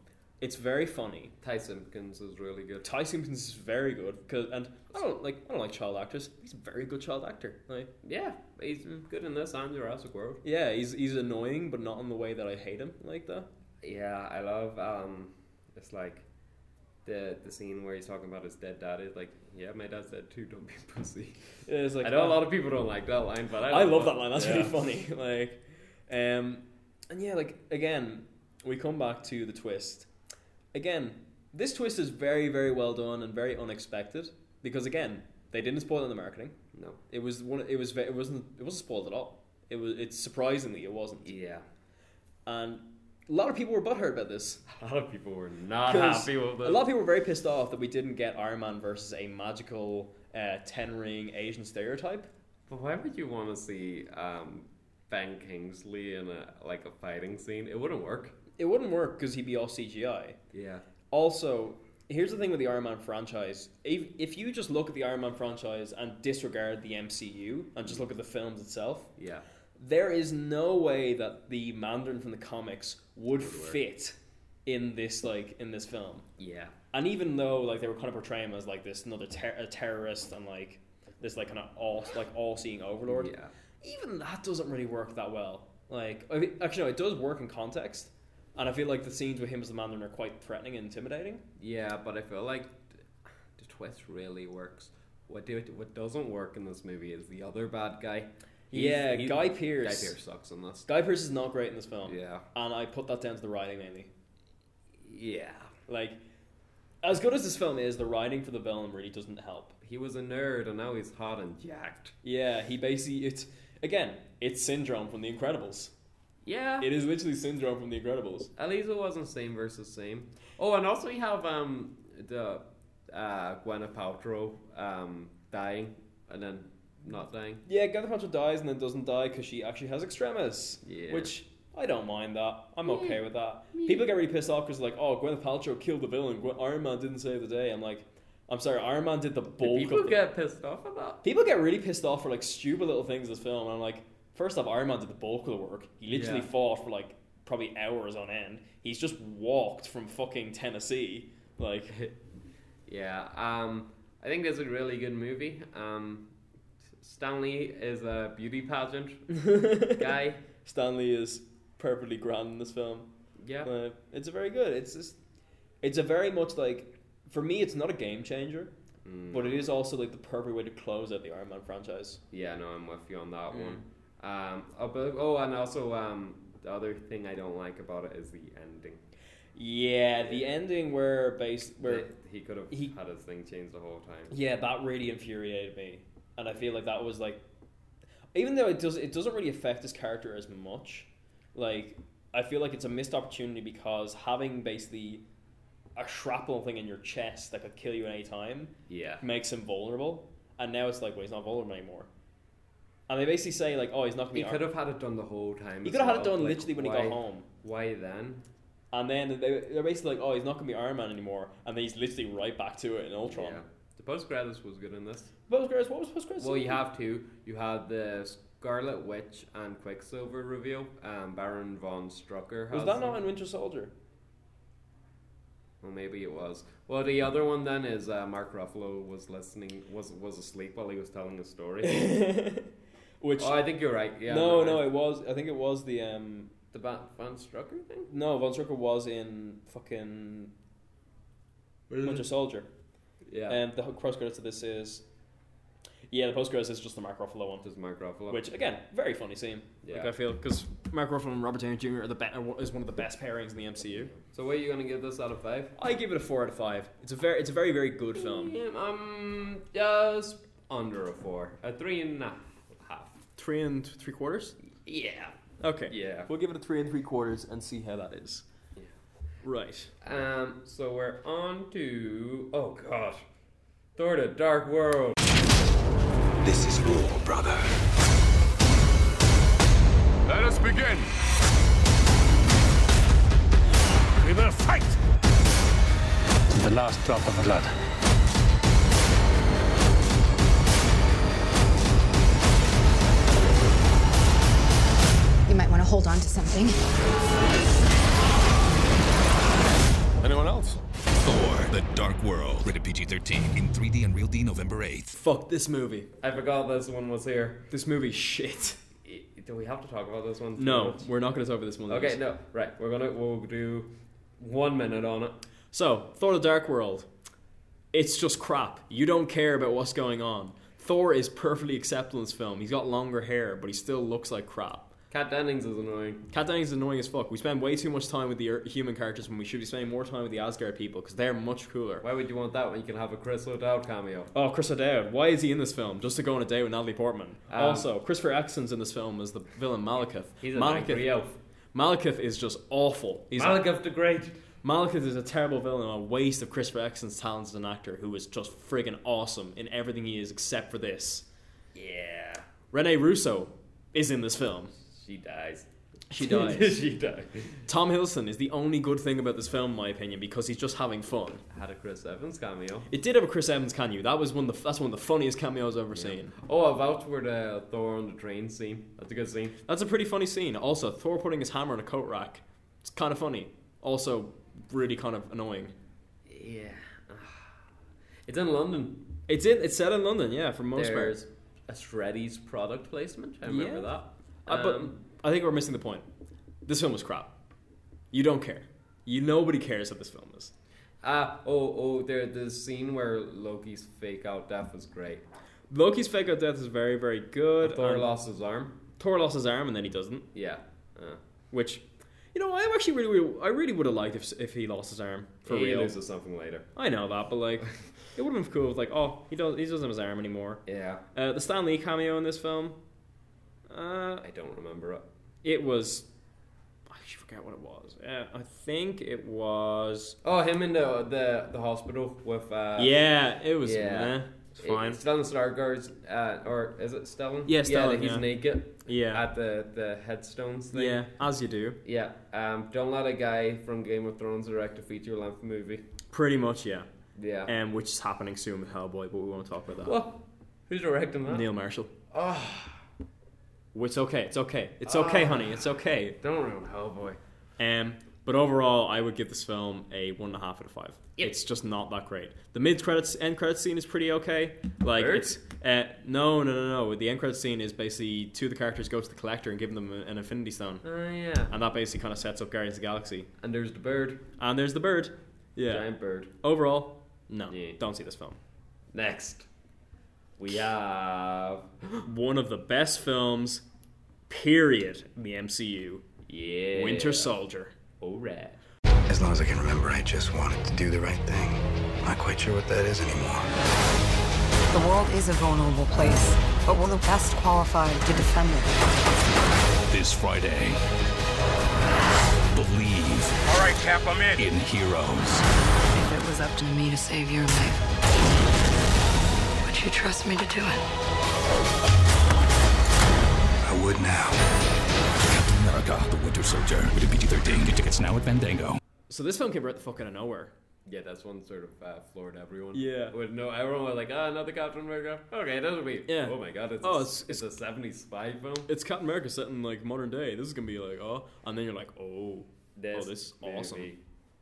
Speaker 1: It's very funny.
Speaker 3: Ty Simpkins is really good.
Speaker 1: Ty Simpkins is very good because, and I don't like I don't like child actors. He's a very good child actor. Like
Speaker 3: Yeah, he's good in this and Jurassic World.
Speaker 1: yeah, he's he's annoying, but not in the way that I hate him like that.
Speaker 3: Yeah, I love um, it's like the the scene where he's talking about his dead dad. It's like, yeah, my dad's dead too. Don't be a pussy.
Speaker 1: Yeah, it's like oh,
Speaker 3: I know a lot of people don't like that line, but I,
Speaker 1: I love
Speaker 3: it.
Speaker 1: that line. That's
Speaker 3: Yeah.
Speaker 1: really funny. Like, um, and yeah, like again, we come back to the twist. Again, this twist is very, very well done and very unexpected because again, they didn't spoil it in the marketing.
Speaker 3: No.
Speaker 1: It was one. It was. ve- It wasn't. It wasn't spoiled at all. It was. It's surprisingly, it wasn't.
Speaker 3: Yeah,
Speaker 1: And a lot of people were butthurt about this.
Speaker 3: a lot of people were not
Speaker 1: 'Cause
Speaker 3: happy with it.
Speaker 1: A lot of people were very pissed off that we didn't get Iron Man versus a magical uh, ten ring Asian stereotype.
Speaker 3: But why would you want to see um, Ben Kingsley in a like a fighting scene? It wouldn't work.
Speaker 1: It wouldn't work because he'd be all CGI.
Speaker 3: Yeah.
Speaker 1: Also, here's the thing with the Iron Man franchise. If, if you just look at the Iron Man franchise and disregard the MCU and just look at the films itself,
Speaker 3: Yeah.
Speaker 1: there is no way that the Mandarin from the comics would fit in this like in this film.
Speaker 3: Yeah.
Speaker 1: And even though like they were kind of portraying him as like this another ter- a terrorist and like this like kind of all like all seeing overlord,
Speaker 3: Yeah.
Speaker 1: even that doesn't really work that well. Like, I mean, actually, no, it does work in context, and I feel like the scenes with him as the Mandarin are quite threatening and intimidating.
Speaker 3: Yeah, but I feel like th- the twist really works. What do what doesn't work in this movie is the other bad guy.
Speaker 1: Yeah, Guy Pearce.
Speaker 3: Guy Pearce sucks in this.
Speaker 1: Guy Pearce is not great in this film,
Speaker 3: Yeah.
Speaker 1: and I put that down to the writing mainly.
Speaker 3: Yeah.
Speaker 1: Like, as good as this film is, the writing for the villain really doesn't help.
Speaker 3: He was a nerd and now he's hot and jacked.
Speaker 1: Yeah, he basically it's again, it's Syndrome from The Incredibles.
Speaker 3: Yeah.
Speaker 1: It is literally Syndrome from The Incredibles.
Speaker 3: At least it wasn't same versus same. Oh, and also you have um the uh Gwyneth Paltrow um dying and then not dying.
Speaker 1: Yeah, Gwyneth Paltrow dies and then doesn't die because she actually has extremis.
Speaker 3: Yeah.
Speaker 1: Which I don't mind that. I'm okay with that. People get really pissed off because like, oh, Gwyneth Paltrow killed the villain. Gwen- Iron Man didn't save the day. I'm like, I'm sorry, Iron Man did the bulk.
Speaker 3: People
Speaker 1: of the-
Speaker 3: get pissed off about.
Speaker 1: people get really pissed off for like stupid little things in this film. And I'm like, first off, Iron Man did the bulk of the work. He literally
Speaker 3: Yeah.
Speaker 1: fought for like probably hours on end. He's just walked from fucking Tennessee. Like,
Speaker 3: Yeah. Um, I think this is a really good movie. Um, Stanley is a beauty pageant guy.
Speaker 1: Stanley is perfectly grand in this film.
Speaker 3: Yeah.
Speaker 1: Uh, it's a very good. It's just, it's a very much like, for me, it's not a game changer, but it is also like the perfect way to close out the Iron Man franchise.
Speaker 3: Yeah, no, I'm with you on
Speaker 1: Mm.
Speaker 3: that one. Um, oh, but, oh, and also um, the other thing I don't like about it is the ending.
Speaker 1: Yeah, the ending where base where
Speaker 3: That he could have
Speaker 1: he-
Speaker 3: had his thing changed the whole time.
Speaker 1: yeah that really infuriated me, and I feel like that was like, even though it does it doesn't really affect his character as much, like I feel like it's a missed opportunity because having basically a shrapnel thing in your chest that could kill you at any time
Speaker 3: Yeah.
Speaker 1: makes him vulnerable, and now it's like, well, he's not vulnerable anymore. And they basically say like, oh, he's not gonna.
Speaker 3: He
Speaker 1: be
Speaker 3: could have had it done the whole time.
Speaker 1: He
Speaker 3: as
Speaker 1: could have had it
Speaker 3: well.
Speaker 1: done
Speaker 3: Like,
Speaker 1: literally when he
Speaker 3: why-
Speaker 1: got home.
Speaker 3: Why then?
Speaker 1: And then they, they're basically like, oh, he's not gonna be Iron Man anymore, and then he's literally right back to it in Ultron.
Speaker 3: Yeah. The post credits was good in this.
Speaker 1: Post credits. What was post credits?
Speaker 3: Well, you have two. You had the Scarlet Witch and Quicksilver reveal. Um, Baron von Strucker.
Speaker 1: was
Speaker 3: has
Speaker 1: that
Speaker 3: them.
Speaker 1: not in Winter Soldier?
Speaker 3: Well, maybe it was. Well, the other one then is uh, Mark Ruffalo was listening, was was asleep while he was telling his story.
Speaker 1: Which
Speaker 3: oh, I think you're right. Yeah.
Speaker 1: No,
Speaker 3: I'm
Speaker 1: no,
Speaker 3: right.
Speaker 1: it was. I think it was the um
Speaker 3: the Van, Van Strucker thing.
Speaker 1: No, Von Strucker was in fucking really? Winter Soldier.
Speaker 3: Yeah.
Speaker 1: And the cross credits to this is. Yeah, the post credits is just the Mark Ruffalo one.
Speaker 3: Just Mark Ruffalo,
Speaker 1: which again, very funny scene. Yeah. Like I feel because Mark Ruffalo and Robert Downey Jr. are the be- is one of the best pairings in the MCU.
Speaker 3: So, what are you gonna give this out of five?
Speaker 1: I give it a four out of five. It's a very, it's a very, very good film.
Speaker 3: Yeah, um, just under a four, a three and a half,
Speaker 1: three and three quarters.
Speaker 3: Yeah.
Speaker 1: Okay.
Speaker 3: Yeah.
Speaker 1: We'll give it a three and three quarters and see how that is.
Speaker 3: Yeah.
Speaker 1: Right.
Speaker 3: Um. So we're on to oh gosh, Thor: The Dark World.
Speaker 8: This is war, brother.
Speaker 15: Let us begin. We will fight
Speaker 16: to the last drop of blood.
Speaker 9: You might want to hold on to something.
Speaker 15: Anyone else?
Speaker 17: Thor, The Dark World. Rated PG 13 in 3D and Real D November 8th.
Speaker 1: Fuck this movie.
Speaker 3: I forgot this one was here.
Speaker 1: This movie shit.
Speaker 3: Do we have to talk about this one?
Speaker 1: No, much? we're not going to talk about this one.
Speaker 3: Okay, least. no. Right, we're going to we'll do one minute on it.
Speaker 1: So, Thor The Dark World. It's just crap. You don't care about what's going on. Thor is perfectly acceptable in this film. He's got longer hair, but he still looks like crap.
Speaker 3: Cat Dennings is annoying.
Speaker 1: Cat Dennings is annoying as fuck. We spend way too much time with the er, human characters when we should be spending more time with the Asgard people because they're much cooler.
Speaker 3: Why would you want that when you can have a Chris O'Dowd cameo?
Speaker 1: Oh, Chris O'Dowd. Why is he in this film? Just to go on a date with Natalie Portman. Um, also, Christopher Eccleston's in this film as the villain Malekith.
Speaker 3: He's a Malekith, elf.
Speaker 1: Malekith is just awful. He's
Speaker 3: Malekith a, the Great.
Speaker 1: Malekith is a terrible villain and a waste of Christopher Eccleston's talents as an actor who is just friggin' awesome in everything he is except for this.
Speaker 3: Yeah.
Speaker 1: Rene Russo is in this film.
Speaker 3: She dies.
Speaker 1: She dies.
Speaker 3: she dies.
Speaker 1: Tom Hiddleston is the only good thing about this film, in my opinion, because he's just having fun.
Speaker 3: I had a Chris Evans cameo.
Speaker 1: It did have a Chris Evans cameo. That was one of the that's one of the funniest cameos I've ever yeah. seen.
Speaker 3: Oh, I vouch for the Thor on the train scene. That's a good scene.
Speaker 1: That's a pretty funny scene. Also, Thor putting his hammer on a coat rack. It's kind of funny. Also, really kind of annoying.
Speaker 3: Yeah. ah. It's in London.
Speaker 1: It's in. It's set in London. Yeah, for most
Speaker 3: There's parts. A Shreddies product placement. I remember yeah. that.
Speaker 1: Um, uh, but I think we're missing the point. This film was crap. You don't care. You nobody cares what this film is.
Speaker 3: Ah, uh, oh, oh, there, the scene where Loki's fake out death was great.
Speaker 1: Loki's fake out death is very, very good.
Speaker 3: And Thor um, lost his arm.
Speaker 1: Thor lost his arm, and then he doesn't.
Speaker 3: Yeah. Uh.
Speaker 1: Which, you know, I'm actually really, really I really would have liked if, if he lost his arm for
Speaker 3: he
Speaker 1: real.
Speaker 3: loses something later.
Speaker 1: I know that, but like, it would have been cool. If, like, oh, he does, he doesn't have his arm anymore.
Speaker 3: Yeah.
Speaker 1: Uh, the Stan Lee cameo in this film, uh,
Speaker 3: I don't remember it.
Speaker 1: It was. I actually forget what it was. Uh, I think it was.
Speaker 3: Oh, him in the the, the hospital with. Uh,
Speaker 1: yeah, it was. Yeah. Meh. It's fine. It,
Speaker 3: Stellan Stargard's, uh, or is it Stellan?
Speaker 1: Yeah, Stellan.
Speaker 3: Yeah, he's
Speaker 1: yeah.
Speaker 3: naked.
Speaker 1: Yeah.
Speaker 3: At the, the headstones thing.
Speaker 1: Yeah, as you do.
Speaker 3: Yeah. Um, don't let a guy from Game of Thrones direct a feature length movie.
Speaker 1: Pretty much, yeah.
Speaker 3: Yeah.
Speaker 1: Um, which is happening soon with Hellboy, but we won't talk about that.
Speaker 3: Well, who's directing that?
Speaker 1: Neil Marshall.
Speaker 3: Oh.
Speaker 1: It's okay. It's okay.
Speaker 3: Ah.
Speaker 1: It's okay, uh, honey. It's okay.
Speaker 3: Don't ruin Hellboy.
Speaker 1: Um, but overall, I would give this film a one and a half out of five. Yep. It's just not that great. The mid credits end credits scene is pretty okay. Like
Speaker 3: Bird?
Speaker 1: it's uh, no, no, no, no. The end credits scene is basically two of the characters go to the collector and give them an Infinity Stone.
Speaker 3: Oh uh, yeah.
Speaker 1: And that basically kind of sets up Guardians of the Galaxy.
Speaker 3: And there's the bird.
Speaker 1: And there's the bird. Yeah.
Speaker 3: Giant bird.
Speaker 1: Overall, no. Yeah. Don't see this film.
Speaker 3: Next. We have
Speaker 1: one of the best films, period, in the MCU.
Speaker 3: Yeah.
Speaker 1: Winter Soldier.
Speaker 3: Oh, right.
Speaker 8: As long as I can remember, I just wanted to do the right thing. Not quite sure what that is anymore.
Speaker 9: The world is a vulnerable place, but we're the best qualified to defend it.
Speaker 17: This Friday, believe.
Speaker 15: All right, Cap, I'm in.
Speaker 17: In heroes.
Speaker 9: If it was up to me to save your life you trust me to do it?
Speaker 8: I would now.
Speaker 17: Captain America, the Winter Soldier. Rated PG 13. Your tickets now at Fandango.
Speaker 1: So this film came right the fuck out of nowhere.
Speaker 3: Yeah, that's one sort of uh, floored everyone.
Speaker 1: Yeah.
Speaker 3: With no, everyone was like, ah, oh, another Captain America. Okay, that'll be.
Speaker 1: Yeah.
Speaker 3: Oh my god, it's, oh, a, it's, it's, it's a 70s spy film.
Speaker 1: It's Captain America set in like modern day. This is gonna be like, oh. And then you're like, oh.
Speaker 3: This,
Speaker 1: oh, this is awesome.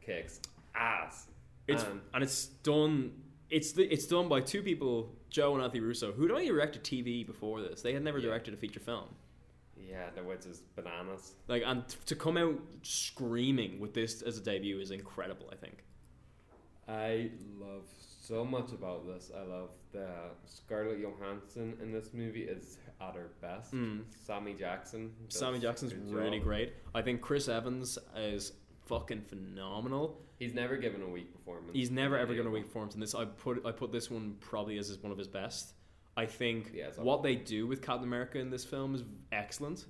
Speaker 3: Kicks ass.
Speaker 1: It's um, and it's done. It's the, it's done by two people, Joe and Anthony Russo, who'd only directed TV before this. They had never yeah. directed a feature film.
Speaker 3: Yeah, the which is bananas.
Speaker 1: Like, and to come out screaming with this as a debut is incredible. I think.
Speaker 3: I love so much about this. I love that Scarlett Johansson in this movie is at her best. Mm. Sammy Jackson.
Speaker 1: Sammy Hmm. Jackson's really job. great. I think Chris Evans is fucking phenomenal.
Speaker 3: He's never given a weak performance.
Speaker 1: He's never ever given a weak performance, and this I put I put this one probably as one of his best. I think yeah, what they do with Captain America in this film is excellent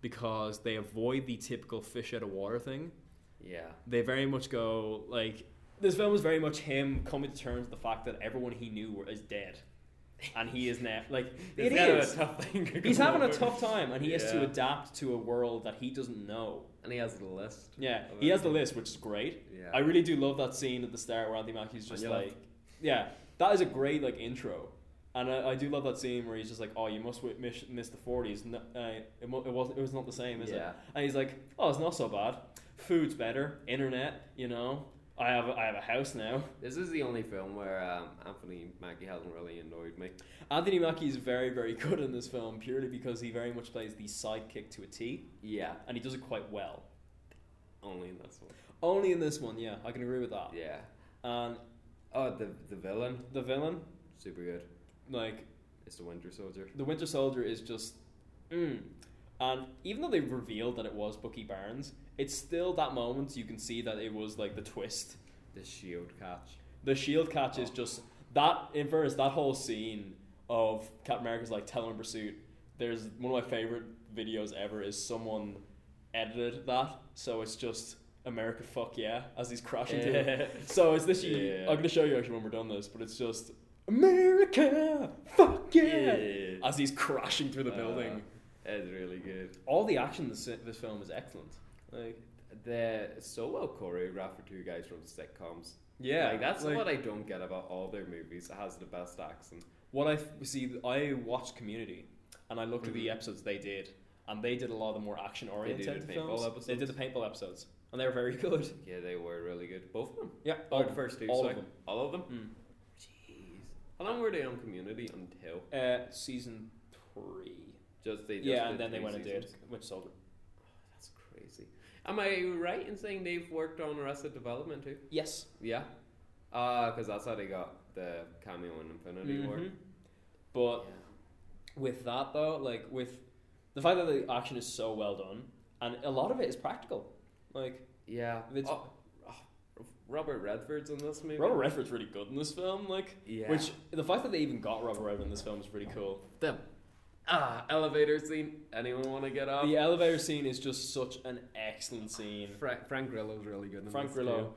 Speaker 1: because they avoid the typical fish out of water thing.
Speaker 3: Yeah.
Speaker 1: They very much go like this film is very much him coming to terms with the fact that everyone he knew were, is dead, and he is now like it is. A tough thing he's having over. a tough time, and he yeah. has to adapt to a world that he doesn't know.
Speaker 3: And he has the list.
Speaker 1: Yeah, he has the list, which is great. Yeah. I really do love that scene at the start where Anthony Mackie's just like, left. yeah, that is a great like intro. And I, I, do love that scene where he's just like, "Oh, you must miss, miss the forties. No, uh, it, mo- it was it was not the same, is yeah. it?" And he's like, "Oh, it's not so bad. Food's better. Internet, you know, I have a, I have a house now.
Speaker 3: This is the only film where um, Anthony Mackie hasn't really annoyed me.
Speaker 1: Anthony Mackie is very very good in this film purely because he very much plays the sidekick to a T.
Speaker 3: Yeah,
Speaker 1: and he does it quite well.
Speaker 3: Only in this one.
Speaker 1: Only in this one, yeah, I can agree with that.
Speaker 3: Yeah,
Speaker 1: and
Speaker 3: oh, the the villain,
Speaker 1: the villain,
Speaker 3: super good.
Speaker 1: Like
Speaker 3: it's the Winter Soldier.
Speaker 1: The Winter Soldier is just, mm. and even though they revealed that it was Bucky Barnes, it's still that moment you can see that it was like the twist.
Speaker 3: The shield E catch.
Speaker 1: The shield catch oh. is just that in first that whole scene of Captain America's like telling pursuit. There's one of my favorite videos ever is someone edited that, so it's just America fuck yeah as he's crashing yeah. to it. So it's this. Yeah. You, I'm gonna show you actually when we're done this, but it's just America fuck yeah, yeah. as he's crashing through the uh, building.
Speaker 3: It's really good.
Speaker 1: All the action in this, this film is excellent. Like
Speaker 3: they're so well choreographed for two guys from sitcoms.
Speaker 1: Yeah,
Speaker 3: like, that's like, what I don't get about all their movies. It has the best accent.
Speaker 1: What I see, I watched Community, and I looked mm-hmm. at the episodes they did, and they did a lot of the more action oriented the films. Episodes. They did the paintball episodes, and they were very good.
Speaker 3: Yeah, they were really good. Both of them.
Speaker 1: Yeah,
Speaker 3: all the first two.
Speaker 1: All sorry. Hmm. of them.
Speaker 3: All of them. Mm. Jeez, how long were they on Community until?
Speaker 1: Uh, season three.
Speaker 3: Just they. Just
Speaker 1: yeah, and then they went and did Winter Soldier.
Speaker 3: Am I right in saying they've worked on Arrested Development too?
Speaker 1: Yes.
Speaker 3: Yeah. Because uh, that's how they got the cameo in Infinity mm-hmm. War.
Speaker 1: But yeah. with that though, like with the fact that the action is so well done, and a lot of it is practical. Like
Speaker 3: yeah, oh, oh, Robert Redford's in this movie.
Speaker 1: Robert Redford's really good in this film. Like yeah. which the fact that they even got Robert Redford in this film is pretty cool.
Speaker 3: The Ah, elevator scene. Anyone want to get off?
Speaker 1: The elevator scene is just such an excellent scene.
Speaker 3: Fra- Frank Grillo's really good. In
Speaker 1: Frank
Speaker 3: this
Speaker 1: Grillo,
Speaker 3: too.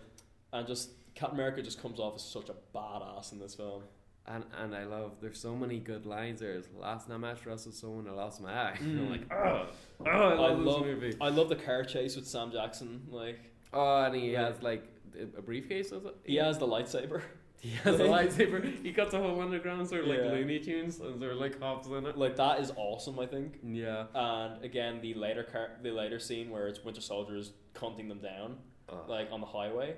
Speaker 1: and just Captain America just comes off as such a badass in this film.
Speaker 3: And and I love there's so many good lines. There's last night match wrestled someone I lost my eye. Mm. I'm like, oh, oh I love, I love this movie. I
Speaker 1: love the car chase with Sam Jackson. Like,
Speaker 3: oh, and he like, has like a briefcase. Is it?
Speaker 1: He yeah. has the lightsaber.
Speaker 3: He has a lightsaber. He cuts a whole underground sort of like yeah. Looney Tunes, and there are like hops in it.
Speaker 1: Like that is awesome. I think.
Speaker 3: Yeah.
Speaker 1: And again, the later car- the later scene where it's Winter Soldiers hunting them down, uh. like on the highway,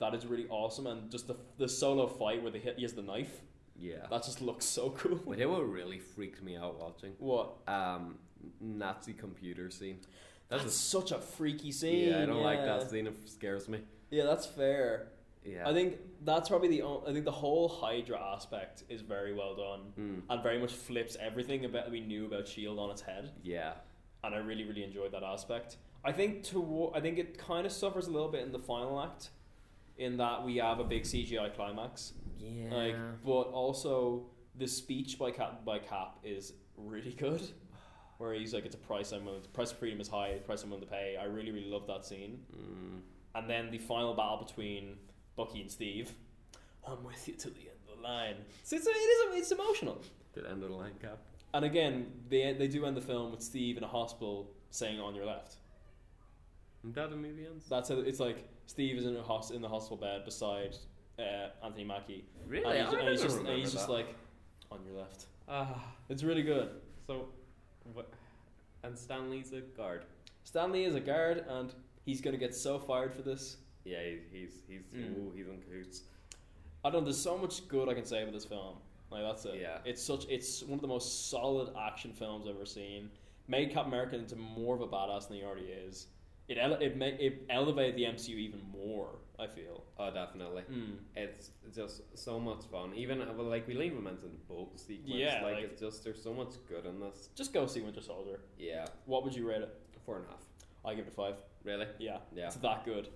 Speaker 1: that is really awesome. And just the the solo fight where they hit, he has the knife.
Speaker 3: Yeah.
Speaker 1: That just looks so cool.
Speaker 3: But it what really freaked me out watching.
Speaker 1: What?
Speaker 3: Um, Nazi computer scene.
Speaker 1: That's, That's a, such a freaky scene.
Speaker 3: Yeah, I don't
Speaker 1: yeah.
Speaker 3: like that scene. It scares me.
Speaker 1: Yeah, that's fair.
Speaker 3: Yeah.
Speaker 1: I think that's probably the only, I think the whole Hydra aspect is very well
Speaker 3: done
Speaker 1: mm. and very much flips everything about we knew about Shield E on its head.
Speaker 3: Yeah.
Speaker 1: And I really really enjoyed that aspect. I think to I think it kind of suffers a little bit in the final act in that we have a big CGI climax.
Speaker 3: Yeah.
Speaker 1: Like but also the speech by Cap by Cap is really good. Where he's like, it's a price I'm willing. The price of freedom is high. The price I'm willing to pay. I really, really love that scene.
Speaker 3: Mm.
Speaker 1: And then the final battle between Bucky and Steve. I'm with you to the end of the line. So it's, it is it's emotional.
Speaker 3: To the end of the line, Cap.
Speaker 1: And again, they they do end the film with Steve in a hospital saying "on your left."
Speaker 3: And that the movie ends.
Speaker 1: That's how, it's like Steve is in a hos- in the hospital bed beside uh, Anthony Mackie.
Speaker 3: Really,
Speaker 1: and he's,
Speaker 3: I
Speaker 1: and he's just
Speaker 3: and
Speaker 1: he's
Speaker 3: that.
Speaker 1: just like on your left.
Speaker 3: Ah,
Speaker 1: it's really good.
Speaker 3: So, what? And Stanley's a guard.
Speaker 1: Stanley is a guard, and he's gonna get so fired for this. Hmm.
Speaker 3: Yeah, he's he's he's, mm. ooh, he's in cahoots.
Speaker 1: I don't. know, There's so much good I can say about this film. Like that's it. Yeah. It's such. It's one of the most solid action films I've ever seen. Made Captain America into more of a badass than he already is. It ele- it, ma- it elevated the MCU even more. I feel.
Speaker 3: Oh, definitely.
Speaker 1: Mm.
Speaker 3: It's just so much fun. Even uh, well, like we lean moments in the boat sequence.
Speaker 1: Yeah,
Speaker 3: like,
Speaker 1: like-
Speaker 3: it's just there's so much good in this.
Speaker 1: Just go see Winter Soldier.
Speaker 3: Yeah,
Speaker 1: What would you rate it?
Speaker 3: four and a half.
Speaker 1: I give it a five.
Speaker 3: Really?
Speaker 1: Yeah.
Speaker 3: Yeah.
Speaker 1: It's that good.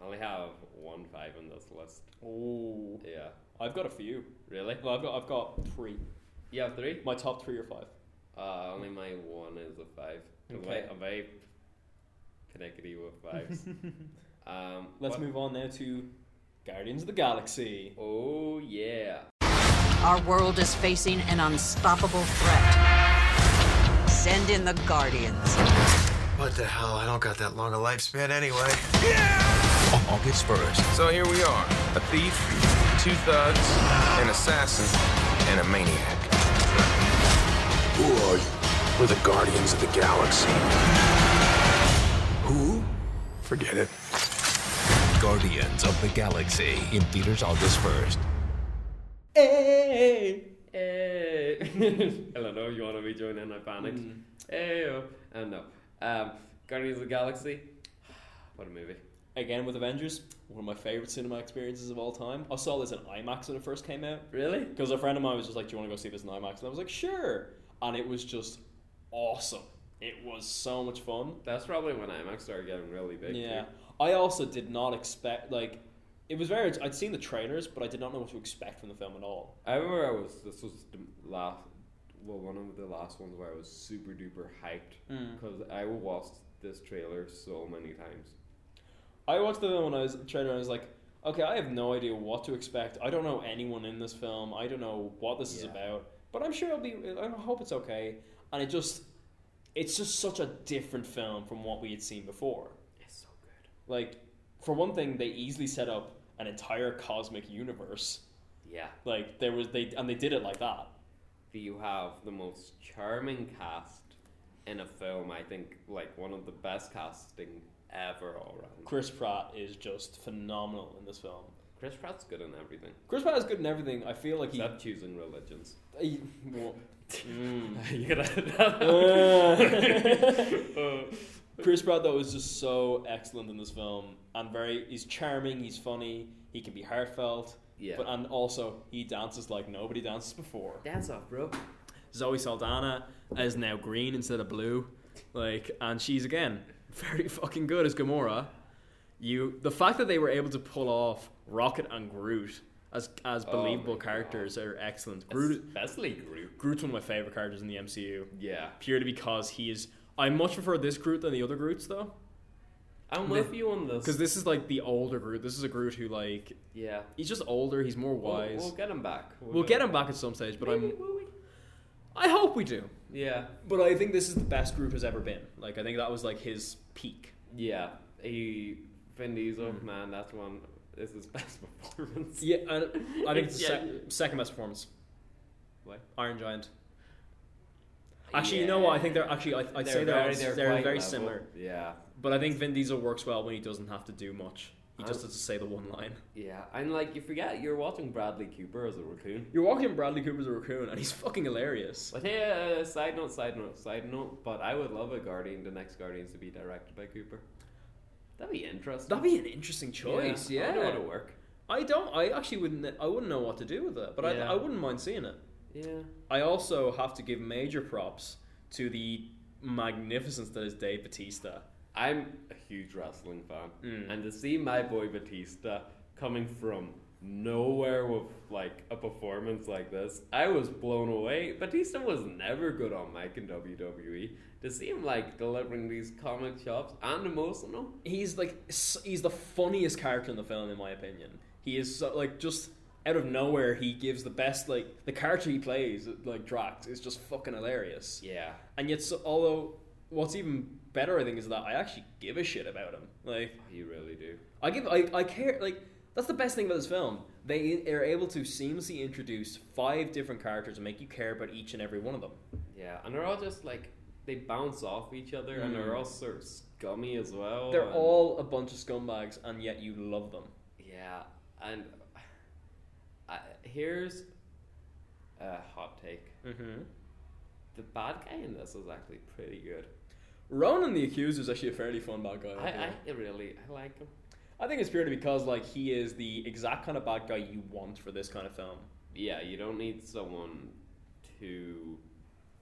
Speaker 3: I only have one five on this list.
Speaker 1: Oh.
Speaker 3: Yeah.
Speaker 1: I've got a few.
Speaker 3: Really?
Speaker 1: Well, I've got I've got three.
Speaker 3: You have three?
Speaker 1: My top three are five.
Speaker 3: Uh, only my one is a five.
Speaker 1: Okay.
Speaker 3: Okay. I'm very connected with fives. um,
Speaker 1: Let's
Speaker 3: what-
Speaker 1: move on now to Guardians of the Galaxy.
Speaker 3: Oh yeah.
Speaker 18: Our world is facing an unstoppable threat. Send in the Guardians.
Speaker 19: What the hell? I don't got that long a lifespan anyway.
Speaker 17: On August 1st,
Speaker 20: So here we are a thief, two thugs, an assassin, and a maniac.
Speaker 5: Who are you? We're the Guardians of the Galaxy. Who? Forget it.
Speaker 17: Guardians of the Galaxy in theaters August 1st.
Speaker 1: Hey.
Speaker 3: Hey. I don't know if Eh. you want to be joining. I panicked.
Speaker 1: Mm.
Speaker 3: Hey. oh. Uh, no. Um, Guardians of the Galaxy. What a movie.
Speaker 1: Again with Avengers, one of my favorite cinema experiences of all time. I saw this in IMAX when it first came out.
Speaker 3: Really?
Speaker 1: Because a friend of mine was just like, "Do you want to go see this in IMAX?" And I was like, "Sure." And it was just awesome. It was so much fun.
Speaker 3: That's probably when IMAX started getting really big. too.
Speaker 1: Yeah, I also did not expect like it was very. I'd seen the trailers, but I did not know what to expect from the film at all.
Speaker 3: I remember I was this was the last well one of the last ones where I was super duper hyped
Speaker 1: Mm.
Speaker 3: because I watched this trailer so many times.
Speaker 1: I watched the film when I was trailer. And I was like, okay, I have no idea what to expect. I don't know anyone in this film. I don't know what this is
Speaker 3: Yeah.
Speaker 1: about. But I'm sure it'll be. I hope it's okay. And it just, it's just such a different film from what we had seen before.
Speaker 3: It's so good.
Speaker 1: Like, for one thing, they easily set up an entire cosmic universe.
Speaker 3: Yeah.
Speaker 1: Like there was they and they did it like that.
Speaker 3: You have the most charming cast in a film. I think like one of the best casting ever all around.
Speaker 1: Chris Pratt is just phenomenal in this film.
Speaker 3: Chris Pratt's good in everything.
Speaker 1: Chris Pratt is good in everything. I feel like he.
Speaker 3: Except choosing religions.
Speaker 1: he- well, mm.
Speaker 3: you gotta edit that out.
Speaker 1: Uh, Chris Pratt though is just so excellent in this film and very. He's charming. He's funny. He can be heartfelt.
Speaker 3: Yeah.
Speaker 1: But and also he dances like nobody dances before.
Speaker 3: Dance off, bro.
Speaker 1: Zoe Saldana is now green instead of blue, like, and she's again very fucking good as Gamora. You, the fact that they were able to pull off Rocket and Groot as as
Speaker 3: Oh
Speaker 1: believable
Speaker 3: my
Speaker 1: characters are excellent. Groot,
Speaker 3: Especially Groot.
Speaker 1: Groot's one of my favorite characters in the MCU,
Speaker 3: Yeah.
Speaker 1: purely because he is. I much prefer this Groot than the other Groots though,
Speaker 3: I'm
Speaker 1: The-
Speaker 3: with you on this.
Speaker 1: because this is like the older Groot. This is a Groot who like
Speaker 3: yeah.
Speaker 1: he's just older. He's more
Speaker 3: We'll-
Speaker 1: wise.
Speaker 3: We'll,
Speaker 1: We'll,
Speaker 3: get him back.
Speaker 1: get him back at some stage, but
Speaker 3: Maybe,
Speaker 1: I'm.
Speaker 3: will we?
Speaker 1: I hope we do.
Speaker 3: Yeah.
Speaker 1: But I think this is the best group has ever been. Like I think that was like his peak.
Speaker 3: Yeah. He, Vin Diesel, man, that's one. This is best performance.
Speaker 1: Hmm. Yeah, I, I think it's the
Speaker 3: Yeah.
Speaker 1: sec- second best performance.
Speaker 3: What?
Speaker 1: Iron Giant. Actually, you know what? I think they're actually. I, I'd say they're
Speaker 3: very-
Speaker 1: very, they're, very
Speaker 3: quite level.
Speaker 1: similar.
Speaker 3: Yeah.
Speaker 1: But I think Vin Diesel works well when he doesn't have to do much. He just
Speaker 3: I'm-
Speaker 1: has to say the one line.
Speaker 3: Yeah. And like, you forget you're watching Bradley Cooper as a raccoon.
Speaker 1: You're walking Bradley Cooper's a raccoon, and he's fucking hilarious.
Speaker 3: But hey, uh, side note, side note, side note. But I would love a Guardian, the next Guardians, to be directed by Cooper. That'd be interesting.
Speaker 1: That'd be an interesting choice.
Speaker 3: I
Speaker 1: Yeah,
Speaker 3: wonder would it work?
Speaker 1: I don't. I actually wouldn't. I wouldn't know what to do with it, but
Speaker 3: Yeah.
Speaker 1: I, I wouldn't mind seeing it.
Speaker 3: Yeah.
Speaker 1: I also have to give major props to the magnificence that is Dave Batista.
Speaker 3: I'm a huge wrestling fan,
Speaker 1: Mm.
Speaker 3: and to see my boy Batista coming from nowhere with like a performance like this, I was blown away. Batista was never good on mic in WWE. To see him like delivering these comic chops and emotional,
Speaker 1: He's like s- he's the funniest character in the film, in my opinion. He is so, like just out of nowhere. He gives the best like the character he plays, like Drax, is just fucking hilarious.
Speaker 3: yeah,
Speaker 1: And yet, so, although what's even better, I think, is that I actually give a shit about him. Like
Speaker 3: you really do.
Speaker 1: I give I, I care like that's the best thing about this film. They are able to seamlessly introduce five different characters and make you care about each and every one of them.
Speaker 3: Yeah, and they're all just like they bounce off each other, and they're
Speaker 1: Mm.
Speaker 3: all sort of scummy as well.
Speaker 1: They're
Speaker 3: and-
Speaker 1: all a bunch of scumbags, and yet you love them.
Speaker 3: Yeah, and here's a hot take. Mm-hmm. The bad guy in this is actually pretty good.
Speaker 1: Ronan the Accuser is actually a fairly fun bad guy.
Speaker 3: I, I, I really I like him.
Speaker 1: I think it's purely because like he is the exact kind of bad guy you want for this kind of film.
Speaker 3: Yeah, you don't need someone too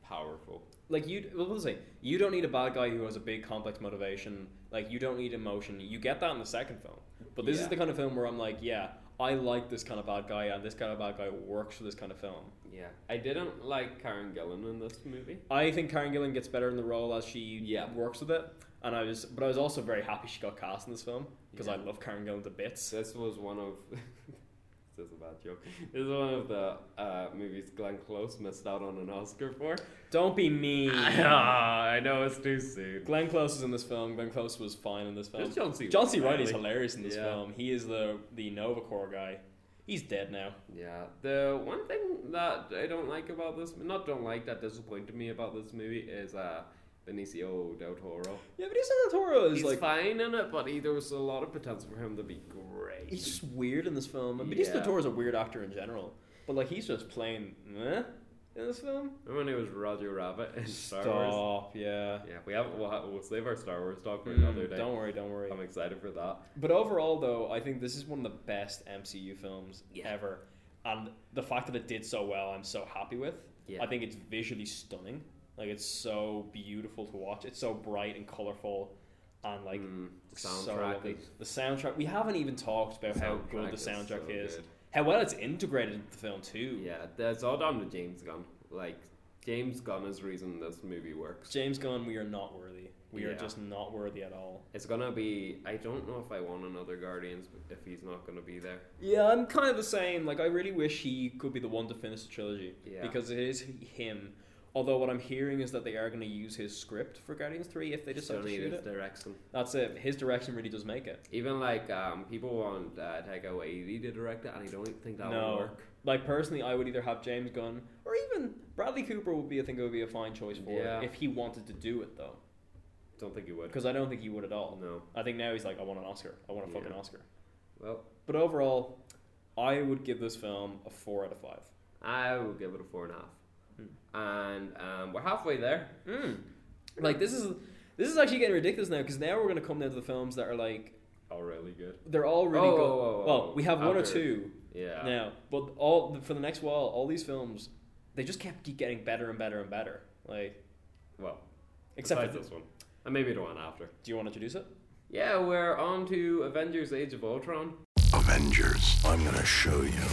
Speaker 3: powerful.
Speaker 1: Like you, well, let's say you don't need a bad guy who has a big complex motivation. Like you don't need emotion. You get that in the second film. But this
Speaker 3: Yeah.
Speaker 1: is the kind of film where I'm like, yeah, I like this kind of bad guy, and this kind of bad guy works for this kind of film.
Speaker 3: Yeah, I didn't like Karen Gillan in this movie.
Speaker 1: I think Karen Gillan gets better in the role as she works with it. And I was, but I was also very happy she got cast in this film because I
Speaker 3: Yeah.
Speaker 1: love Karen Gillan to bits.
Speaker 3: This was one of. this is a bad joke. This is one of the uh, movies Glenn Close missed out on an Oscar for.
Speaker 1: Don't be mean.
Speaker 3: Ah, I know it's too soon.
Speaker 1: Glenn Close is in this film. Glenn Close was fine in this film.
Speaker 3: There's John C.
Speaker 1: John C.
Speaker 3: Reilly.
Speaker 1: Reilly's hilarious in this
Speaker 3: Yeah.
Speaker 1: film. He is the the Nova Corps guy. He's dead now.
Speaker 3: Yeah, the one thing that I don't like about this, not don't like, that disappointed me about this movie is uh, Benicio del Toro.
Speaker 1: Yeah, but he's Del Toro is
Speaker 3: He's
Speaker 1: like
Speaker 3: fine in it, but he, there was a lot of potential for him to be great.
Speaker 1: he's just weird in this film. But Benicio
Speaker 3: Yeah.
Speaker 1: del Toro is a weird actor in general. But like he's just plain meh in this film.
Speaker 3: Remember when it was Roger Rabbit in Star Wars?
Speaker 1: Stop. Yeah.
Speaker 3: Yeah, we haven't. We'll, ha- we'll save our Star Wars talk for
Speaker 1: Mm,
Speaker 3: another day.
Speaker 1: don't worry, don't worry.
Speaker 3: I'm excited for that.
Speaker 1: But overall, though, I think this is one of the best MCU films ever, and the fact that it did so well, I'm so happy with.
Speaker 3: Yeah.
Speaker 1: I think it's visually stunning. Like it's so beautiful to watch. It's so bright and colorful, and like
Speaker 3: Mm, the
Speaker 1: so
Speaker 3: soundtrack
Speaker 1: lovely.
Speaker 3: is-
Speaker 1: the soundtrack. We haven't even talked about how good
Speaker 3: Soundtrack
Speaker 1: the
Speaker 3: is
Speaker 1: soundtrack
Speaker 3: so
Speaker 1: is.
Speaker 3: good.
Speaker 1: How well it's integrated into the film too.
Speaker 3: Yeah, that's all down to James Gunn. Like James Gunn is the reason this movie works.
Speaker 1: James Gunn, we are not worthy. We are
Speaker 3: Yeah.
Speaker 1: just not worthy at all.
Speaker 3: It's gonna be. I don't know if I want another Guardians if he's not gonna be there.
Speaker 1: Yeah, I'm kind of the same. Like, I really wish he could be the one to finish the trilogy
Speaker 3: Yeah.
Speaker 1: because it is him. Although what I'm hearing is that they are going to use his script for Guardians Three if they decide to
Speaker 3: Sony
Speaker 1: shoot
Speaker 3: is
Speaker 1: it.
Speaker 3: direction.
Speaker 1: That's it. His direction really does make it.
Speaker 3: Even like um, people want uh, Taika Waititi to direct it, and I don't think that
Speaker 1: no,
Speaker 3: will work.
Speaker 1: like personally, I would either have James Gunn or even Bradley Cooper would be. I think it would be a fine choice for
Speaker 3: Yeah.
Speaker 1: it if he wanted to do it though,
Speaker 3: Don't think he would.
Speaker 1: because I don't think he would at all.
Speaker 3: No.
Speaker 1: I think now he's like, I want an Oscar. I want a fucking
Speaker 3: Yeah.
Speaker 1: Oscar.
Speaker 3: Well,
Speaker 1: But overall, I would give this film a four out of five.
Speaker 3: I will give it a four and a half. Hmm. And um, we're halfway there.
Speaker 1: Mm. Like this is this is actually getting ridiculous now because now we're gonna come down to the films that are like
Speaker 3: Oh, really good.
Speaker 1: they're all really
Speaker 3: Oh,
Speaker 1: good.
Speaker 3: oh, oh, oh,
Speaker 1: well, we have one or
Speaker 3: after-
Speaker 1: two
Speaker 3: Yeah.
Speaker 1: now, but all for the next while, all these films they just kept keep getting better and better and better. Like,
Speaker 3: Well,
Speaker 1: Except for
Speaker 3: besides
Speaker 1: th-
Speaker 3: this one, and maybe the one after.
Speaker 1: do you want to introduce it?
Speaker 3: Yeah, we're on to Avengers: Age of Ultron.
Speaker 5: Avengers, I'm gonna show you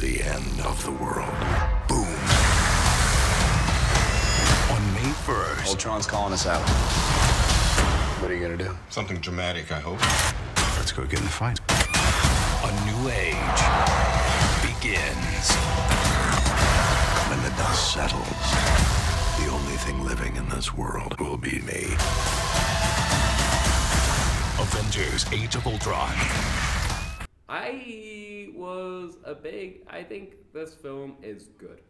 Speaker 5: the end of the world. Boom. On May 1st. Ultron's calling us out.
Speaker 8: What are you gonna do? Something dramatic, I hope. Let's go get in the fight.
Speaker 5: A new age begins. When the dust settles, the only thing living in this world will be me. Avengers Age of Ultron.
Speaker 3: I was a big. I think this film is good.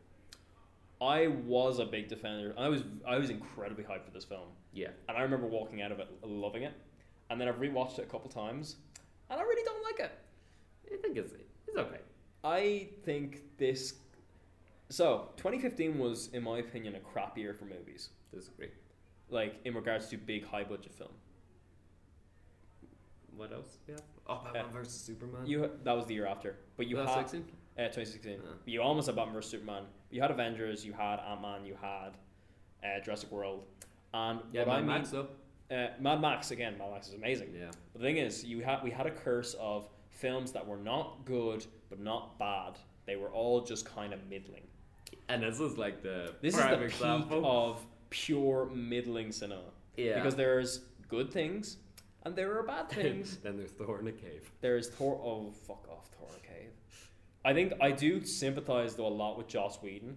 Speaker 1: I was a big defender. I was I was incredibly hyped for this film,
Speaker 3: Yeah.
Speaker 1: and I remember walking out of it loving it, and then I've rewatched it a couple times, and I really don't like it.
Speaker 3: I think it's it's okay.
Speaker 1: I think this. So, 2015 was, in my opinion, a crap year for movies.
Speaker 3: Disagree.
Speaker 1: Like, in regards to big, high budget film.
Speaker 3: What else? Yeah. Oh, Batman versus Superman.
Speaker 1: You That was the year after. But you
Speaker 3: Was
Speaker 1: had.
Speaker 3: that 16?
Speaker 1: Uh, 2016. You almost had Batman vs. Superman. You had Avengers, you had Ant Man, you had uh, Jurassic World. And
Speaker 3: yeah,
Speaker 1: what I
Speaker 3: Mad
Speaker 1: mean-
Speaker 3: Max though.
Speaker 1: Uh, Mad Max again. Mad Max is amazing.
Speaker 3: Yeah.
Speaker 1: But the thing is, you had we had a curse of films that were not good but not bad. They were all just kind of middling.
Speaker 3: And this is like the
Speaker 1: This is
Speaker 3: prime
Speaker 1: the peak
Speaker 3: example.
Speaker 1: of pure middling cinema.
Speaker 3: Yeah.
Speaker 1: Because there's good things and there are bad things.
Speaker 3: then there's Thor in a cave.
Speaker 1: there is Thor. Oh, fuck off, Thor. Okay. I think I do sympathize though a lot with Joss Whedon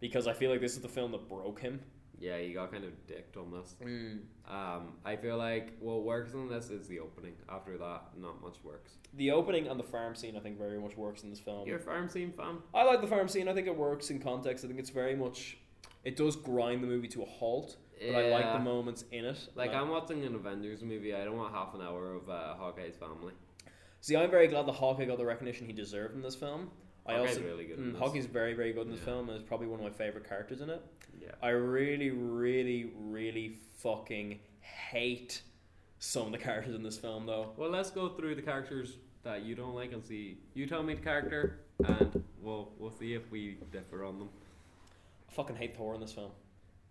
Speaker 1: because I feel like this is the film that broke him.
Speaker 3: Yeah, you got kind of dicked on this.
Speaker 1: Mm.
Speaker 3: Um, I feel like what works on this is the opening. After that, not much works.
Speaker 1: The opening and the farm scene, I think, very much works in this film.
Speaker 3: You're a farm scene fan.
Speaker 1: I like the farm scene. I think it works in context. I think it's very much. It does grind the movie to a halt, but I like the
Speaker 3: Yeah.
Speaker 1: moments in it.
Speaker 3: Like
Speaker 1: And I-
Speaker 3: I'm watching an Avengers movie. I don't want half an hour of uh, Hawkeye's family.
Speaker 1: See, I'm very glad the Hawkeye got the recognition he deserved in this film. I
Speaker 3: Hawkeye's
Speaker 1: also
Speaker 3: really good in
Speaker 1: Mm,
Speaker 3: this.
Speaker 1: Hawkeye's very very good in this
Speaker 3: Yeah.
Speaker 1: film and is probably one of my favorite characters in it.
Speaker 3: Yeah.
Speaker 1: I really really really fucking hate some of the characters in this film though.
Speaker 3: Well, let's go through the characters that you don't like and see. You tell me the character, and we'll we'll see if we differ on them.
Speaker 1: I fucking hate Thor in this film.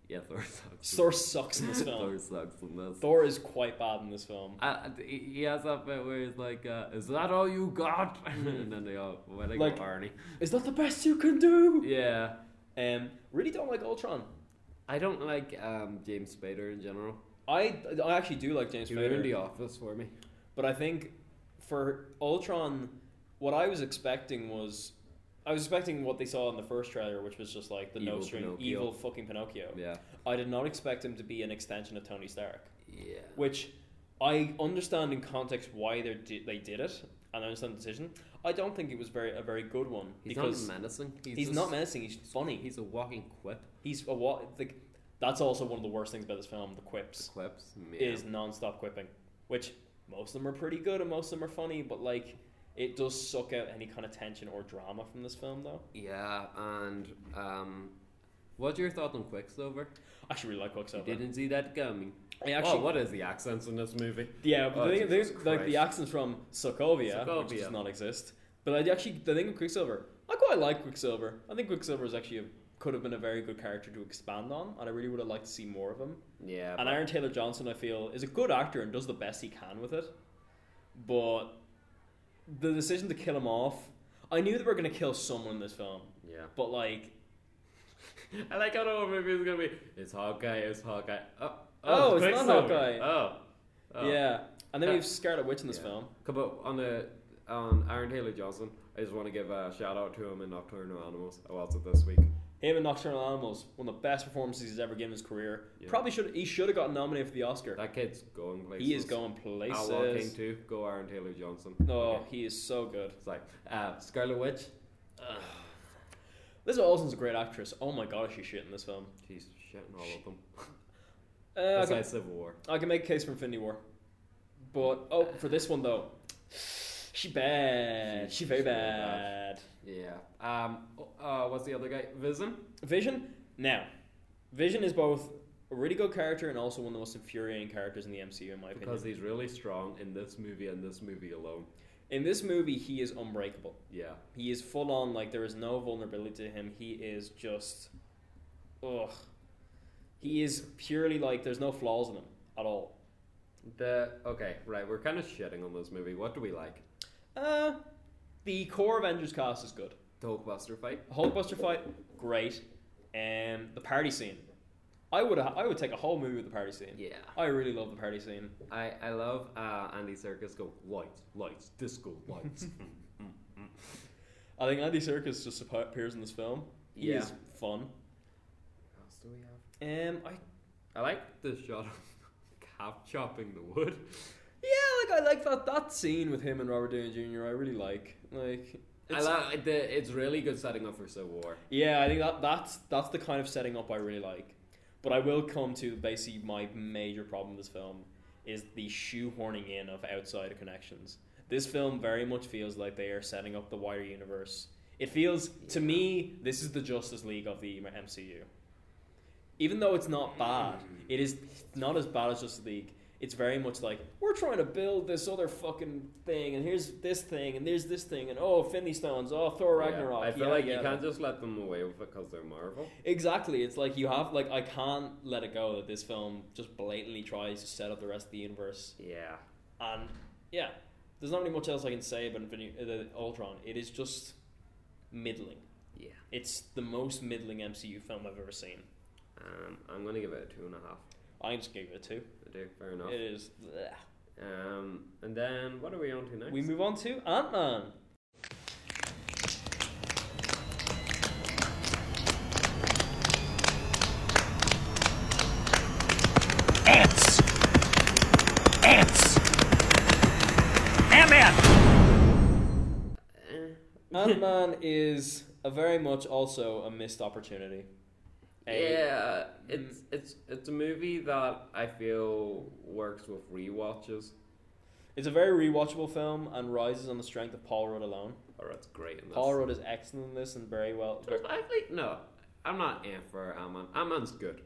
Speaker 3: Yeah, Thor sucks.
Speaker 1: Thor sucks in this film.
Speaker 3: Thor sucks in this.
Speaker 1: Thor is quite bad in this film.
Speaker 3: Uh, he he has that bit where he's like, uh, "Is that all you got?" and then they all well, they
Speaker 1: Mm. Like-
Speaker 3: go Arnie.
Speaker 1: Is that the best you can do?
Speaker 3: Yeah,
Speaker 1: Um, really don't like Ultron.
Speaker 3: I don't like um, James Spader in general.
Speaker 1: I, I actually do like James
Speaker 3: He ruined The
Speaker 1: Spader,
Speaker 3: Office for me.
Speaker 1: but I think for Ultron, what I was expecting was I was expecting what they saw in the first trailer, which was just like the
Speaker 3: Evil
Speaker 1: no string,
Speaker 3: Pinocchio.
Speaker 1: evil fucking Pinocchio.
Speaker 3: Yeah,
Speaker 1: I did not expect him to be an extension of Tony Stark,
Speaker 3: yeah.
Speaker 1: which I understand in context why they did they did it, and I understand the decision. I don't think it was very a very good one
Speaker 3: He's not
Speaker 1: because
Speaker 3: menacing.
Speaker 1: he's,
Speaker 3: just-
Speaker 1: not menacing. He's funny.
Speaker 3: He's a walking quip.
Speaker 1: He's a what? Like, that's also one of the worst things about this film: the quips.
Speaker 3: Quips. Yeah.
Speaker 1: is non-stop quipping, which most of them are pretty good and most of them are funny, but like it does suck out any kind of tension or drama from this film though.
Speaker 3: Yeah, and um, what's your thought on Quicksilver?
Speaker 1: I actually really like Quicksilver.
Speaker 3: Didn't see that coming.
Speaker 1: I actually-
Speaker 3: oh, what is the accents in this movie?
Speaker 1: Yeah, but
Speaker 3: Oh,
Speaker 1: the thing,
Speaker 3: Jesus
Speaker 1: the- like the
Speaker 3: Christ.
Speaker 1: accent's from Sokovia, which
Speaker 3: Sokovia.
Speaker 1: does not exist. But I actually the thing with Quicksilver, I quite like Quicksilver. I think Quicksilver is actually a, could have been a very good character to expand on, and I really would have liked to see more of him.
Speaker 3: Yeah,
Speaker 1: And
Speaker 3: but-
Speaker 1: Aaron Taylor Johnson, I feel, is a good actor and does the best he can with it. But the decision to kill him off, I knew they were going to kill someone in this film.
Speaker 3: Yeah.
Speaker 1: But like,
Speaker 3: I like how the whole movie is gonna be. It's Hawkeye. It's Hawkeye. Oh,
Speaker 1: Oh, it's not
Speaker 3: Quicksilver.
Speaker 1: Hawkeye.
Speaker 3: Oh, oh.
Speaker 1: yeah. And then
Speaker 3: Yeah.
Speaker 1: we have Scarlet Witch in this film.
Speaker 3: Come up on the on Aaron Taylor Johnson. I just want to give a shout out to him in Nocturnal Animals. I watched it this week.
Speaker 1: Him in Nocturnal Animals, one of the best performances he's ever given in his career.
Speaker 3: Yeah.
Speaker 1: Probably should he should have gotten nominated for the Oscar.
Speaker 3: That kid's going places.
Speaker 1: He is going
Speaker 3: Outlaw King
Speaker 1: places.
Speaker 3: too. Go Aaron Taylor Johnson.
Speaker 1: Oh, he is so good.
Speaker 3: It's like uh, Scarlet Witch.
Speaker 1: Liz Olsen's a great actress. Oh my god, is she shit in this film?
Speaker 3: She's shitting all of them.
Speaker 1: Uh, I, can,
Speaker 3: Besides Civil War.
Speaker 1: I can make a case for Infinity War, but oh, for this one though, she bad. She, very
Speaker 3: she's really
Speaker 1: bad.
Speaker 3: Yeah. Um. Uh. What's the other guy? Vision.
Speaker 1: Vision. Now, Vision is both a really good character and also one of the most infuriating characters in the MCU, in my opinion.
Speaker 3: Because he's really strong in this movie and this movie alone.
Speaker 1: in this movie, he is unbreakable.
Speaker 3: Yeah.
Speaker 1: He is full on like there is no vulnerability to him. He is just, ugh. He is purely like there's no flaws in him at all.
Speaker 3: The okay, right. We're kind of shitting on this movie. What do we like?
Speaker 1: Uh, the core Avengers cast is good.
Speaker 3: The Hulkbuster fight.
Speaker 1: Hulkbuster fight, great. Um, the party scene. I would I would take a whole movie with the party scene.
Speaker 3: Yeah.
Speaker 1: I really love the party scene.
Speaker 3: I I love uh, Andy Circus go lights, lights, disco lights.
Speaker 1: I think Andy Serkis just appa- appears in this film. He
Speaker 3: Yeah.
Speaker 1: is fun.
Speaker 3: What else do we have?
Speaker 1: Um, I
Speaker 3: I like the shot of calf chopping the wood.
Speaker 1: yeah, like I like that that scene with him and Robert Downey Jr. I really like like.
Speaker 3: I
Speaker 1: it's-
Speaker 3: like the. It's really good setting up for Civil War.
Speaker 1: Yeah, I think that that's that's the kind of setting up I really like. But I will come to basically my major problem with this film is the shoehorning in of outsider connections. This film very much feels like they are setting up the wider universe. It feels to me this is the Justice League of the MCU. Even though it's not bad,
Speaker 3: Mm.
Speaker 1: it is not as bad as Justice League. It's very much like we're trying to build this other fucking thing, and here's this thing, and there's this thing, and oh, Finley Stones, oh, Thor Ragnarok.
Speaker 3: I feel
Speaker 1: yeah,
Speaker 3: like
Speaker 1: yeah.
Speaker 3: you can't just let them away with it because they're Marvel.
Speaker 1: Exactly. It's like you have like I can't let it go that this film just blatantly tries to set up the rest of the universe.
Speaker 3: Yeah.
Speaker 1: And yeah, there's not really much else I can say about Infinity, uh, the Ultron. It is just middling.
Speaker 3: Yeah.
Speaker 1: It's the most middling MCU film I've ever seen.
Speaker 3: Um, I'm gonna give it a two and a half.
Speaker 1: I just gave it a two.
Speaker 3: I do. Fair enough.
Speaker 1: It is. bleh.
Speaker 3: Um, and then what are we on to next?
Speaker 1: We move on to Ant Man.
Speaker 17: Ants! Ants! Ant-Man!
Speaker 1: Ant Man is a very much also a missed opportunity. A-
Speaker 3: Yeah, it's it's it's a movie that I feel works with rewatches.
Speaker 1: It's a very rewatchable film and rises on the strength of Paul Rudd alone.
Speaker 3: Paul Rudd's Oh, great in this.
Speaker 1: Paul Rudd is excellent in this and very well.
Speaker 3: But I think no, I'm not in for Ant-Man. Ant-Man's good.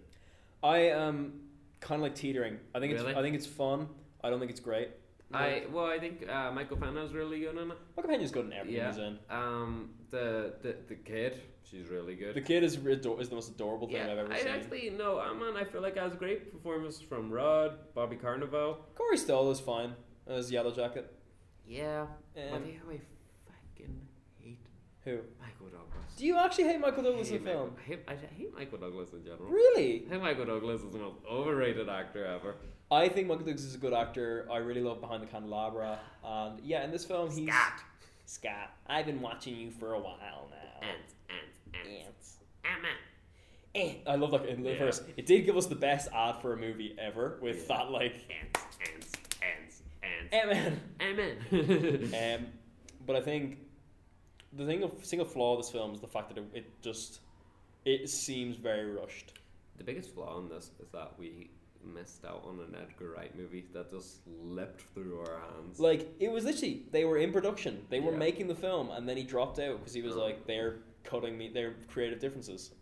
Speaker 1: I am kind of like teetering. I think really? it's I think it's fun. I don't think it's great.
Speaker 3: I well, I think uh, Michael Pena's really good in it.
Speaker 1: Michael Pena's good in everything yeah. he's in.
Speaker 3: Um, the, the the kid, she's really good.
Speaker 1: The kid is ador- is the most adorable thing
Speaker 3: yeah,
Speaker 1: I've ever I seen.
Speaker 3: actually no, I mean, I feel like I has great performances from Rudd, Bobby Carnival.
Speaker 1: Corey Stoll is fine as Yellow Jacket.
Speaker 3: Yeah, um, but they really fucking hate
Speaker 1: who
Speaker 3: Michael Douglas.
Speaker 1: Do you actually hate Michael Douglas
Speaker 3: hate
Speaker 1: in Michael, film?
Speaker 3: I hate, I hate Michael Douglas in general.
Speaker 1: Really?
Speaker 3: I think Michael Douglas is the most overrated actor ever.
Speaker 1: I think Michael Douglas is a good actor. I really love Behind the Candelabra, and yeah, in this film he's
Speaker 3: Scott.
Speaker 1: Scott, I've been watching you for a while now.
Speaker 3: Ants, ants, ants, ants.
Speaker 1: Eh. I love that in the yeah. first. It did give us the best ad for a movie ever with yeah. that like
Speaker 3: ants, ants, ants, ants.
Speaker 1: Amen,
Speaker 3: amen.
Speaker 1: um, but I think the thing of single flaw of this film is the fact that it, it just it seems very rushed.
Speaker 3: The biggest flaw in this is that we missed out on an Edgar Wright movie that just slipped through our hands.
Speaker 1: Like it was literally they were in production, they were yeah. making the film, and then he dropped out because he was oh. like they're cutting me their creative differences.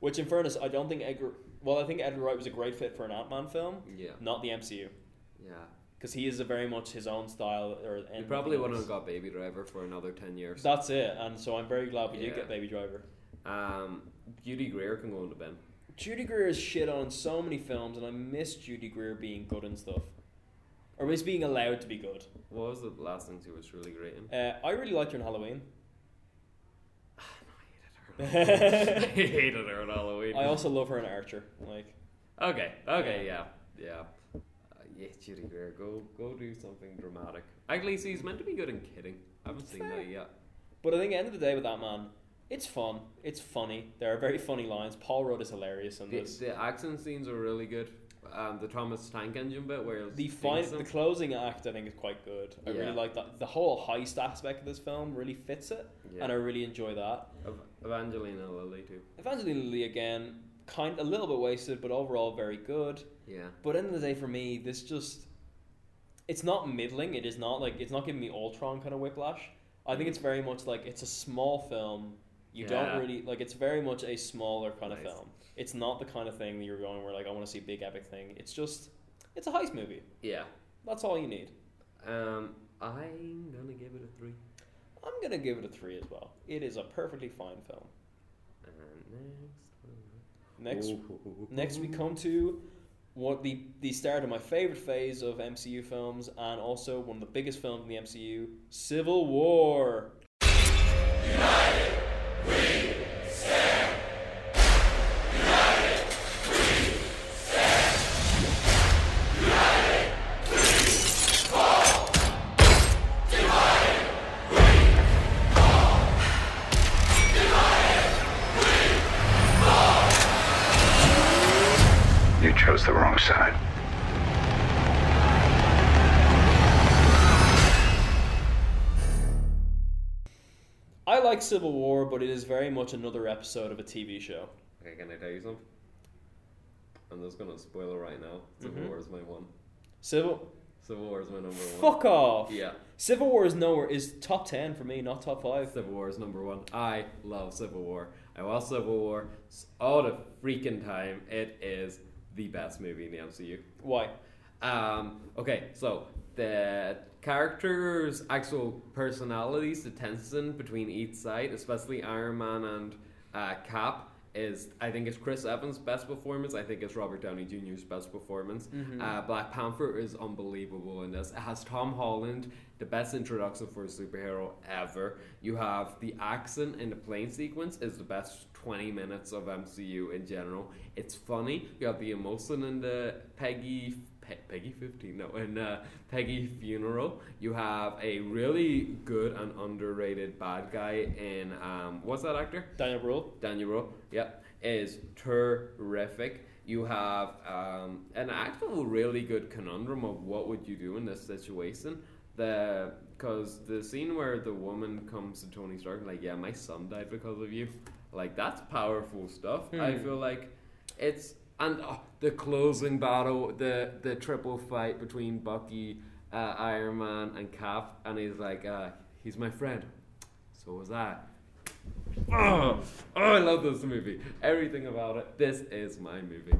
Speaker 1: Which, in fairness, I don't think Edgar. Well, I think Edgar Wright was a great fit for an Ant Man film.
Speaker 3: Yeah.
Speaker 1: Not the MCU.
Speaker 3: Yeah.
Speaker 1: Because he is a very much his own style. Or
Speaker 3: you probably wouldn't have got Baby Driver for another ten years.
Speaker 1: That's it, and so I'm very glad we yeah. did get Baby Driver.
Speaker 3: Um, Judy Greer can go into Ben.
Speaker 1: Judy Greer is shit on so many films, and I miss Judy Greer being good and stuff. Or miss being allowed to be good.
Speaker 3: What was the last thing she was really great in?
Speaker 1: Uh, I really liked her in Halloween.
Speaker 3: Oh, no, I hated her. I hated her in Halloween.
Speaker 1: I also love her in Archer. Like,
Speaker 3: okay, okay, yeah, yeah, yeah. Uh, yeah Judy Greer, go go do something dramatic. Actually, she's meant to be good in Kidding. I haven't seen that yet.
Speaker 1: But I think at the end of the day, with that man, it's fun. It's funny. There are very funny lines. Paul Rudd is hilarious in
Speaker 3: the,
Speaker 1: this.
Speaker 3: The action scenes are really good. Um, the Thomas Tank Engine bit where
Speaker 1: the fin- the closing act I think is quite good. I yeah. really like that. The whole heist aspect of this film really fits it, yeah. and I really enjoy that.
Speaker 3: Evangelina Lilly too.
Speaker 1: Evangelina Lilly again, kind a little bit wasted, but overall very good.
Speaker 3: Yeah.
Speaker 1: But end of the day, for me, this just it's not middling. It is not like it's not giving me Ultron kind of whiplash. I think it's very much like it's a small film you yeah. don't really like. It's very much a smaller kind nice. of film. It's not the kind of thing that you're going where like I want to see big epic thing. It's just it's a heist movie.
Speaker 3: Yeah,
Speaker 1: that's all you need.
Speaker 3: Um, I'm gonna give it a three.
Speaker 1: I'm gonna give it a three as well. It is a perfectly fine film.
Speaker 3: And
Speaker 1: next, next, next we come to what the the start of my favorite phase of MCU films, and also one of the biggest films in the MCU, Civil War.
Speaker 21: United. We stand. United, we stand. United, we fall. Divided, we fall. Divided, we fall.
Speaker 22: You chose the wrong side.
Speaker 1: I like Civil War, but it is very much another episode of a TV show.
Speaker 3: Okay, can I tell you something? I'm just gonna spoil it right now. Civil mm-hmm. War is my one.
Speaker 1: Civil.
Speaker 3: Civil War is my number one.
Speaker 1: Fuck off.
Speaker 3: Yeah.
Speaker 1: Civil War is nowhere is top ten for me, not top five.
Speaker 3: Civil War is number one. I love Civil War. I watch Civil War all the freaking time. It is the best movie in the MCU.
Speaker 1: Why?
Speaker 3: Um, okay, so the characters' actual personalities, the tension between each side, especially Iron Man and uh, Cap, is I think it's Chris Evans' best performance. I think it's Robert Downey Jr.'s best performance. Mm-hmm. Uh, Black Panther is unbelievable in this. It has Tom Holland, the best introduction for a superhero ever. You have the accent in the plane sequence is the best twenty minutes of MCU in general. It's funny. You have the emotion in the Peggy Pe- Peggy 15, no, and uh, Peggy Funeral. You have a really good and underrated bad guy in, um, what's that actor?
Speaker 1: Daniel Brühl.
Speaker 3: Daniel Brühl, yep, is terrific. You have um, an actual really good conundrum of what would you do in this situation. The because the scene where the woman comes to Tony Stark and like, yeah, my son died because of you, like that's powerful stuff. Hmm. I feel like it's and oh, the closing battle, the the triple fight between Bucky, uh, Iron Man, and Cap, and he's like, uh, he's my friend. So was I. Oh, oh, I love this movie. Everything about it. This is my movie.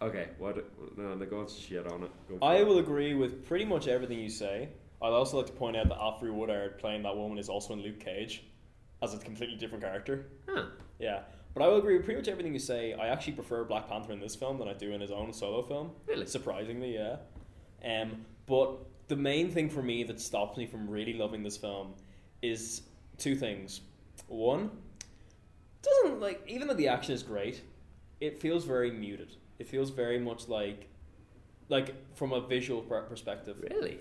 Speaker 3: Okay, what? No, they're going shit on it. Go
Speaker 1: I
Speaker 3: it.
Speaker 1: will agree with pretty much everything you say. I'd also like to point out that Alfred Woodard playing that woman is also in Luke Cage as a completely different character.
Speaker 3: Huh.
Speaker 1: Yeah. But I will agree with pretty much everything you say. I actually prefer Black Panther in this film than I do in his own solo film.
Speaker 3: Really?
Speaker 1: Surprisingly, yeah. Um, but the main thing for me that stops me from really loving this film is two things. One, doesn't like even though the action is great, it feels very muted. It feels very much like, like from a visual per- perspective.
Speaker 3: Really,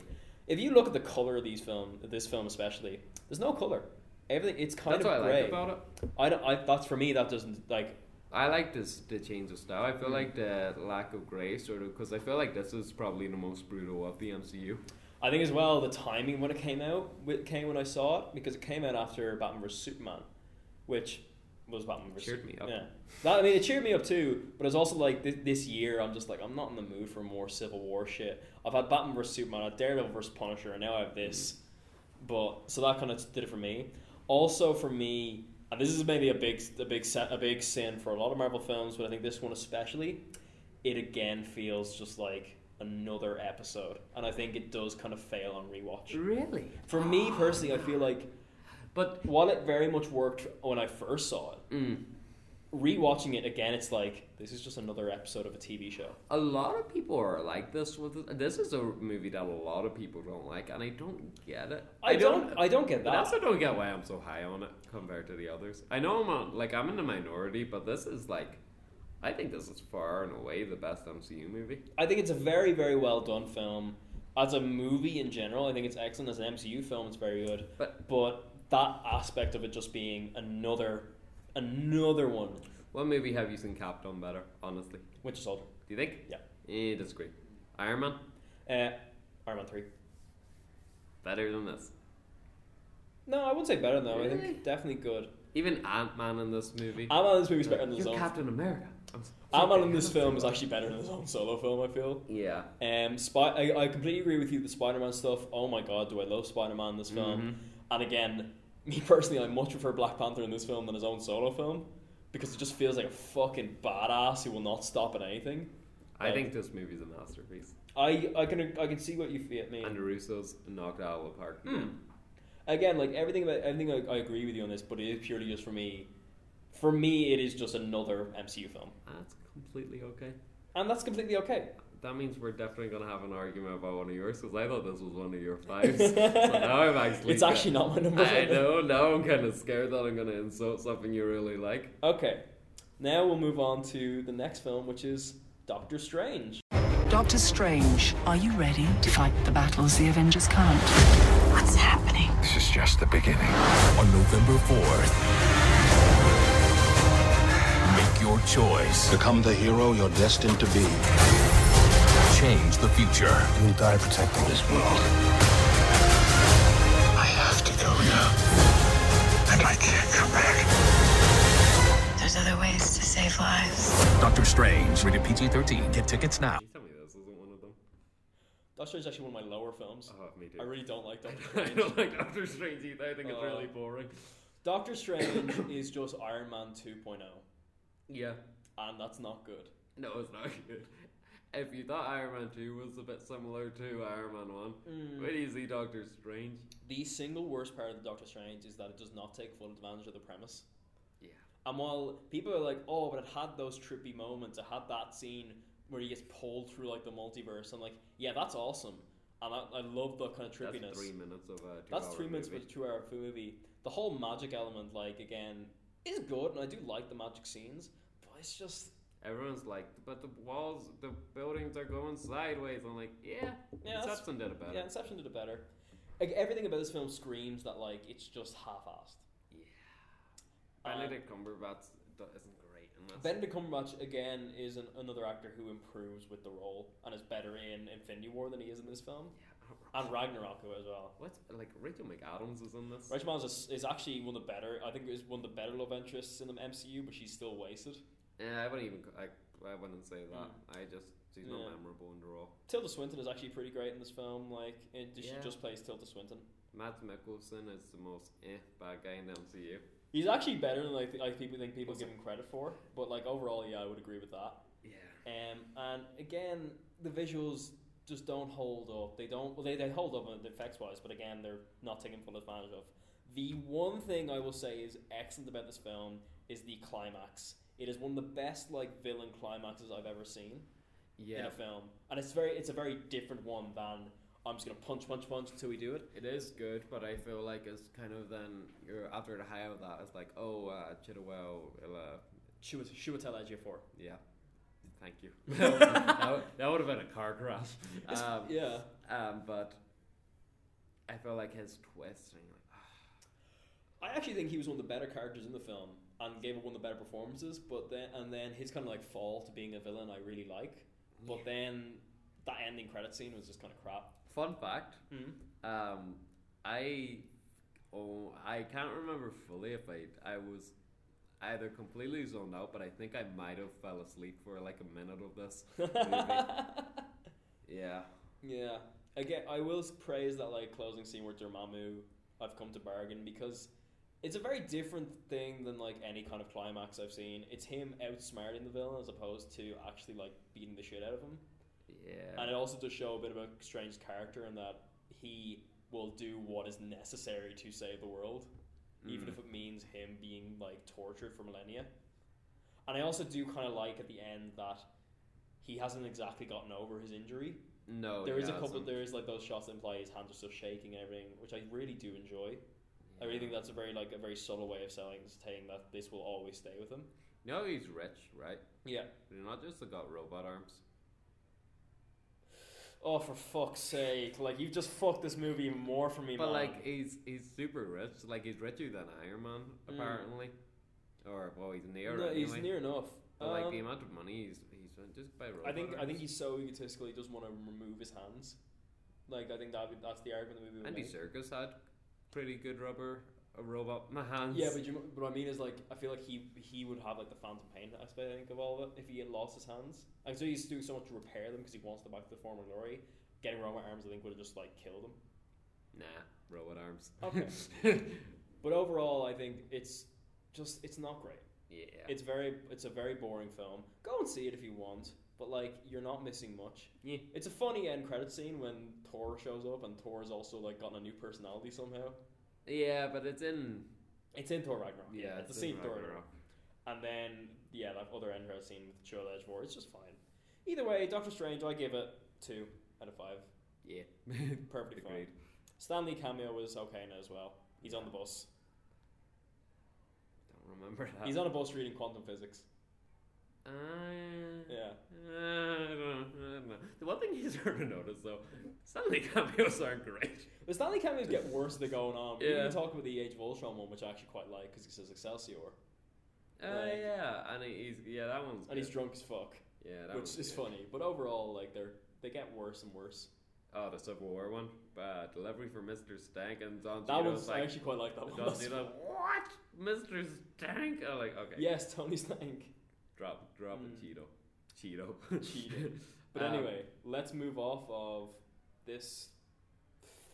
Speaker 1: if you look at the color of these film, this film especially, there's no color. Everything it's kind
Speaker 3: that's
Speaker 1: of
Speaker 3: what
Speaker 1: gray.
Speaker 3: I like about it.
Speaker 1: I don't. I, that's for me. That doesn't like.
Speaker 3: I like this the change of style. I feel mm-hmm. like the lack of gray sort of because I feel like this is probably the most brutal of the MCU.
Speaker 1: I think as well the timing when it came out it came when I saw it because it came out after Batman vs Superman, which was Batman vs
Speaker 3: cheered me up.
Speaker 1: Yeah, that, I mean it cheered me up too. But it's also like this, this, year I'm just like I'm not in the mood for more Civil War shit. I've had Batman vs Superman, I had Daredevil vs Punisher, and now I have this.
Speaker 3: Mm.
Speaker 1: Mm-hmm. But so that kind of did it for me. Also for me, and this is maybe a big a big a big sin for a lot of Marvel films, but I think this one especially, it again feels just like another episode, and I think it does kind of fail on rewatch.
Speaker 3: Really?
Speaker 1: For me personally, I feel like,
Speaker 3: but
Speaker 1: while it very much worked when I first saw it,
Speaker 3: mm.
Speaker 1: rewatching it again, it's like this is just another episode of a TV show.
Speaker 3: A lot of people are like this with this is a movie that a lot of people don't like, and I don't get it.
Speaker 1: I, I don't, don't, I don't get that.
Speaker 3: I also don't get why I'm so high on it compared to the others. I know I'm on, like I'm in the minority, but this is like. I think this is far and away the best MCU movie.
Speaker 1: I think it's a very, very well done film. As a movie in general, I think it's excellent. As an MCU film, it's very good.
Speaker 3: But,
Speaker 1: but that aspect of it just being another, another one.
Speaker 3: What movie have you seen capped on better, honestly?
Speaker 1: Winter Soldier.
Speaker 3: Do you think?
Speaker 1: Yeah.
Speaker 3: Eh, disagree. Iron Man?
Speaker 1: Uh, Iron Man 3.
Speaker 3: Better than this?
Speaker 1: No, I wouldn't say better though. Really? I think definitely good.
Speaker 3: Even Ant Man in this movie.
Speaker 1: Ant Man in this movie is better than
Speaker 3: You're
Speaker 1: his
Speaker 3: Captain America.
Speaker 1: Ant Man in this film is actually better than his own solo film. I feel.
Speaker 3: Yeah.
Speaker 1: Um, Spy. I, I completely agree with you. The Spider Man stuff. Oh my god, do I love Spider Man in this film?
Speaker 3: Mm-hmm.
Speaker 1: And again, me personally, I much prefer Black Panther in this film than his own solo film because it just feels like a fucking badass who will not stop at anything.
Speaker 3: I like, think this movie's a masterpiece.
Speaker 1: I, I can I can see what you mean.
Speaker 3: And Russo's knocked out of the park.
Speaker 1: Mm again, like everything about everything, I, I, agree with you on this, but it is purely just for me. For me, it is just another MCU film.
Speaker 3: That's completely okay.
Speaker 1: And that's completely okay.
Speaker 3: That means we're definitely gonna have an argument about one of yours because I thought this was one of your fives. so now I'm actually.
Speaker 1: It's actually not my number.
Speaker 3: I know. Now I'm kind of scared that I'm gonna insult something you really like.
Speaker 1: Okay, now we'll move on to the next film, which is Doctor Strange.
Speaker 22: Doctor Strange, are you ready to fight the battles the Avengers can't? What's happening?
Speaker 5: This is just the beginning. On November 4th, make your choice.
Speaker 23: Become the hero you're destined to be.
Speaker 5: Change the future.
Speaker 23: You'll die protecting this world.
Speaker 5: I have to go now. And I can't come back.
Speaker 22: There's other ways to save lives.
Speaker 5: Doctor Strange, rated PG 13. Get tickets now.
Speaker 1: Doctor Strange is actually one of my lower films.
Speaker 3: Oh, me too.
Speaker 1: I really don't like Doctor
Speaker 3: Strange. I don't like Doctor Strange either. I think it's
Speaker 1: Uh,
Speaker 3: really boring.
Speaker 1: Doctor Strange is just Iron Man 2.0.
Speaker 3: Yeah.
Speaker 1: And that's not good.
Speaker 3: No, it's not good. If you thought Iron Man 2 was a bit similar to Iron Man 1,
Speaker 1: mm.
Speaker 3: where do you see Doctor Strange?
Speaker 1: The single worst part of the Doctor Strange is that it does not take full advantage of the premise.
Speaker 3: Yeah.
Speaker 1: And while people are like, oh, but it had those trippy moments, it had that scene where he gets pulled through like the multiverse. I'm like, yeah, that's awesome. And I, I love that kind of trippiness.
Speaker 3: That's three minutes of a two
Speaker 1: That's three minutes
Speaker 3: movie.
Speaker 1: of a two hour movie. The whole magic element, like, again, is good, and I do like the magic scenes, but it's just.
Speaker 3: Everyone's like, but the walls, the buildings are going sideways. I'm like, yeah,
Speaker 1: yeah
Speaker 3: Inception did it better.
Speaker 1: Yeah, Inception did it better. Like, everything about this film screams that, like, it's just half assed.
Speaker 3: Benedict Cumberbatch isn't great. Unless
Speaker 1: Benedict Cumberbatch again is an, another actor who improves with the role and is better in Infinity War than he is in this film.
Speaker 3: Yeah,
Speaker 1: and Ragnarok as well.
Speaker 3: What's like Rachel McAdams is in this?
Speaker 1: Rachel McAdams is, is, actually one of the better. I think is one of the better love interests in the MCU, but she's still wasted.
Speaker 3: Yeah, I wouldn't even. I, I wouldn't say that. Mm. I just she's not
Speaker 1: Yeah.
Speaker 3: memorable in the role.
Speaker 1: Tilda Swinton is actually pretty great in this film. Like, it, she
Speaker 3: Yeah.
Speaker 1: just plays Tilda Swinton.
Speaker 3: Mads Mikkelsen is the most eh bad guy in the MCU.
Speaker 1: He's actually better than like, like people think people give him credit for. But like overall, yeah, I would agree with that.
Speaker 3: Yeah.
Speaker 1: Um, and again, the visuals just don't hold up. They don't. Well, they, they hold up in the effects wise, but again, they're not taken full advantage of. The one thing I will say is excellent about this film is the climax. It is one of the best like villain climaxes I've ever seen
Speaker 3: yeah.
Speaker 1: in a film, and it's very it's a very different one than I'm just gonna punch, punch, punch until we do it.
Speaker 3: It is good, but I feel like it's kind of then you're after the high of that. It's like oh, uh, Chidowell, uh,
Speaker 1: Chiwetel for
Speaker 3: yeah. Thank you. that, would, that, would, have been a car crash.
Speaker 1: Um, yeah.
Speaker 3: Um, but I felt like his twist. And like,
Speaker 1: I actually think he was one of the better characters in the film and gave one of the better performances. But then and then his kind of like fall to being a villain, I really like. But yeah. then that ending credit scene was just kind of crap.
Speaker 3: Fun fact.
Speaker 1: Mm-hmm.
Speaker 3: Um, I oh I can't remember fully if I I was either completely zoned out, but I think I might have fell asleep for like a minute of this. yeah.
Speaker 1: Yeah. Again, I will praise that like closing scene with Dormammu. I've come to bargain because it's a very different thing than like any kind of climax I've seen. It's him outsmarting the villain as opposed to actually like beating the shit out of him.
Speaker 3: Yeah.
Speaker 1: And it also does show a bit about Strange's character in that he will do what is necessary to save the world, mm. even if it means him being like tortured for millennia. And I also do kind of like at the end that he hasn't exactly gotten over his injury.
Speaker 3: No,
Speaker 1: there is a
Speaker 3: hasn't.
Speaker 1: couple. There is like those shots that imply his hands are still shaking and everything, which I really do enjoy. I really think that's a very like a very subtle way of selling saying that this will always stay with him.
Speaker 3: You no, know he's rich, right?
Speaker 1: Yeah.
Speaker 3: They're not just got robot arms.
Speaker 1: Oh, for fuck's sake! Like you've just fucked this movie even more for me.
Speaker 3: But
Speaker 1: man.
Speaker 3: like he's he's super rich. Like he's richer than Iron Man apparently, mm. or well, he's near.
Speaker 1: Hmm. No,
Speaker 3: anyway.
Speaker 1: he's near enough.
Speaker 3: But, like um, the amount of money he's he's just by robot.
Speaker 1: I think
Speaker 3: arms.
Speaker 1: I think he's so egotistical he doesn't want to remove his hands. Like I think that that's the argument the movie.
Speaker 3: Andy
Speaker 1: make.
Speaker 3: Circus had pretty good rubber a robot my hands.
Speaker 1: Yeah, but you, what I mean is like I feel like he he would have like the phantom pain aspect I think of all of it if he had lost his hands. Like so he's doing so much to repair them because he wants them back to the former glory. Getting robot arms I think would have just like killed him.
Speaker 3: Nah, robot arms.
Speaker 1: Okay. but overall I think it's just it's not great.
Speaker 3: Yeah.
Speaker 1: It's very it's a very boring film. Go and see it if you want. But like you're not missing much.
Speaker 3: Yeah.
Speaker 1: It's a funny end credit scene when Thor shows up and Thor's also like gotten a new personality somehow.
Speaker 3: Yeah, but it's in
Speaker 1: it's in Thor Ragnarok.
Speaker 3: Yeah, yeah
Speaker 1: it's, it's the same Thor Ragnarok. And then yeah, that other end credit scene with Joel Edgemore, it's just fine. Either way, Doctor Strange, I give it two out of five.
Speaker 3: Yeah,
Speaker 1: perfectly fine. Stanley cameo was okay now as well. He's on the bus.
Speaker 3: Don't remember that.
Speaker 1: He's on a bus reading quantum physics.
Speaker 3: Uh,
Speaker 1: yeah.
Speaker 3: Uh, I don't know, I don't know. The one thing you sort of notice though, Stanley cameos aren't great.
Speaker 1: The Stanley cameos get worse they going on. We yeah. didn't talk about the Age of Ultron one, which I actually quite like because he says Excelsior.
Speaker 3: Oh uh, like, yeah, and he's yeah that one's
Speaker 1: and good. he's drunk as fuck.
Speaker 3: Yeah,
Speaker 1: which is
Speaker 3: good.
Speaker 1: funny. But overall, like they're they get worse and worse.
Speaker 3: Oh, the Civil War one, uh, delivery for Mister Stank and Don.
Speaker 1: That
Speaker 3: was
Speaker 1: like, I actually quite like that one.
Speaker 3: Don Cito, what Mister Stank? I'm like okay.
Speaker 1: Yes, Tony Stank.
Speaker 3: Drop, drop mm. a Cheeto. Cheeto.
Speaker 1: Cheeto. But um, anyway, let's move off of this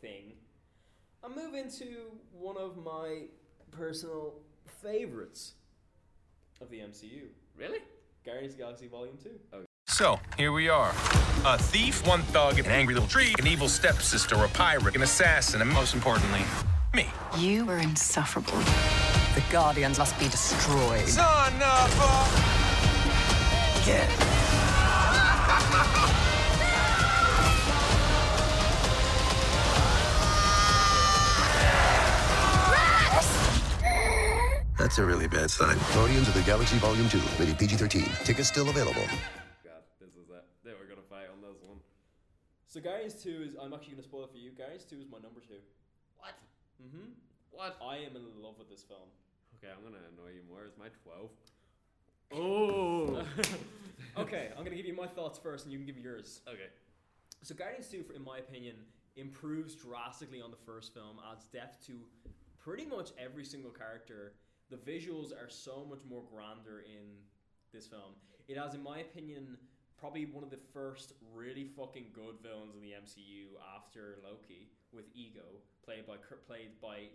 Speaker 1: thing and move into one of my personal favorites of the MCU.
Speaker 3: Really?
Speaker 1: Guardians of Galaxy Volume 2.
Speaker 3: Okay.
Speaker 24: So, here we are. A thief, one thug, an angry little tree, an evil stepsister, a pirate, an assassin, and most importantly, me.
Speaker 9: You were insufferable. The Guardians must be destroyed.
Speaker 24: Son of a-
Speaker 9: Get.
Speaker 24: That's a really bad sign.
Speaker 25: Guardians of the Galaxy Volume 2, rated PG 13. Tickets still available.
Speaker 3: God, this is it. They were gonna fight on this one.
Speaker 1: So, Guardians 2 is. I'm actually gonna spoil it for you. Guardians 2 is my number 2.
Speaker 3: What?
Speaker 1: Mm hmm.
Speaker 3: What?
Speaker 1: I am in love with this film.
Speaker 3: Okay, I'm gonna annoy you more. Is my 12?
Speaker 1: Oh. okay, I'm going to give you my thoughts first and you can give yours.
Speaker 3: Okay.
Speaker 1: So, Guardians 2, in my opinion, improves drastically on the first film, adds depth to pretty much every single character. The visuals are so much more grander in this film. It has, in my opinion, probably one of the first really fucking good villains in the MCU after Loki with Ego, played by played by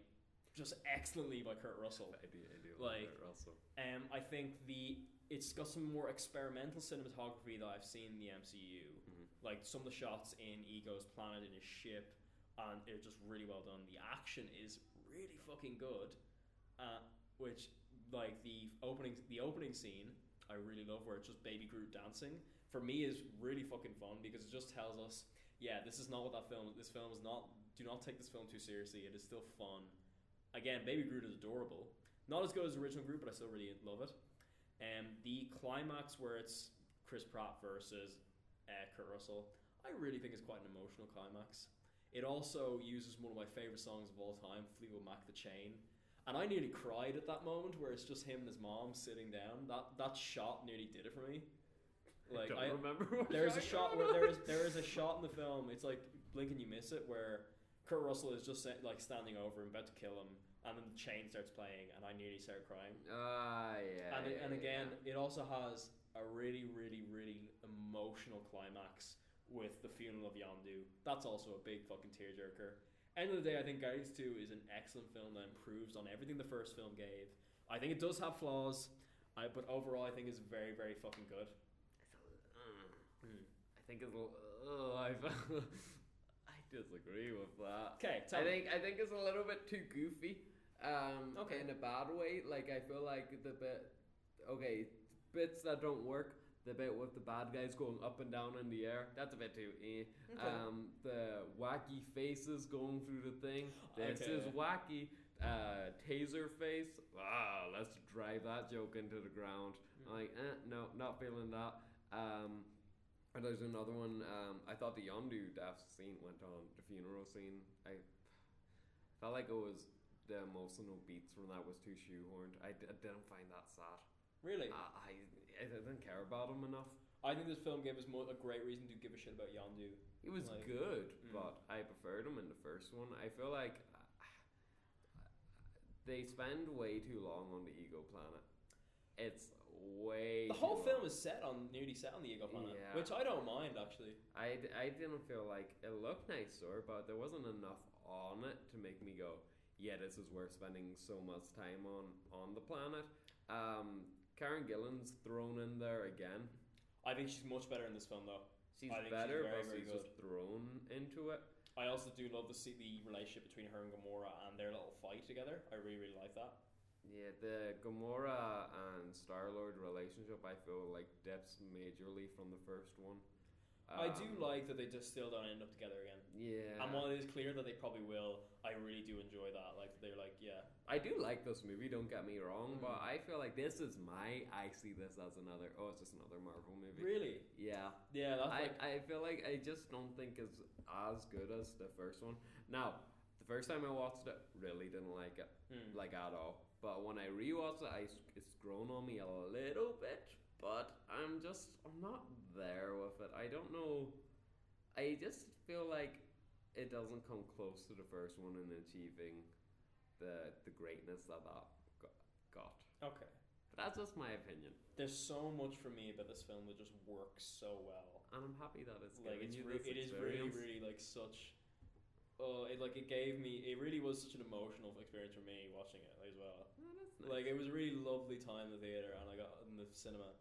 Speaker 1: just excellently by Kurt Russell.
Speaker 3: I do, I do
Speaker 1: like
Speaker 3: Kurt Russell.
Speaker 1: Um, I think the it's got some more experimental cinematography that I've seen in the MCU.
Speaker 3: Mm-hmm.
Speaker 1: Like some of the shots in Ego's planet in his ship, and it's just really well done. The action is really fucking good. Uh, which like the opening the opening scene I really love where it's just Baby Groot dancing for me is really fucking fun because it just tells us yeah this is not what that film this film is not do not take this film too seriously it is still fun again Baby Groot is adorable not as good as original Groot but I still really love it and the climax where it's Chris Pratt versus uh, Kurt Russell I really think is quite an emotional climax it also uses one of my favorite songs of all time Fleetwood Mac the Chain and I nearly cried at that moment where it's just him and his mom sitting down. That that shot nearly did it for me.
Speaker 3: Like I don't I, remember.
Speaker 1: there's a shot where there is there is a shot in the film. It's like blink and you miss it, where Kurt Russell is just like standing over and about to kill him, and then the chain starts playing, and I nearly started crying.
Speaker 3: Ah, uh, yeah.
Speaker 1: And
Speaker 3: yeah,
Speaker 1: it, and again, yeah. it also has a really, really, really emotional climax with the funeral of Yondu. That's also a big fucking tearjerker end of the day, I think Guardians 2 is an excellent film that improves on everything the first film gave. I think it does have flaws, I, but overall, I think it's very, very fucking good.
Speaker 3: I think it's a little. Uh, I've, I disagree with that.
Speaker 1: Okay,
Speaker 3: I me. think I think it's a little bit too goofy. Um, okay, in a bad way. Like I feel like the bit, okay, bits that don't work the bit with the bad guys going up and down in the air. That's a bit too. Eh. Okay. Um, the wacky faces going through the thing. This okay. is wacky. Uh, taser face. Ah, let's drive that joke into the ground. Mm. Like, eh, no, not feeling that. Um, and there's another one. Um, I thought the Yondu death scene went on the funeral scene. I felt like it was the emotional beats from that was too shoehorned. I d- I didn't find that sad.
Speaker 1: Really?
Speaker 3: Uh, I, I didn't care about him enough.
Speaker 1: I think this film gave us more, a great reason to give a shit about Yondu.
Speaker 3: It was like, good, mm. but I preferred him in the first one. I feel like uh, they spend way too long on the ego planet. It's way.
Speaker 1: The whole film long. is set on nearly set on the ego planet, yeah. which I don't mind actually.
Speaker 3: I, I didn't feel like it looked nicer, but there wasn't enough on it to make me go, yeah, this is worth spending so much time on on the planet. Um, Karen Gillan's thrown in there again.
Speaker 1: I think she's much better in this film, though.
Speaker 3: She's better, she's very, but she's just thrown into it.
Speaker 1: I also do love to see the relationship between her and Gamora and their little fight together. I really, really like that.
Speaker 3: Yeah, the Gamora and Star Lord relationship, I feel like dips majorly from the first one.
Speaker 1: Um, I do like that they just still don't end up together again.
Speaker 3: Yeah.
Speaker 1: And while it is clear that they probably will, I really do enjoy that. Like they're like, yeah.
Speaker 3: I do like this movie, don't get me wrong, mm. but I feel like this is my I see this as another oh, it's just another Marvel movie.
Speaker 1: Really?
Speaker 3: Yeah.
Speaker 1: Yeah,
Speaker 3: I, like... I feel like I just don't think it's as good as the first one. Now, the first time I watched it, really didn't like it.
Speaker 1: Mm.
Speaker 3: Like at all. But when I rewatched it, I, it's grown on me a little bit but I'm just I'm not there with it. I don't know. I just feel like it doesn't come close to the first one in achieving the the greatness that that got.
Speaker 1: Okay.
Speaker 3: But that's just my opinion.
Speaker 1: There's so much for me about this film that just works so well,
Speaker 3: and I'm happy that it's
Speaker 1: like it's re- it is really really like such. Oh, it like it gave me. It really was such an emotional experience for me watching it as well.
Speaker 3: Oh, nice.
Speaker 1: Like it was a really lovely time in the theater, and I got in the cinema,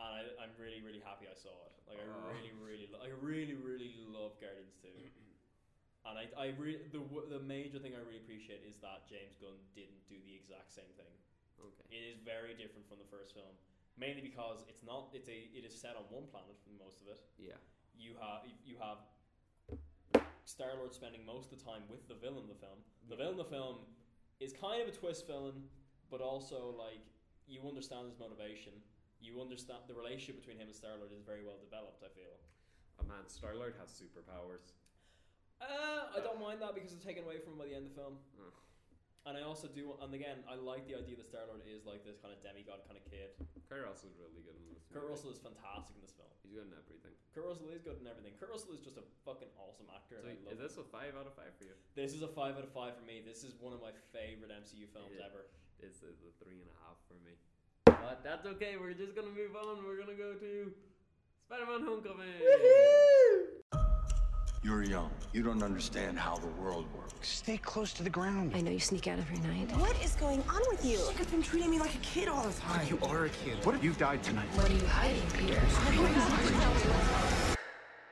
Speaker 1: and I, am really really happy I saw it. Like I oh. really really lo- I really really love Guardians too, and I I really the the major thing I really appreciate is that James Gunn didn't do the exact same thing.
Speaker 3: Okay.
Speaker 1: It is very different from the first film, mainly because it's not it's a it is set on one planet for most of it.
Speaker 3: Yeah.
Speaker 1: You have you have Star Lord spending most of the time with the villain of the film. The villain of the film is kind of a twist villain, but also like you understand his motivation. You understand the relationship between him and Star Lord is very well developed. I feel.
Speaker 3: Oh man, Star Lord has superpowers.
Speaker 1: Uh, I don't mind that because it's taken away from him by the end of the film.
Speaker 3: Mm.
Speaker 1: And I also do, and again, I like the idea that Star Lord is like this kind of demigod kind of kid.
Speaker 3: Kurt Russell is really good in this.
Speaker 1: Kurt movie. Russell is fantastic in this film.
Speaker 3: He's good in everything.
Speaker 1: Kurt Russell is good in everything. Kurt Russell is just a fucking awesome actor.
Speaker 3: So is this him. a five out of five for you?
Speaker 1: This is a five out of five for me. This is one of my favorite MCU films
Speaker 3: yeah.
Speaker 1: ever.
Speaker 3: This is a three and a half for me. But that's okay. We're just gonna move on. We're gonna go to
Speaker 1: Spider-Man: Homecoming.
Speaker 23: You're young. You don't understand how the world works.
Speaker 2: Stay close to the ground.
Speaker 6: I know you sneak out every night.
Speaker 26: What is going on with you?
Speaker 2: You've been treating me like a kid all the time.
Speaker 23: You are a kid. What if you died tonight?
Speaker 6: What are you hiding, Peter?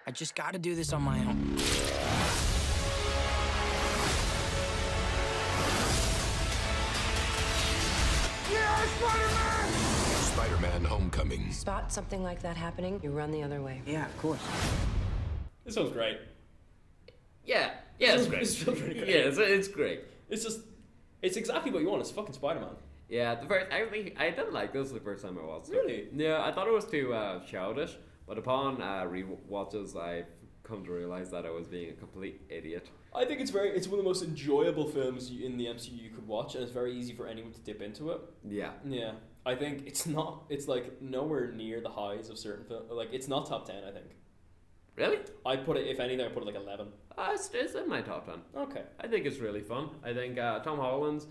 Speaker 2: I just gotta do this on my own.
Speaker 25: Yeah, Spider-Man! Spider-Man Homecoming.
Speaker 6: Spot something like that happening, you run the other way.
Speaker 2: Yeah, of course.
Speaker 1: This one's great.
Speaker 27: Yeah, yeah, it's,
Speaker 1: great. It's still pretty great.
Speaker 27: Yeah, it's, it's great.
Speaker 1: It's just, it's exactly what you want. It's fucking Spider Man.
Speaker 3: Yeah, the first I think I didn't like this the first time I watched it.
Speaker 1: Really?
Speaker 3: Yeah, I thought it was too uh, childish, but upon uh, re-watches, I've come to realize that I was being a complete idiot.
Speaker 1: I think it's very, it's one of the most enjoyable films you, in the MCU you could watch, and it's very easy for anyone to dip into it.
Speaker 3: Yeah.
Speaker 1: Yeah. I think it's not, it's like nowhere near the highs of certain films. Like, it's not top 10, I think.
Speaker 3: Really?
Speaker 1: I put it, if anything, I put it like 11.
Speaker 3: Uh, it's, it's in my top 10.
Speaker 1: Okay.
Speaker 3: I think it's really fun. I think uh, Tom Holland's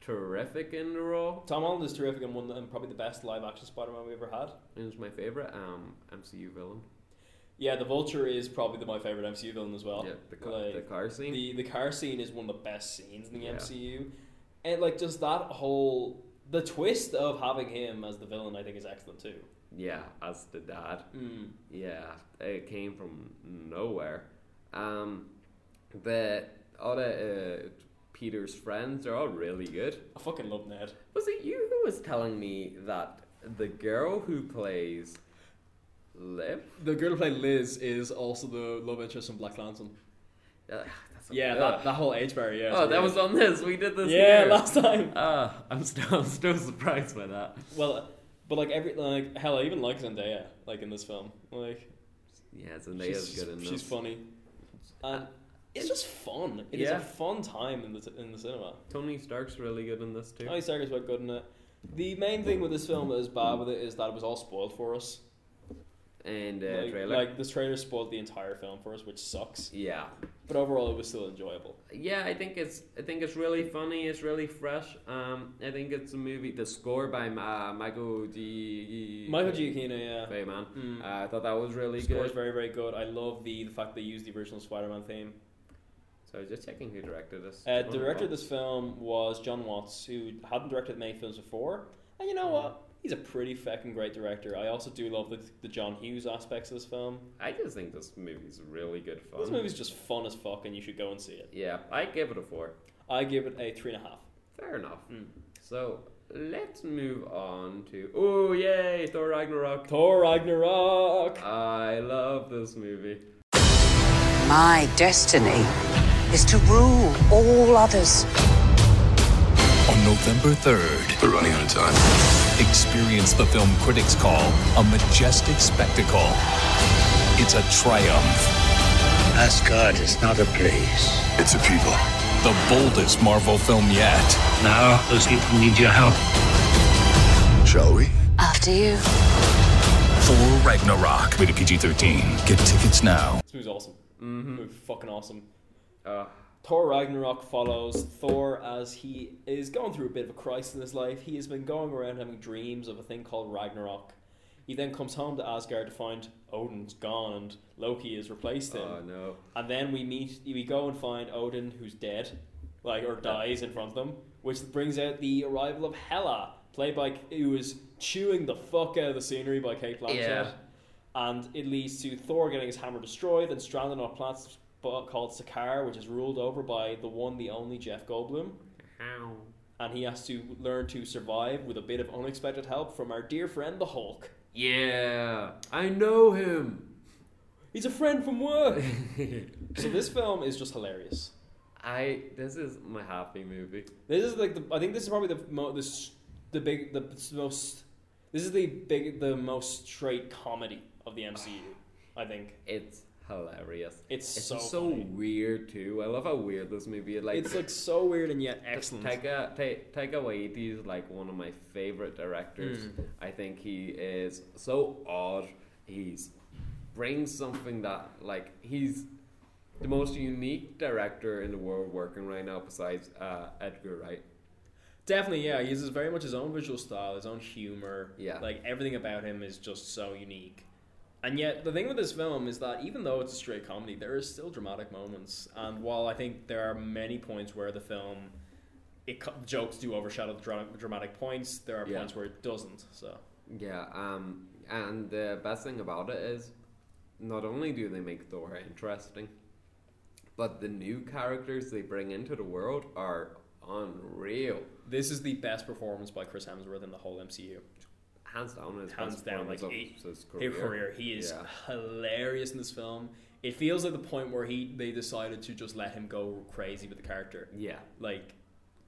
Speaker 3: terrific in the role.
Speaker 1: Tom Holland is terrific and one and probably the best live action Spider Man we ever had.
Speaker 3: And it's my favourite um, MCU villain.
Speaker 1: Yeah, the Vulture is probably the, my favourite MCU villain as well.
Speaker 3: Yeah, the car, like, the car scene.
Speaker 1: The, the car scene is one of the best scenes in the yeah. MCU. And like just that whole. The twist of having him as the villain, I think, is excellent too.
Speaker 3: Yeah, as the dad.
Speaker 1: Mm.
Speaker 3: Yeah, it came from nowhere. Um, the other uh, Peter's friends are all really good.
Speaker 1: I fucking love Ned.
Speaker 3: Was it you who was telling me that the girl who plays Liv,
Speaker 1: the girl who played Liz, is also the love interest in Black Lantern?
Speaker 3: Uh,
Speaker 1: yeah, that, that whole age barrier. Yeah,
Speaker 3: oh, that was on this. We did this.
Speaker 1: Yeah,
Speaker 3: here.
Speaker 1: last time.
Speaker 3: Uh, I'm still, I'm still surprised by that.
Speaker 1: Well. But like every like hell, I even like Zendaya like in this film. Like,
Speaker 3: yeah, Zendaya's good in this.
Speaker 1: She's funny, and uh, it's, it's just fun. It yeah. is a fun time in the in the cinema.
Speaker 3: Tony Stark's really good in this too.
Speaker 1: Tony Stark is good in it. The main thing with this film that is bad with it is that it was all spoiled for us.
Speaker 3: And uh,
Speaker 1: like,
Speaker 3: trailer.
Speaker 1: like this trailer spoiled the entire film for us, which sucks.
Speaker 3: Yeah,
Speaker 1: but overall, it was still enjoyable.
Speaker 3: Yeah, I think it's I think it's really funny. It's really fresh. Um, I think it's a movie. The score by uh, Michael G.
Speaker 1: Michael Giacchino, yeah.
Speaker 3: Hey man,
Speaker 1: mm.
Speaker 3: uh, I thought that was really
Speaker 1: the
Speaker 3: good.
Speaker 1: Score's very very good. I love the the fact they used the original Spider-Man theme.
Speaker 3: So just checking who directed this.
Speaker 1: Uh, director of this film was John Watts, who hadn't directed many films before. And you know mm.
Speaker 3: Mm-hmm.
Speaker 1: what? he's a pretty fucking great director. I also do love the, the John Hughes aspects of this film.
Speaker 3: I just think this movie's really good fun.
Speaker 1: This movie's just fun as fuck, and you should go and see it.
Speaker 3: Yeah, I give it a four.
Speaker 1: I give it a three and a half.
Speaker 3: Fair enough.
Speaker 1: Mm.
Speaker 3: So let's move on to oh yay Thor Ragnarok.
Speaker 1: Thor Ragnarok.
Speaker 3: I love this movie.
Speaker 7: My destiny is to rule all others.
Speaker 28: On November 3rd,
Speaker 29: we're running out of time
Speaker 28: experience the film critics call a majestic spectacle. It's a triumph.
Speaker 7: Asgard is not a place,
Speaker 29: it's a people.
Speaker 28: The boldest Marvel film yet.
Speaker 7: Now those people need your help.
Speaker 29: Shall we?
Speaker 7: After you.
Speaker 28: Thor Ragnarok. Rated PG 13. Get tickets now.
Speaker 1: This movie's awesome.
Speaker 3: Mm-hmm.
Speaker 1: Movie's fucking awesome.
Speaker 3: Uh,
Speaker 1: Thor Ragnarok follows Thor as he is going through a bit of a crisis in his life. He has been going around having dreams of a thing called Ragnarok. He then comes home to Asgard to find Odin's gone and Loki has replaced him.
Speaker 3: Oh no!
Speaker 1: And then we meet, we go and find Odin, who's dead, like or dies in front of them, which brings out the arrival of Hela, played by who is chewing the fuck out of the scenery by Kate Blanchett.
Speaker 3: Yeah.
Speaker 1: And it leads to Thor getting his hammer destroyed and stranded on a planet but called Sakar, which is ruled over by the one, the only Jeff Goldblum.
Speaker 3: How?
Speaker 1: And he has to learn to survive with a bit of unexpected help from our dear friend the Hulk.
Speaker 3: Yeah, I know him.
Speaker 1: He's a friend from work. so this film is just hilarious.
Speaker 3: I this is my happy movie.
Speaker 1: This is like the, I think this is probably the mo- this, the big the most this is the big the most straight comedy of the MCU. I think
Speaker 3: it's hilarious.
Speaker 1: It's,
Speaker 3: it's
Speaker 1: so,
Speaker 3: so weird too. I love how weird this movie is. Like
Speaker 1: it's like so weird and yet excellent.
Speaker 3: Taika Taika Waititi is like one of my favorite directors.
Speaker 1: Hmm.
Speaker 3: Mm. I think he is so odd. He's brings something that like he's the most unique director in the world working right now besides uh, Edgar Wright.
Speaker 1: Definitely, yeah. He uses very much his own visual style, his own humor.
Speaker 3: Yeah,
Speaker 1: like everything about him is just so unique And yet, the thing with this film is that even though it's a straight comedy, there are still dramatic moments. And while I think there are many points where the film, it co- jokes do overshadow the dra- dramatic points, there are
Speaker 3: Yeah.
Speaker 1: points where it doesn't. So
Speaker 3: Yeah, um, and the best thing about it is not only do they make Thor interesting, but the new characters they bring into the world are unreal.
Speaker 1: this is the best performance by Chris Hemsworth in the whole MCU.
Speaker 3: Hands down, his
Speaker 1: Hands
Speaker 3: best
Speaker 1: down, like
Speaker 3: performance
Speaker 1: he,
Speaker 3: of his
Speaker 1: career.
Speaker 3: career.
Speaker 1: career. He is
Speaker 3: Yeah.
Speaker 1: hilarious in this film. It feels like the point where he they decided to just let him go crazy with the character.
Speaker 3: Yeah.
Speaker 1: like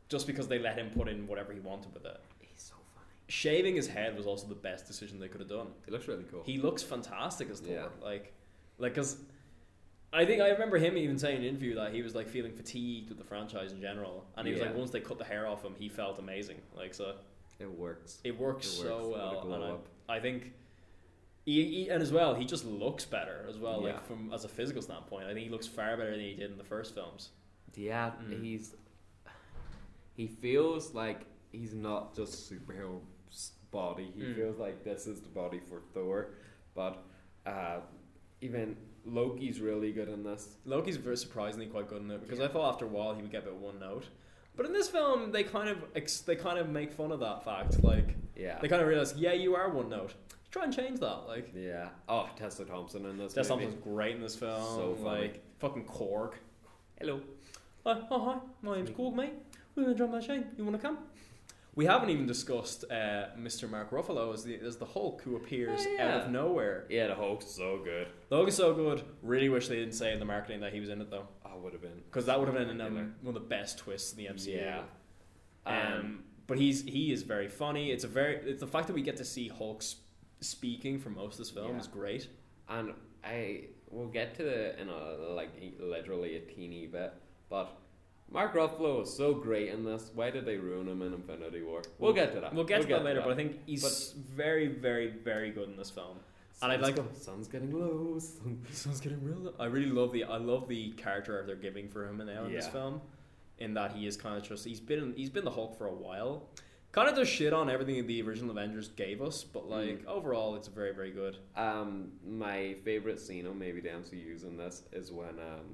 Speaker 1: just because they let him put in whatever he wanted with it. He's so funny. Shaving his head was also the best decision they could have done.
Speaker 3: He looks really cool.
Speaker 1: He looks fantastic as Thor.
Speaker 3: Yeah.
Speaker 1: Like, like because I think I remember him even saying in an interview that he was like feeling fatigued with the franchise in general, and he was
Speaker 3: Yeah.
Speaker 1: like once they cut the hair off him, he felt amazing. Like so,
Speaker 3: It works.
Speaker 1: it works,
Speaker 3: It
Speaker 1: so
Speaker 3: works. What a
Speaker 1: well, and
Speaker 3: glow up.
Speaker 1: I, I think. He, he- and as well, he just looks better as well,
Speaker 3: Yeah.
Speaker 1: like from as a physical standpoint. I think he looks far better than he did in the first films.
Speaker 3: Yeah, he's he feels like he's not just superhero s- body. He
Speaker 1: Mm.
Speaker 3: feels like this is the body for Thor, but uh, even Loki's really good in this.
Speaker 1: Loki's very surprisingly quite good in it because I thought after a while he would get a bit one note, but in this film they kind of ex- they kind of make fun of that fact. Like uh,
Speaker 3: Yeah.
Speaker 1: they kind of realize, yeah, you are one note. Try and change that. Like
Speaker 3: Yeah. Oh, Tessa Thompson in this.
Speaker 1: Tess
Speaker 3: movie.
Speaker 1: Thompson's great in this film.
Speaker 3: So funny.
Speaker 1: Like fucking Korg.
Speaker 3: Hello.
Speaker 1: Hi, oh, hi, my name's Korg, mate. We're gonna jump that chain. You wanna come? We haven't even discussed uh, Mr. Mark Ruffalo as the as the Hulk who appears
Speaker 3: Oh, yeah.
Speaker 1: out of nowhere.
Speaker 3: Yeah, the Hulk's so good.
Speaker 1: The Hulk is so good. Really wish they didn't say in the marketing that he was in it though.
Speaker 3: I would have Oh, been
Speaker 1: because that would have been
Speaker 3: so
Speaker 1: another,
Speaker 3: killer.
Speaker 1: one of the best twists in the MCU.
Speaker 3: Yeah.
Speaker 1: Um,
Speaker 3: Um,
Speaker 1: but he's he is very funny. It's a very it's the fact that we get to see Hulk sp- speaking for most of this film
Speaker 3: Yeah.
Speaker 1: is great.
Speaker 3: and I will get to the in a like e, literally a teeny bit, but Mark Ruffalo is so great in this. Why did they ruin him in Infinity War? We'll get to that.
Speaker 1: We'll get to that later. But I think he's very very very good in this film. And I'd like
Speaker 3: Sun's go- sun's getting low. Sun,
Speaker 1: sun's getting real. I really love the I love the character they're giving for him now in this
Speaker 3: Yeah.
Speaker 1: film, in that he is kind of just he's been he's been the Hulk for a while. Kind of does shit on everything the original Avengers gave us, but like overall, it's very very good.
Speaker 3: Um, my favorite scene, or maybe the MCU's in this, is when um,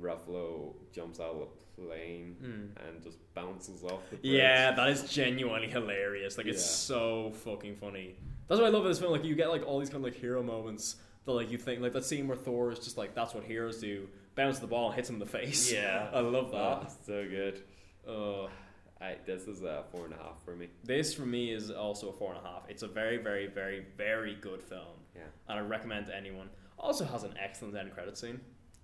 Speaker 3: Ruffalo jumps out of a plane and just bounces off the bridge.
Speaker 1: Hmm. Yeah, that is genuinely hilarious. Like it's
Speaker 3: Yeah.
Speaker 1: so fucking funny. That's what I love about this film. Like you get like all these kind of like hero moments that like you think like that scene where Thor is just like that's what heroes do. Bounces the ball and hits him in the face.
Speaker 3: Yeah.
Speaker 1: I love
Speaker 3: Oh,
Speaker 1: that.
Speaker 3: so good.
Speaker 1: Oh.
Speaker 3: I, this is a four and a half for me.
Speaker 1: This for me is also a four and a half. It's a very, very, very, very good film.
Speaker 3: Yeah.
Speaker 1: And I recommend to anyone. Also has an excellent end credit scene.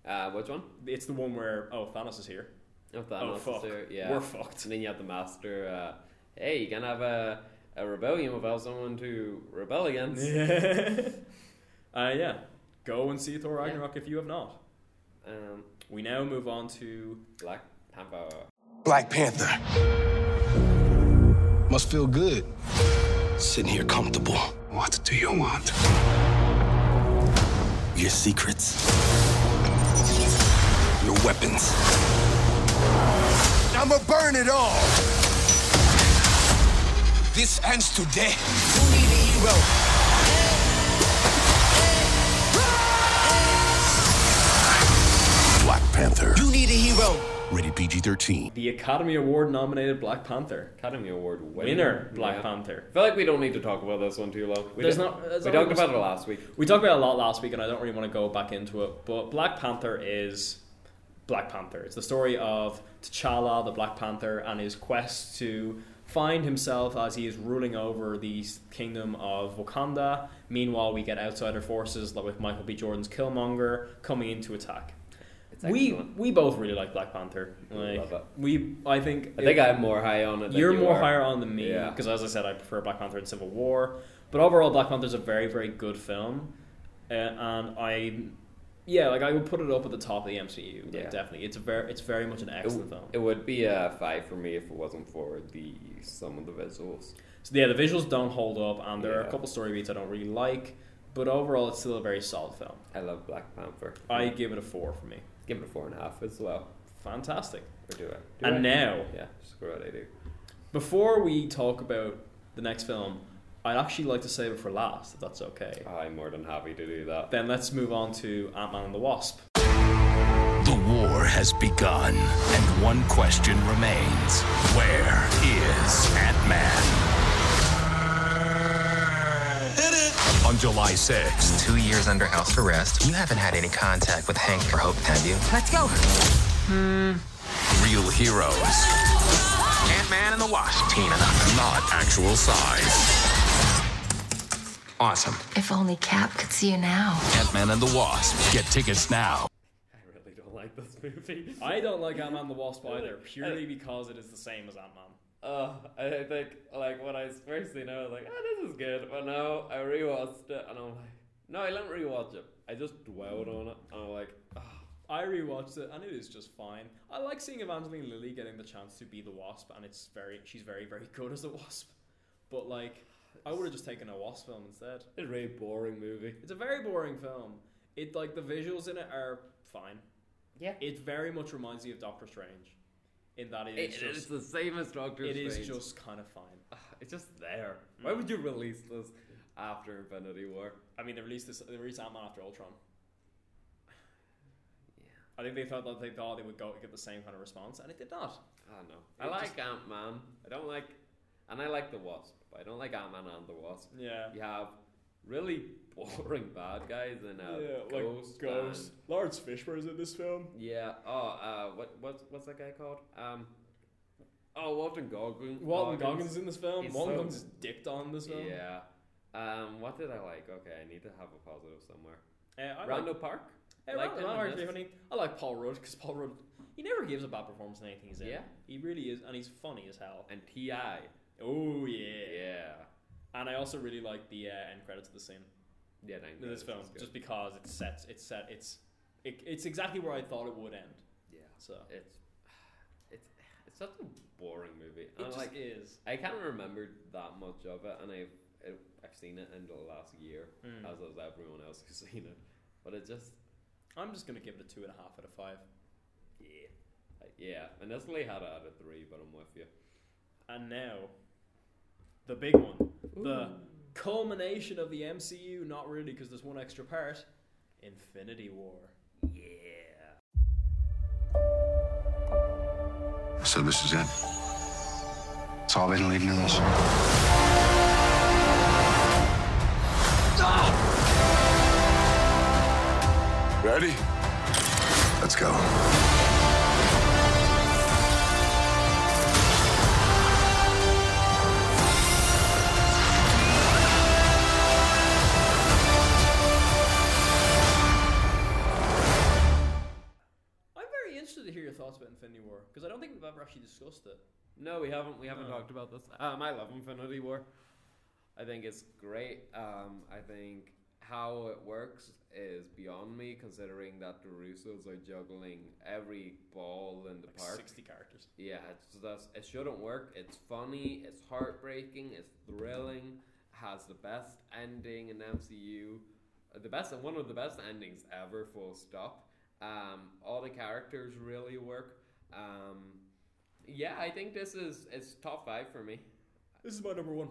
Speaker 3: Uh, which one?
Speaker 1: It's the one where oh Thanos is here.
Speaker 3: If that
Speaker 1: Oh,
Speaker 3: oh,
Speaker 1: fuck.
Speaker 3: yeah.
Speaker 1: We're fucked.
Speaker 3: And then you have the master, uh, hey, you can have a, a rebellion without someone to rebel against.
Speaker 1: Yeah. uh, yeah. Go and see Thor Ragnarok if you have not.
Speaker 3: Um,
Speaker 1: we now move on to
Speaker 3: Black Panther.
Speaker 5: Black Panther. Must feel good. Sitting here comfortable. What do you want? Your secrets. Your weapons. I'ma burn it all. This ends today. You need a hero.
Speaker 29: Black Panther.
Speaker 5: You need a hero.
Speaker 29: Rated PG 13.
Speaker 1: The Academy Award nominated Black Panther.
Speaker 3: Academy Award winner.
Speaker 1: Winner, Black
Speaker 3: Yeah.
Speaker 1: Panther.
Speaker 3: I feel like we don't need to talk about this one too long. We,
Speaker 1: There's
Speaker 3: did-
Speaker 1: not- there's
Speaker 3: we
Speaker 1: not
Speaker 3: talked
Speaker 1: much-
Speaker 3: about it last week.
Speaker 1: We talked about it a lot last week, and I don't really want to go back into it, but Black Panther is Black Panther. It's the story of T'Challa, the Black Panther, and his quest to find himself as he is ruling over the kingdom of Wakanda. Meanwhile, we get outsider forces, like with Michael B. Jordan's Killmonger, coming in to attack. We
Speaker 3: excellent.
Speaker 1: we both really like Black Panther. Like,
Speaker 3: Love it.
Speaker 1: We I think
Speaker 3: I think I'm more high on it. than
Speaker 1: You're
Speaker 3: you
Speaker 1: more
Speaker 3: are.
Speaker 1: higher on than me
Speaker 3: Yeah.
Speaker 1: because, as I said, I prefer Black Panther and Civil War. But overall, Black Panther's a very, very good film, uh, and I, yeah, like I would put it up at the top of the MCU. Like,
Speaker 3: Yeah.
Speaker 1: definitely, it's a very, it's very much an
Speaker 3: It,
Speaker 1: excellent
Speaker 3: w-
Speaker 1: film.
Speaker 3: it would be a five for me if it wasn't for the some of the visuals.
Speaker 1: So yeah, the visuals don't hold up, and there are a
Speaker 3: Yeah.
Speaker 1: couple story beats I don't really like, but overall, it's still a very solid film.
Speaker 3: I love Black Panther.
Speaker 1: I give it a four for me.
Speaker 3: give it a four and a half as well.
Speaker 1: Fantastic.
Speaker 3: Or do I? Do
Speaker 1: And
Speaker 3: I?
Speaker 1: now-
Speaker 3: yeah, screw it. I do.
Speaker 1: Before we talk about the next film, I'd actually like to save it for last, if that's
Speaker 3: Uh,
Speaker 1: okay.
Speaker 30: I'm more than happy to do that.
Speaker 1: Then let's move on to Ant Man and the Wasp.
Speaker 8: The war has begun, and one question remains Where is Ant Man? Hit it! On July 6th.
Speaker 31: Two years under house arrest. You haven't had any contact with Hank or Hope, have you?
Speaker 8: Let's go! Hmm. Real heroes.
Speaker 31: Ant Man and the Wasp, Tina.
Speaker 8: Not actual size.
Speaker 31: Awesome.
Speaker 7: If only Cap could see you now.
Speaker 8: Ant Man and the Wasp. Get tickets now.
Speaker 1: I really don't like this movie. I don't like Ant Man and the Wasp either, purely because it is the same as Ant Man.
Speaker 3: Oh, Uh, I think like when I first seen it, I was like, oh, this is good. But now I rewatched it and I'm like, no, I didn't rewatch it. I just dwelled on it and I'm like, oh.
Speaker 1: I rewatched it and it is just fine. I like seeing Evangeline Lilly getting the chance to be the Wasp, and it's very she's very very good as the Wasp. But like, I would have just taken a Wasp film instead.
Speaker 3: It's a very boring movie.
Speaker 1: It's a very boring film. It like the visuals in it are fine.
Speaker 3: Yeah.
Speaker 1: It very much reminds you of Doctor Strange, in that it,
Speaker 3: it
Speaker 1: is just,
Speaker 3: it's the same as Doctor
Speaker 1: It is
Speaker 3: Strange.
Speaker 1: just kind of fine.
Speaker 3: It's just there. Why would you release this after Infinity War?
Speaker 1: I mean, they released this. They released Ant Man after Ultron. I think they thought that they thought they would go get the same kind of response, and it did not.
Speaker 3: I don't know. I like just... Ant Man. I don't like, and I like the Wasp, but I don't like Ant Man and the Wasp.
Speaker 1: Yeah.
Speaker 3: You have really boring bad guys and a yeah,
Speaker 1: Like
Speaker 3: ghost.
Speaker 1: ghost. And... Lawrence Fishburne is in this film.
Speaker 3: Yeah. Oh, uh, what what's what's that guy called? Um. Oh, Walton Goggins.
Speaker 1: Walton Goggins is in this film. He's Walton so... Goggins is dicked on in this film.
Speaker 3: Yeah. Um. What did I like? Okay, I need to have a positive somewhere. Uh, Randall like... Park.
Speaker 1: Hey, like Ron, Ron I like Paul Rudd because Paul Rudd, he never gives a bad performance in anything he's in.
Speaker 3: Yeah,
Speaker 1: he really is, and he's funny as hell.
Speaker 3: And Ti.
Speaker 1: Oh yeah.
Speaker 3: Yeah.
Speaker 1: And I also really like the uh, end credits of the scene.
Speaker 3: Yeah,
Speaker 1: in this film, just because it's set, it's set, it's it, it's exactly where I thought it would end.
Speaker 3: Yeah.
Speaker 1: So
Speaker 3: it's it's it's such a boring movie.
Speaker 1: It just like, is.
Speaker 3: I can't remember that much of it, and I've it, I've seen it in the last year,
Speaker 1: Hmm.
Speaker 3: mm. as has everyone else who's seen it. But it just
Speaker 1: I'm just gonna give it a two and a half out of five.
Speaker 3: Yeah. Uh, yeah, initially had it at a three, but I'm with you.
Speaker 1: And now, the big one, Ooh. the culmination of the MCU. Not really, because there's one extra part. Infinity War.
Speaker 5: Yeah. So this is it. It's all been leading to this.
Speaker 32: Ah! Ready?
Speaker 5: Let's go.
Speaker 1: I'm very interested to hear your thoughts about Infinity War because I don't think we've ever actually discussed it.
Speaker 3: No, we haven't. We haven't no. talked about this. Um, I love Infinity War. I think it's great. Um, I think how it works is beyond me, considering that the Russos are juggling every ball in the
Speaker 1: like
Speaker 3: park.
Speaker 1: Sixty characters.
Speaker 3: Yeah, it's, that's it shouldn't work. It's funny. It's heartbreaking. It's thrilling. Has the best ending in MCU. Uh, The best one of the best endings ever. Full stop. Um, all the characters really work. Um, yeah, I think this is it's top five for me.
Speaker 1: This is my number one.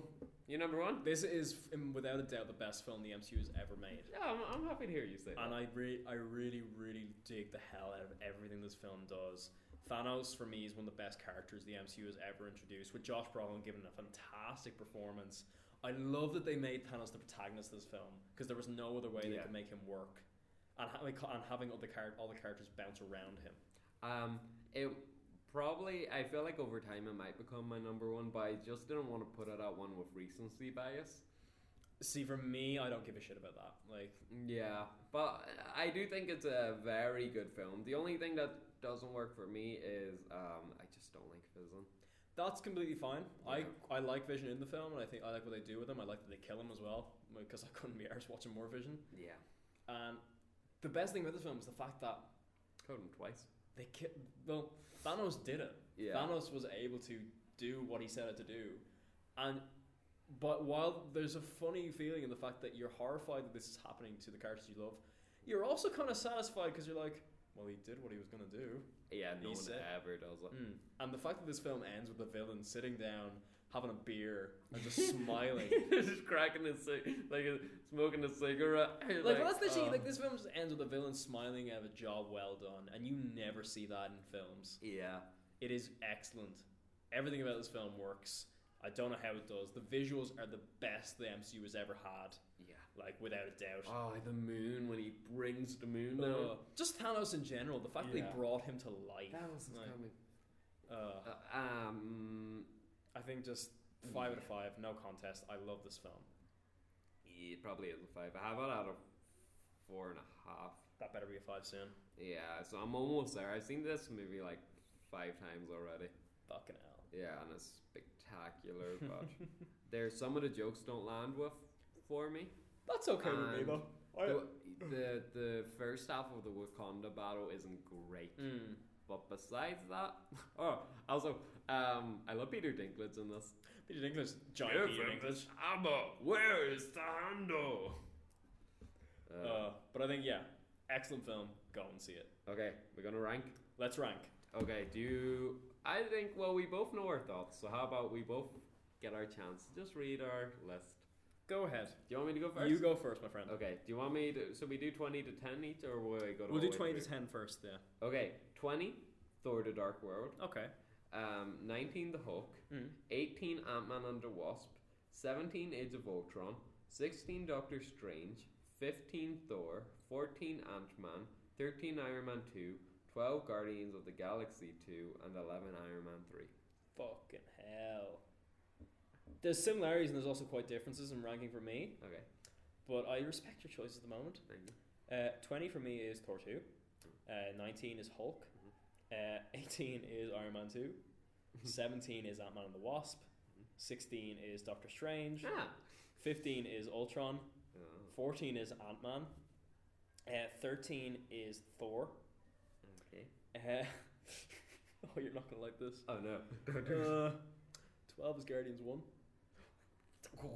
Speaker 3: Your number one?
Speaker 1: This is, without a doubt, the best film the MCU has ever made.
Speaker 3: Yeah, I'm, I'm happy to hear you say that.
Speaker 1: And I, re- I really, really dig the hell out of everything this film does. Thanos, for me, is one of the best characters the MCU has ever introduced, with Josh Brolin giving a fantastic performance. I love that they made Thanos the protagonist of this film, because there was no other way yeah. they could make him work. And, ha- and having all the, char- all the characters bounce around him.
Speaker 3: Um, it probably I feel like over time it might become my number one, but I just didn't want to put it at one with recency bias.
Speaker 1: See, for me, I don't give a shit about that. Like,
Speaker 3: yeah, but I do think it's a very good film. The only thing that doesn't work for me is um, I just don't like Vision.
Speaker 1: That's completely fine. Yeah. I I like Vision in the film, and I think I like what they do with him. I like that they kill him as well because I couldn't be arsed watching more Vision.
Speaker 3: Yeah.
Speaker 1: Um, the best thing about this film is the fact that
Speaker 3: killed him twice.
Speaker 1: They killed well. Thanos did it.
Speaker 3: Yeah.
Speaker 1: Thanos was able to do what he set out to do, and but while there's a funny feeling in the fact that you're horrified that this is happening to the characters you love, you're also kind of satisfied because you're like, well, he did what he was gonna do.
Speaker 3: Yeah, no he one said. ever does that.
Speaker 1: Mm. And the fact that this film ends with the villain sitting down, having a beer and just smiling,
Speaker 3: just cracking his like uh, smoking a cigarette.
Speaker 1: Like, like well, that's literally um, like this film just ends with the villain smiling at a job well done, and you never see that in films.
Speaker 3: Yeah,
Speaker 1: it is excellent. Everything about this film works. I don't know how it does. The visuals are the best the MCU has ever had.
Speaker 3: Yeah.
Speaker 1: Like, without a doubt.
Speaker 3: Oh, the moon, when he brings the moon uh,
Speaker 1: Just Thanos in general, the fact yeah. that he brought him to life.
Speaker 3: Thanos is like, coming.
Speaker 1: Uh, uh,
Speaker 3: um,
Speaker 1: I think just five yeah. out of five, no contest. I love this film.
Speaker 3: Yeah, it probably is a five. I have it out of four and a half.
Speaker 1: That better be a five soon.
Speaker 3: Yeah, so I'm almost there. I've seen this movie like five times already.
Speaker 1: Fucking hell.
Speaker 3: Yeah, and it's spectacular, but there's some of the jokes don't land with for me.
Speaker 1: That's okay and with me though. I...
Speaker 3: The, the, the first half of the Wakanda battle isn't great.
Speaker 1: Mm.
Speaker 3: But besides that, oh, also, um, I love Peter Dinklage in this.
Speaker 1: Peter Dinklage, giant yeah, Peter Dinklage.
Speaker 3: Abba, where is the handle?
Speaker 1: Uh, uh, but I think yeah, excellent film. Go and see it.
Speaker 3: Okay, we're gonna rank.
Speaker 1: Let's rank.
Speaker 3: Okay, do you, I think well we both know our thoughts, so how about we both get our chance to just read our list.
Speaker 1: Go ahead.
Speaker 3: Do you want me to go first?
Speaker 1: You go first, my friend.
Speaker 3: Okay. Do you want me to so we do twenty to ten each or will I go
Speaker 1: We'll do twenty through? to ten first, yeah.
Speaker 3: Okay. Twenty, Thor the Dark World.
Speaker 1: Okay.
Speaker 3: Um, nineteen the Hulk.
Speaker 1: Mm.
Speaker 3: Eighteen Ant Man and the Wasp. Seventeen Age of Ultron. Sixteen Doctor Strange. Fifteen Thor. Fourteen Ant Man. Thirteen Iron Man Two. 12 Guardians of the Galaxy 2 and 11 Iron Man 3.
Speaker 1: Fucking hell. There's similarities and there's also quite differences in ranking for me.
Speaker 3: Okay.
Speaker 1: But I respect your choice at the moment. Uh, 20 for me is Thor 2. Uh, 19 is Hulk. Mm-hmm. Uh, 18 is Iron Man 2. 17 is Ant Man and the Wasp. Mm-hmm. 16 is Doctor Strange.
Speaker 3: Ah.
Speaker 1: 15 is Ultron.
Speaker 3: Oh.
Speaker 1: 14 is Ant Man. 13 is Thor.
Speaker 3: Okay.
Speaker 1: Uh, oh, you're not gonna like this.
Speaker 3: Oh no.
Speaker 1: uh, Twelve is Guardians One.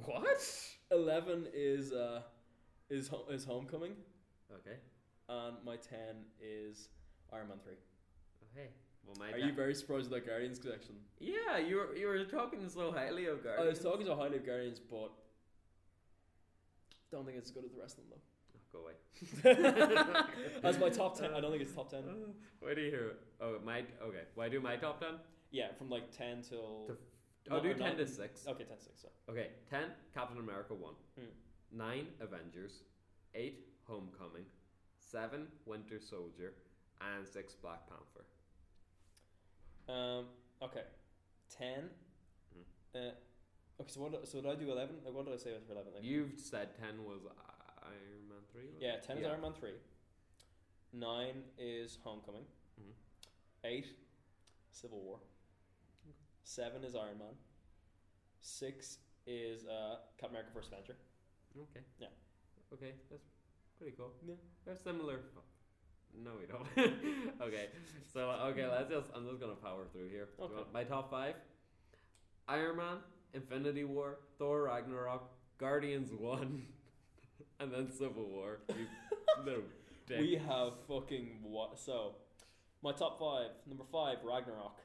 Speaker 3: What?
Speaker 1: Eleven is uh, is ho- is Homecoming.
Speaker 3: Okay.
Speaker 1: And my ten is Iron Man Three.
Speaker 3: Okay. Well,
Speaker 1: Are dad. you very surprised at that Guardians collection?
Speaker 3: Yeah, you were you were talking so highly of Guardians.
Speaker 1: I was talking so highly of Guardians, but don't think it's as good as the rest of them though
Speaker 3: go away.
Speaker 1: That's my top ten. I don't think it's top ten. Uh,
Speaker 3: where do you hear? It? Oh, my. Okay. Why well, do my top ten?
Speaker 1: Yeah, from like ten till.
Speaker 3: To, f- I'll no, do ten nine. to six.
Speaker 1: Okay, ten to six. Sorry.
Speaker 3: Okay, ten Captain America one,
Speaker 1: mm.
Speaker 3: nine Avengers, eight Homecoming, seven Winter Soldier, and six Black Panther.
Speaker 1: Um. Okay. Ten. Mm. Uh, okay. So what? So did I do eleven? Like, what did I say for eleven? Like,
Speaker 3: You've said ten was. Uh, Iron Man 3?
Speaker 1: Yeah, 10 is yeah. Iron Man 3. 9 is Homecoming.
Speaker 3: Mm-hmm.
Speaker 1: 8, Civil War. Okay. 7 is Iron Man. 6 is uh, Captain America First Avenger.
Speaker 3: Okay.
Speaker 1: Yeah.
Speaker 3: Okay, that's pretty cool.
Speaker 1: Yeah.
Speaker 3: They're similar. No, we don't. okay, so, okay, let's just, I'm just gonna power through here.
Speaker 1: Okay.
Speaker 3: To, my top five Iron Man, Infinity War, Thor Ragnarok, Guardians 1. and then Civil War. You, no, dick.
Speaker 1: we have fucking what? So, my top five: number five, Ragnarok;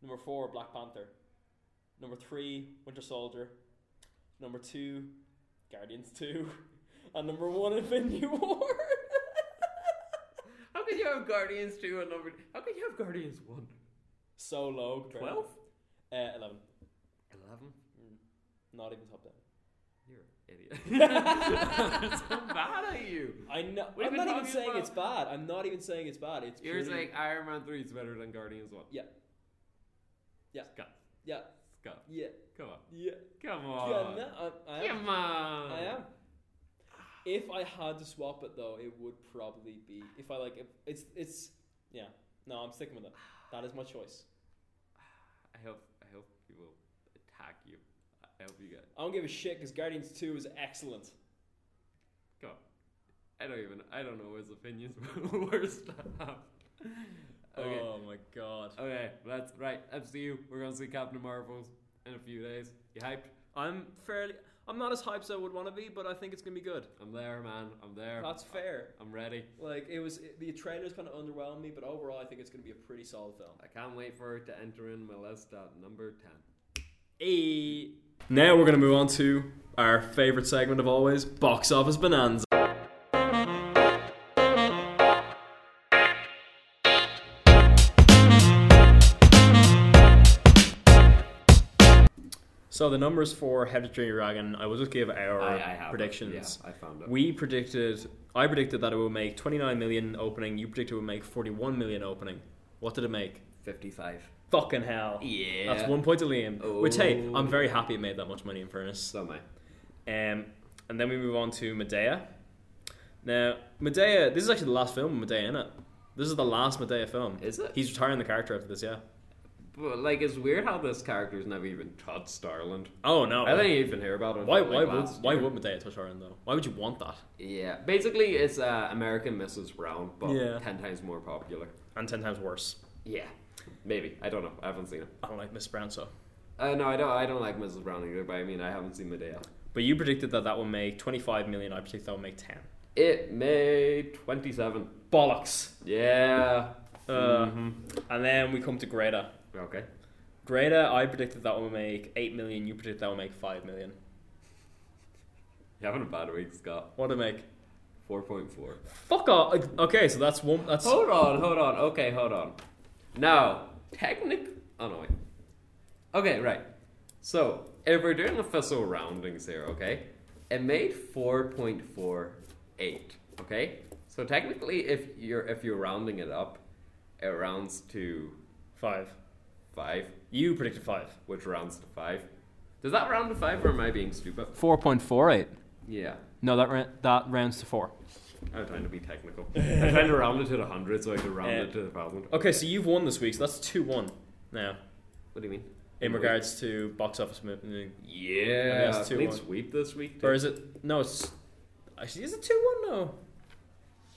Speaker 1: number four, Black Panther; number three, Winter Soldier; number two, Guardians Two; and number one, Infinity War.
Speaker 3: how could you have Guardians Two and number? How could you have Guardians One?
Speaker 1: So low.
Speaker 3: Twelve.
Speaker 1: Uh, eleven.
Speaker 3: Eleven.
Speaker 1: Mm. Not even top ten.
Speaker 3: You're an idiot. it's so bad at you.
Speaker 1: I know. I'm not even saying about? it's bad. I'm not even saying it's bad. It's
Speaker 3: you're purely... saying Iron Man three is better than Guardians one.
Speaker 1: Yeah. Yeah.
Speaker 3: Scott.
Speaker 1: Yeah.
Speaker 3: Scott.
Speaker 1: Yeah.
Speaker 3: Come on.
Speaker 1: Yeah.
Speaker 3: Come on.
Speaker 1: Yeah, no, I, I
Speaker 3: Come on.
Speaker 1: I am. Ah. If I had to swap it though, it would probably be if I like. If it's it's yeah. No, I'm sticking with it. That is my choice.
Speaker 3: I hope I hope people attack you. I hope you get.
Speaker 1: I don't give a shit because Guardians Two is excellent.
Speaker 3: Go. On. I don't even. I don't know his opinions were stuff.
Speaker 1: Okay. Oh my god.
Speaker 3: Okay, that's right. MCU. We're gonna see Captain Marvels in a few days. You hyped?
Speaker 1: I'm fairly. I'm not as hyped as I would want to be, but I think it's gonna be good.
Speaker 3: I'm there, man. I'm there.
Speaker 1: That's fair.
Speaker 3: I'm ready.
Speaker 1: Like it was, it, the trailers kind of underwhelmed me, but overall, I think it's gonna be a pretty solid film.
Speaker 3: I can't wait for it to enter in my list at number ten.
Speaker 1: Hey. Now we're going to move on to our favorite segment of always box office bonanza. So the numbers for How to Train Your Dragon, I will just give our
Speaker 3: I, I
Speaker 1: predictions.
Speaker 3: Yeah, I found it.
Speaker 1: We predicted, I predicted that it would make 29 million opening. You predicted it would make 41 million opening. What did it make?
Speaker 3: 55.
Speaker 1: Fucking hell.
Speaker 3: Yeah.
Speaker 1: That's one point to Liam. Oh. Which hey, I'm very happy it made that much money in fairness.
Speaker 3: So am
Speaker 1: I. Um, and then we move on to Medea. Now Medea, this is actually the last film of Medea in it. This is the last Medea film.
Speaker 3: Is it?
Speaker 1: He's retiring the character after this, yeah.
Speaker 3: But like, it's weird how this character's never even touched Ireland.
Speaker 1: Oh no!
Speaker 3: I didn't even hear about it.
Speaker 1: Why?
Speaker 3: Like
Speaker 1: why would? Why would Medea touch Ireland though? Why would you want that?
Speaker 3: Yeah, basically, it's uh, American Mrs. Brown, but yeah. ten times more popular
Speaker 1: and ten times worse.
Speaker 3: Yeah, maybe. I don't know. I haven't seen it.
Speaker 1: I don't like Mrs. Brown so.
Speaker 3: Uh, no, I don't. I don't like Mrs. Brown either. But I mean, I haven't seen Medea.
Speaker 1: But you predicted that that would make twenty-five million. I predicted that would make ten.
Speaker 3: It made twenty-seven.
Speaker 1: Bollocks.
Speaker 3: Yeah.
Speaker 1: Uh, mm-hmm. And then we come to Greta.
Speaker 3: Okay.
Speaker 1: Greta, I predicted that will make 8 million. You predicted that will make 5 million.
Speaker 3: You're having a bad week, Scott.
Speaker 1: What to make?
Speaker 3: 4.4.
Speaker 1: Fuck off. Okay, so that's one. That's
Speaker 3: Hold on, hold on. Okay, hold on. Now, technic. Oh, no, wait. Okay, right. So, if we're doing official roundings here, okay? It made 4.48, okay? So technically, if you're if you're rounding it up, it rounds to
Speaker 1: five
Speaker 3: five.
Speaker 1: You predicted five.
Speaker 3: Which rounds to five? Does that round to five, or am I being stupid?
Speaker 33: Four point four eight.
Speaker 3: Yeah.
Speaker 33: No, that ra- that rounds to four.
Speaker 3: I'm trying to be technical. I'm trying to round it to the hundred, so I could round yeah. it to the thousand.
Speaker 1: Okay, so you've won this week, so that's two one now.
Speaker 3: What do you mean?
Speaker 1: In, In regards week? to box office movement.
Speaker 3: Yeah, I mean, sweep this week.
Speaker 1: Too. Or is it? No, it's actually is it two one? No.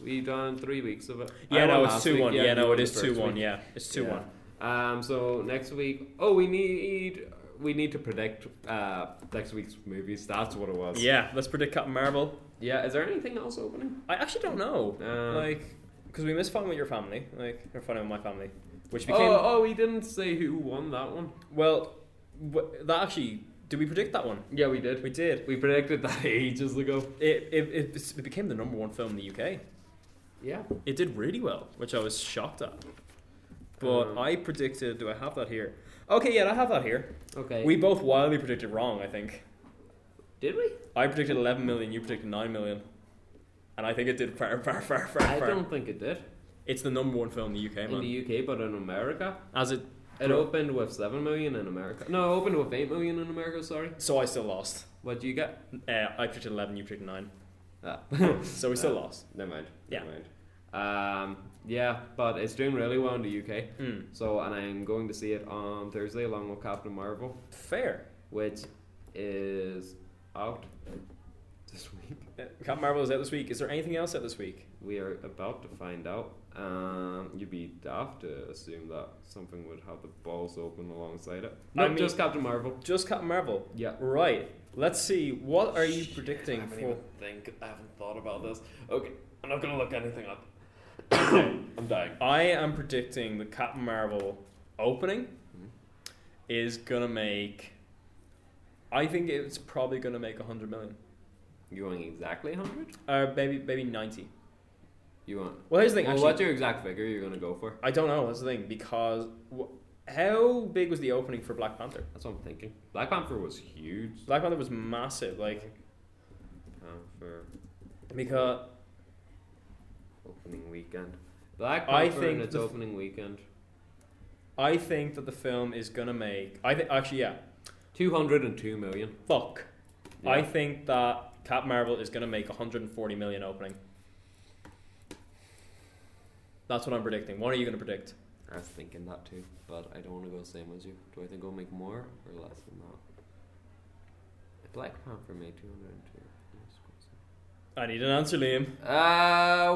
Speaker 3: We've done three weeks of it.
Speaker 1: Yeah, no, it's two one. Yeah, yeah, no, it is two one. Week. Yeah, it's two yeah. one.
Speaker 3: Um, so next week, oh, we need we need to predict uh, next week's movies. That's what it was.
Speaker 1: Yeah, let's predict Captain Marvel.
Speaker 3: Yeah, is there anything else opening? Um,
Speaker 1: I actually don't know. Uh, like, because we missed fun with your family, like or fun with my family, which became.
Speaker 3: Oh, oh, we didn't say who won that one.
Speaker 1: Well, wh- that actually. Did we predict that one?
Speaker 3: Yeah, we did.
Speaker 1: We did.
Speaker 3: We predicted that ages ago.
Speaker 1: It it, it, it became the number one film in the UK.
Speaker 3: Yeah.
Speaker 1: It did really well, which I was shocked at. But
Speaker 3: Mm.
Speaker 1: um, I predicted. Do I have that here? Okay, yeah, I have that here.
Speaker 3: Okay.
Speaker 1: We both wildly predicted wrong. I think.
Speaker 3: Did we?
Speaker 1: I predicted eleven million. You predicted nine million. And I think it did far, far, far, far,
Speaker 3: I
Speaker 1: far.
Speaker 3: don't think it did.
Speaker 1: It's the number one film in the UK, man.
Speaker 3: In the UK, but in America,
Speaker 1: as it
Speaker 3: it bro- opened with seven million in America. No, it opened with eight million in America. Sorry.
Speaker 1: So I still lost.
Speaker 3: What do you get?
Speaker 1: Uh, I predicted eleven. You predicted nine.
Speaker 3: Ah.
Speaker 1: so we still uh, lost.
Speaker 3: Never mind.
Speaker 1: Yeah.
Speaker 3: Never mind. Um, yeah, but it's doing really well in the UK.
Speaker 1: Mm.
Speaker 3: So, and I'm going to see it on Thursday along with Captain Marvel.
Speaker 1: Fair.
Speaker 3: Which is out this week.
Speaker 1: Uh, Captain Marvel is out this week. Is there anything else out this week?
Speaker 3: We are about to find out. Um, you'd be daft to assume that something would have the balls open alongside it. No, I mean, just Captain Marvel.
Speaker 1: Just Captain Marvel.
Speaker 3: Yeah.
Speaker 1: Right. Let's see. What are you Shit, predicting I for?
Speaker 3: think I haven't thought about this. Okay, I'm not gonna look anything up. I'm dying. I
Speaker 1: am predicting the Captain Marvel opening mm-hmm. is gonna make. I think it's probably gonna make hundred million.
Speaker 3: You going exactly hundred?
Speaker 1: Or uh, maybe maybe ninety.
Speaker 3: You want?
Speaker 1: Well, here's the thing.
Speaker 3: Well,
Speaker 1: actually,
Speaker 3: what's your exact figure you're gonna go for?
Speaker 1: I don't know. That's the thing because. Wh- how big was the opening for Black Panther?
Speaker 3: That's what I'm thinking. Black Panther was huge.
Speaker 1: Black Panther was massive, like.
Speaker 3: Panther.
Speaker 1: Because
Speaker 3: opening weekend. Black Panther I think its opening f- weekend.
Speaker 1: I think that the film is gonna make. I think actually, yeah,
Speaker 3: two hundred and two million.
Speaker 1: Fuck. Yeah. I think that Cap Marvel is gonna make one hundred and forty million opening. That's what I'm predicting. What are you gonna predict?
Speaker 3: I was thinking that too, but I don't want to go the same as you. Do I think I'll make more or less than that? Black Panther made two hundred and two.
Speaker 1: I need an answer, Liam.
Speaker 3: Uh,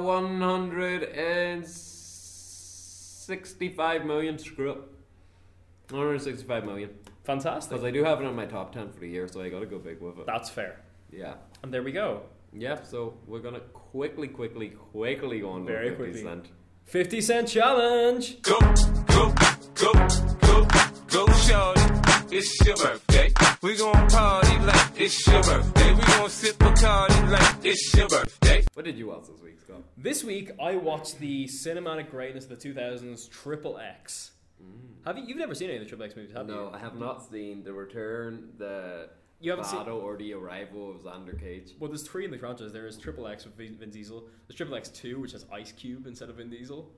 Speaker 3: 165 million. Screw up. 165 million.
Speaker 1: Fantastic.
Speaker 3: Because I do have it on my top 10 for the year, so I gotta go big with it.
Speaker 1: That's fair.
Speaker 3: Yeah.
Speaker 1: And there we go.
Speaker 3: Yeah, so we're gonna quickly, quickly, quickly go on
Speaker 1: Very
Speaker 3: with 50
Speaker 1: quickly.
Speaker 3: Cent.
Speaker 1: 50 Cent Challenge!
Speaker 5: Go, go, go, go, go, shorty.
Speaker 4: it's your birthday. We gon' party like it's your birthday. We gon' sip a party like it's your birthday.
Speaker 3: What did you watch this week, Scott?
Speaker 1: This week I watched the cinematic greatness of the 2000s Triple X. Mm. Have you? You've never seen any of the Triple X movies, have
Speaker 3: no,
Speaker 1: you?
Speaker 3: No, I have not seen the Return, the you haven't Vado seen or the arrival of Xander Cage.
Speaker 1: Well, there's three in the franchise. There is Triple X with Vin Diesel. There's Triple X Two, which has Ice Cube instead of Vin Diesel.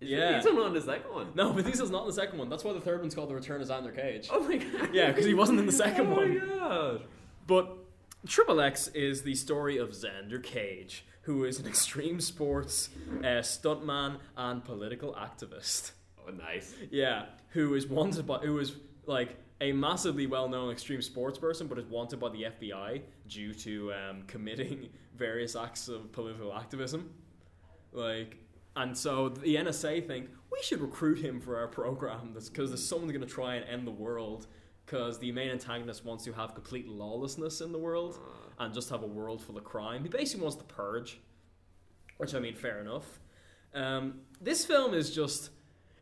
Speaker 3: Is yeah, Vin Diesel not in the second one.
Speaker 1: No, Vin Diesel's not in the second one. That's why the third one's called The Return of Xander Cage.
Speaker 3: Oh my god.
Speaker 1: Yeah, because he wasn't in the second
Speaker 3: oh
Speaker 1: one.
Speaker 3: Oh my god.
Speaker 1: But Triple X is the story of Xander Cage, who is an extreme sports uh, stuntman and political activist.
Speaker 3: Oh, nice.
Speaker 1: Yeah, who is wanted by who is like a massively well-known extreme sports person, but is wanted by the FBI due to um, committing various acts of political activism. Like, and so the NSA think we should recruit him for our program because there's someone going to try and end the world because the main antagonist wants to have complete lawlessness in the world and just have a world full of crime. He basically wants the purge, which I mean, fair enough. Um, this film is just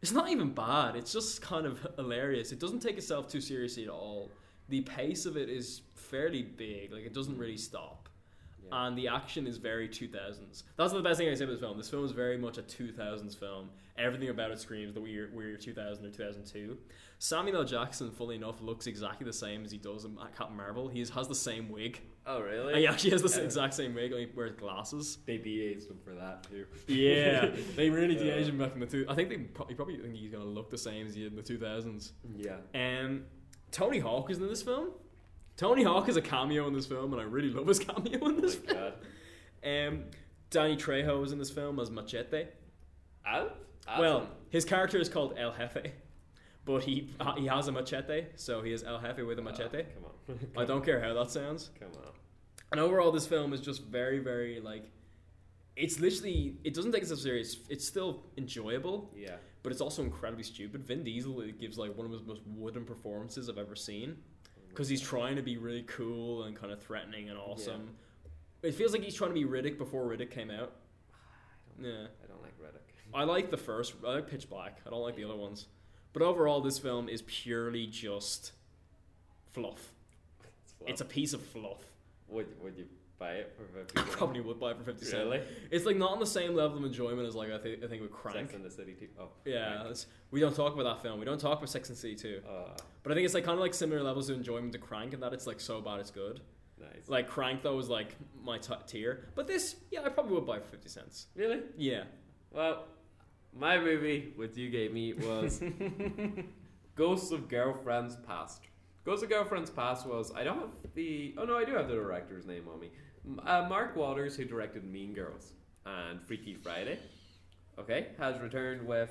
Speaker 1: it's not even bad. It's just kind of hilarious. It doesn't take itself too seriously at all. The pace of it is fairly big. Like it doesn't really stop. Yeah. And the action is very 2000s. That's the best thing I can say about this film. This film is very much a 2000s film. Everything about it screams that we're, we're 2000 or 2002. Samuel L. Jackson, fully enough, looks exactly the same as he does in Captain Marvel. He has the same wig.
Speaker 3: Oh, really?
Speaker 1: And he actually has the yeah. exact same wig. Like, he wears glasses.
Speaker 3: They de-aged him for that, too.
Speaker 1: Yeah, they really yeah. de-aged him back in the... Two- I think they probably, probably think he's going to look the same as he did in the 2000s.
Speaker 3: Yeah.
Speaker 1: Um, Tony Hawk is in this film. Tony Hawk is a cameo in this film, and I really love his cameo in this oh film. God. Um, Danny Trejo is in this film as Machete.
Speaker 3: Al?
Speaker 1: Well, his character is called El Jefe, but he he has a machete, so he is El Jefe with a machete.
Speaker 3: Oh, come on. come
Speaker 1: I don't care how that sounds.
Speaker 3: Come on.
Speaker 1: And overall, this film is just very, very like. It's literally. It doesn't take itself serious. It's still enjoyable.
Speaker 3: Yeah.
Speaker 1: But it's also incredibly stupid. Vin Diesel gives like one of his most wooden performances I've ever seen because he's trying to be really cool and kind of threatening and awesome. Yeah. It feels like he's trying to be Riddick before Riddick came out.
Speaker 3: I
Speaker 1: yeah,
Speaker 3: I don't like Riddick.
Speaker 1: I like the first. I like Pitch Black. I don't like the other ones. But overall, this film is purely just fluff. It's, fluff. it's a piece of fluff.
Speaker 3: Would Would you buy it for fifty? I
Speaker 1: probably would buy it for fifty cents.
Speaker 3: Really?
Speaker 1: It's like not on the same level of enjoyment as like I, th- I think with Crank.
Speaker 3: Sex and the City Two. Oh,
Speaker 1: yeah, we don't talk about that film. We don't talk about Sex and the City Two.
Speaker 3: Uh,
Speaker 1: but I think it's like kind of like similar levels of enjoyment to Crank, and that it's like so bad it's good.
Speaker 3: Nice.
Speaker 1: Like Crank though was like my t- tier, but this, yeah, I probably would buy for fifty cents.
Speaker 3: Really?
Speaker 1: Yeah.
Speaker 3: Well, my movie, what you gave me was Ghosts of Girlfriends Past. Ghosts of Girlfriends Past was I don't have the oh no I do have the director's name on me. Uh, Mark Waters, who directed Mean Girls and Freaky Friday, okay, has returned with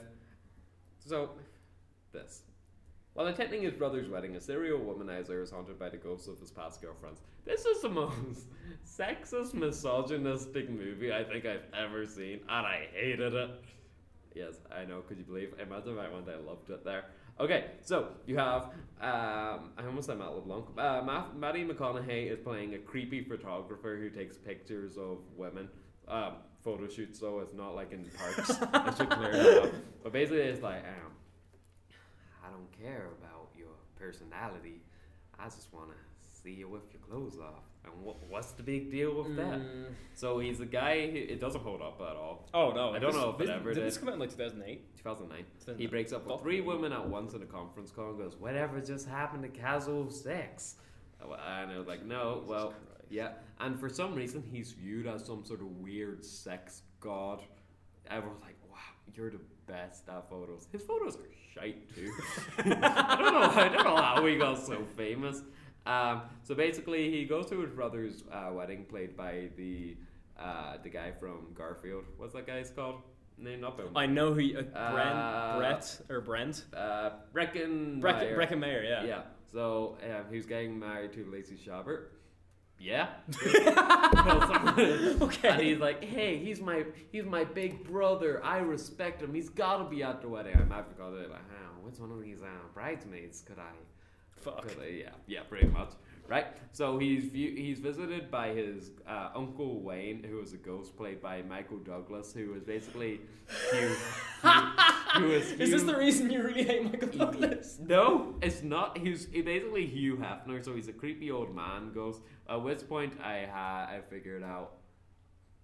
Speaker 3: so this. While attending his brother's wedding, a serial womanizer is haunted by the ghosts of his past girlfriends. This is the most sexist, misogynistic movie I think I've ever seen, and I hated it. Yes, I know. Could you believe? Imagine if I went, I loved it there. Okay, so you have um, I almost said Matt LeBlanc. Uh, Matt, Maddie McConaughey is playing a creepy photographer who takes pictures of women. Um, photo shoots, so it's not like in parks. I should clear that up. But basically, it's like um, I don't care about your personality. I just want to see you with your clothes off. And what, what's the big deal with that?
Speaker 1: Mm.
Speaker 3: So he's a guy who it doesn't hold up at all.
Speaker 1: Oh no,
Speaker 3: I don't
Speaker 1: this,
Speaker 3: know if
Speaker 1: this,
Speaker 3: it ever
Speaker 1: did.
Speaker 3: Did
Speaker 1: this come out in like 2008?
Speaker 3: 2009. 2009. He breaks up with three women at once in a conference call and goes, "Whatever just happened to casual sex?" And I was like, "No, Jesus well, Christ. yeah." And for some reason, he's viewed as some sort of weird sex god. Everyone's like, "Wow, you're the best at photos." His photos are shite too. I don't know. I don't know how he got so famous. Um, so basically, he goes to his brother's uh, wedding, played by the uh, the guy from Garfield. What's that guy's called? Name up him.
Speaker 1: I know who you, uh, Brent, uh, Brett or Brent.
Speaker 3: Uh, Brecken.
Speaker 1: Brecken, Brecken Mayer. Yeah.
Speaker 3: Yeah. So um, he was getting married to Lacey Chabert. Yeah.
Speaker 1: okay.
Speaker 3: And he's like, hey, he's my he's my big brother. I respect him. He's got to be at the wedding. I'm I forgot it. Like, oh, which one of these bridesmaids could I?
Speaker 1: Fuck.
Speaker 3: yeah, yeah, pretty much. Right. So he's view- he's visited by his uh, uncle Wayne, who is a ghost played by Michael Douglas, who is basically Hugh, Hugh,
Speaker 1: Is this the reason you really hate Michael Douglas?
Speaker 3: No, it's not. He's he basically Hugh Hefner, so he's a creepy old man. Goes at which point I ha- I figured out.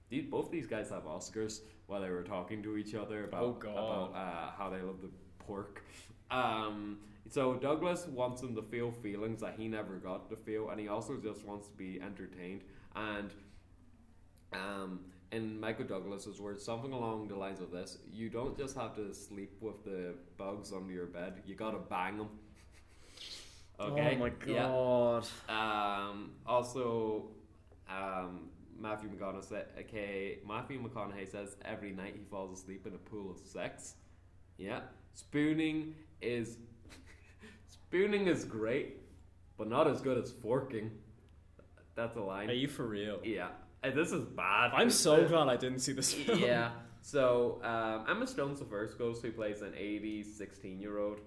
Speaker 3: These, both these guys have Oscars while they were talking to each other about,
Speaker 1: oh
Speaker 3: about uh, how they love the pork. Um, so Douglas wants him to feel feelings that he never got to feel, and he also just wants to be entertained. And um, in Michael Douglas's words, something along the lines of this: you don't just have to sleep with the bugs under your bed; you gotta bang them. okay.
Speaker 1: Oh my god.
Speaker 3: Yeah. Um, also, um, Matthew McConaughey said, "Okay, Matthew McConaughey says every night he falls asleep in a pool of sex." Yeah, spooning is spooning is great, but not as good as forking. That's a line.
Speaker 1: Are you for real?
Speaker 3: Yeah. And this is bad.
Speaker 1: I'm so it? glad I didn't see this film.
Speaker 3: Yeah. So um, Emma Stone Severskos, who plays an 80, 16 year old,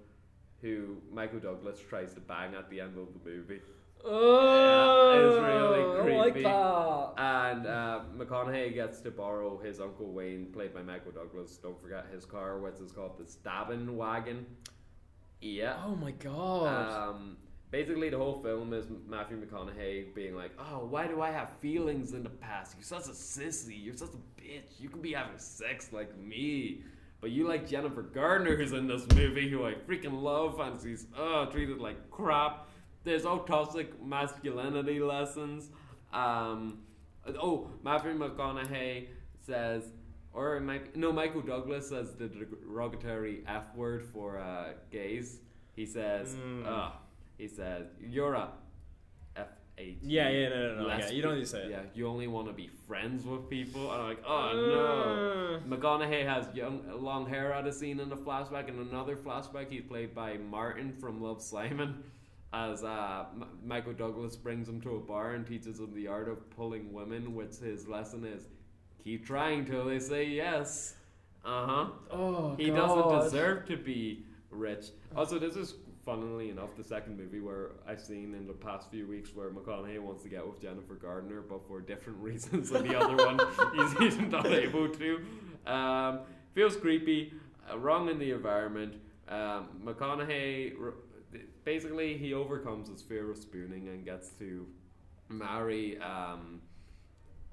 Speaker 3: who Michael Douglas tries to bang at the end of the movie.
Speaker 1: Oh,
Speaker 3: yeah, really creepy.
Speaker 1: I Oh, like that.
Speaker 3: And uh, McConaughey gets to borrow his uncle Wayne, played by Michael Douglas. Don't forget his car. What's it's called? The stabbing wagon. Yeah.
Speaker 1: Oh my god.
Speaker 3: Um, basically, the whole film is Matthew McConaughey being like, "Oh, why do I have feelings in the past? You're such a sissy. You're such a bitch. You could be having sex like me." But you like Jennifer Gardner, who's in this movie, who I freaking love, and she's uh, treated like crap there's all toxic masculinity lessons. Um, oh, Matthew McConaughey says, or Mike, no, Michael Douglas says the derogatory F word for uh, gays. He says, mm. uh, he says, you're a F A T.
Speaker 1: Yeah, yeah, no, no, no. Yeah, you don't need to say it.
Speaker 3: Yeah, you only want to be friends with people. And I'm like, oh
Speaker 1: Uh.
Speaker 3: no. McConaughey has young, long hair out of scene in a flashback. and another flashback, he's played by Martin from Love Simon as uh, M- Michael Douglas brings him to a bar and teaches him the art of pulling women, which his lesson is keep trying till they say yes. Uh huh.
Speaker 1: Oh,
Speaker 3: he
Speaker 1: God.
Speaker 3: doesn't deserve to be rich. Also, this is funnily enough the second movie where I've seen in the past few weeks where McConaughey wants to get with Jennifer Gardner, but for different reasons than the other one, he's, he's not able to. Um, feels creepy, uh, wrong in the environment. Um, McConaughey. Re- basically he overcomes his fear of spooning and gets to marry um,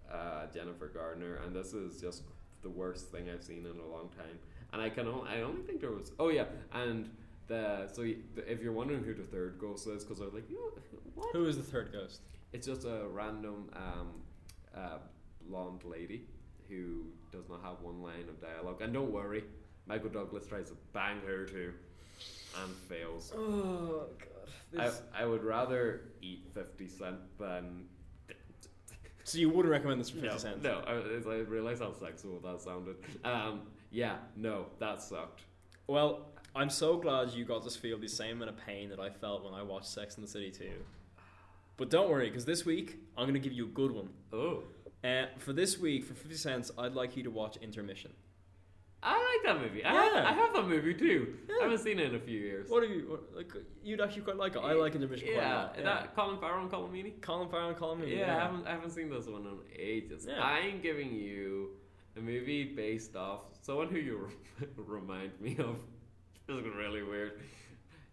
Speaker 3: uh, Jennifer Gardner, and this is just the worst thing I've seen in a long time. And I can only, I only think there was oh yeah, and the so you, the, if you're wondering who the third ghost is, because I was like, you know, what?
Speaker 1: Who is the third ghost?
Speaker 3: It's just a random um, uh, blonde lady who does not have one line of dialogue. And don't worry, Michael Douglas tries to bang her too and fails.
Speaker 1: Oh god! This...
Speaker 3: I, I would rather eat fifty cent than.
Speaker 1: so you wouldn't recommend this for fifty
Speaker 3: no,
Speaker 1: cent?
Speaker 3: No, I, I realize how sexual that sounded. Um, yeah, no, that sucked.
Speaker 1: Well, I'm so glad you got to feel the same amount of pain that I felt when I watched Sex in the City too. But don't worry, because this week I'm gonna give you a good one.
Speaker 3: Oh.
Speaker 1: Uh, for this week, for fifty cents, I'd like you to watch Intermission.
Speaker 3: I like that movie. I, yeah. have, I have that movie too. Yeah. I haven't seen it in a few years.
Speaker 1: What do you what, like? You'd actually quite like it. I like Intermission
Speaker 3: yeah,
Speaker 1: quite a lot.
Speaker 3: Yeah, that Colin Farrell and Colin Meaney.
Speaker 1: Colin Farrell and Colin Meaney.
Speaker 3: Yeah, yeah, I haven't I haven't seen this one in ages. I'm giving you a movie based off someone who you remind me of. This is really weird.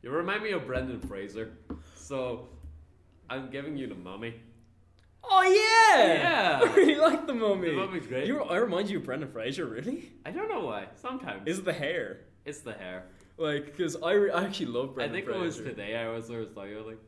Speaker 3: You remind me of Brendan Fraser, so I'm giving you the Mummy.
Speaker 1: Oh yeah,
Speaker 3: yeah.
Speaker 1: I really like the mummy.
Speaker 3: The mummy's great.
Speaker 1: You, I remind you of Brendan Fraser, really?
Speaker 3: I don't know why. Sometimes
Speaker 1: is the hair.
Speaker 3: It's the hair.
Speaker 1: Like, because I, re- I actually love Brendan.
Speaker 3: I think
Speaker 1: Fraser.
Speaker 3: it was today. I was, I was like, I was like,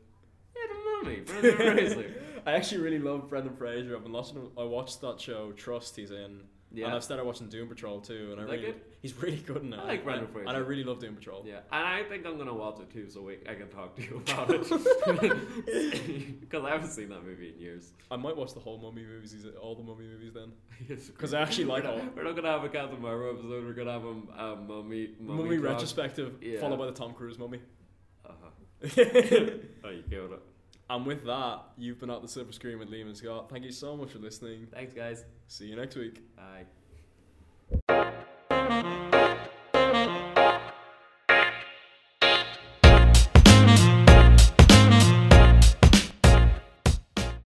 Speaker 3: yeah, the mummy, Brendan Fraser.
Speaker 1: I actually really love Brendan Fraser. I've been watching. I watched that show Trust. He's in. Yeah. And I've started watching Doom Patrol too, and
Speaker 3: is
Speaker 1: I really
Speaker 3: good?
Speaker 1: he's really good in it.
Speaker 3: I like Brendan Fraser,
Speaker 1: and I really love Doom Patrol.
Speaker 3: Yeah, and I think I'm gonna watch it too, so we, I can talk to you about it because I haven't seen that movie in years.
Speaker 1: I might watch the whole Mummy movies, all the Mummy movies then, because I actually like
Speaker 3: we're
Speaker 1: all.
Speaker 3: Not, we're not gonna have a Captain Marvel episode. We're gonna have a, a Mummy
Speaker 1: Mummy, mummy retrospective yeah. followed by the Tom Cruise Mummy.
Speaker 3: Uh-huh. oh, you killed it.
Speaker 1: And with that, you've been at the silver screen with Liam and Scott. Thank you so much for listening.
Speaker 3: Thanks, guys.
Speaker 1: See you next week.
Speaker 3: Bye.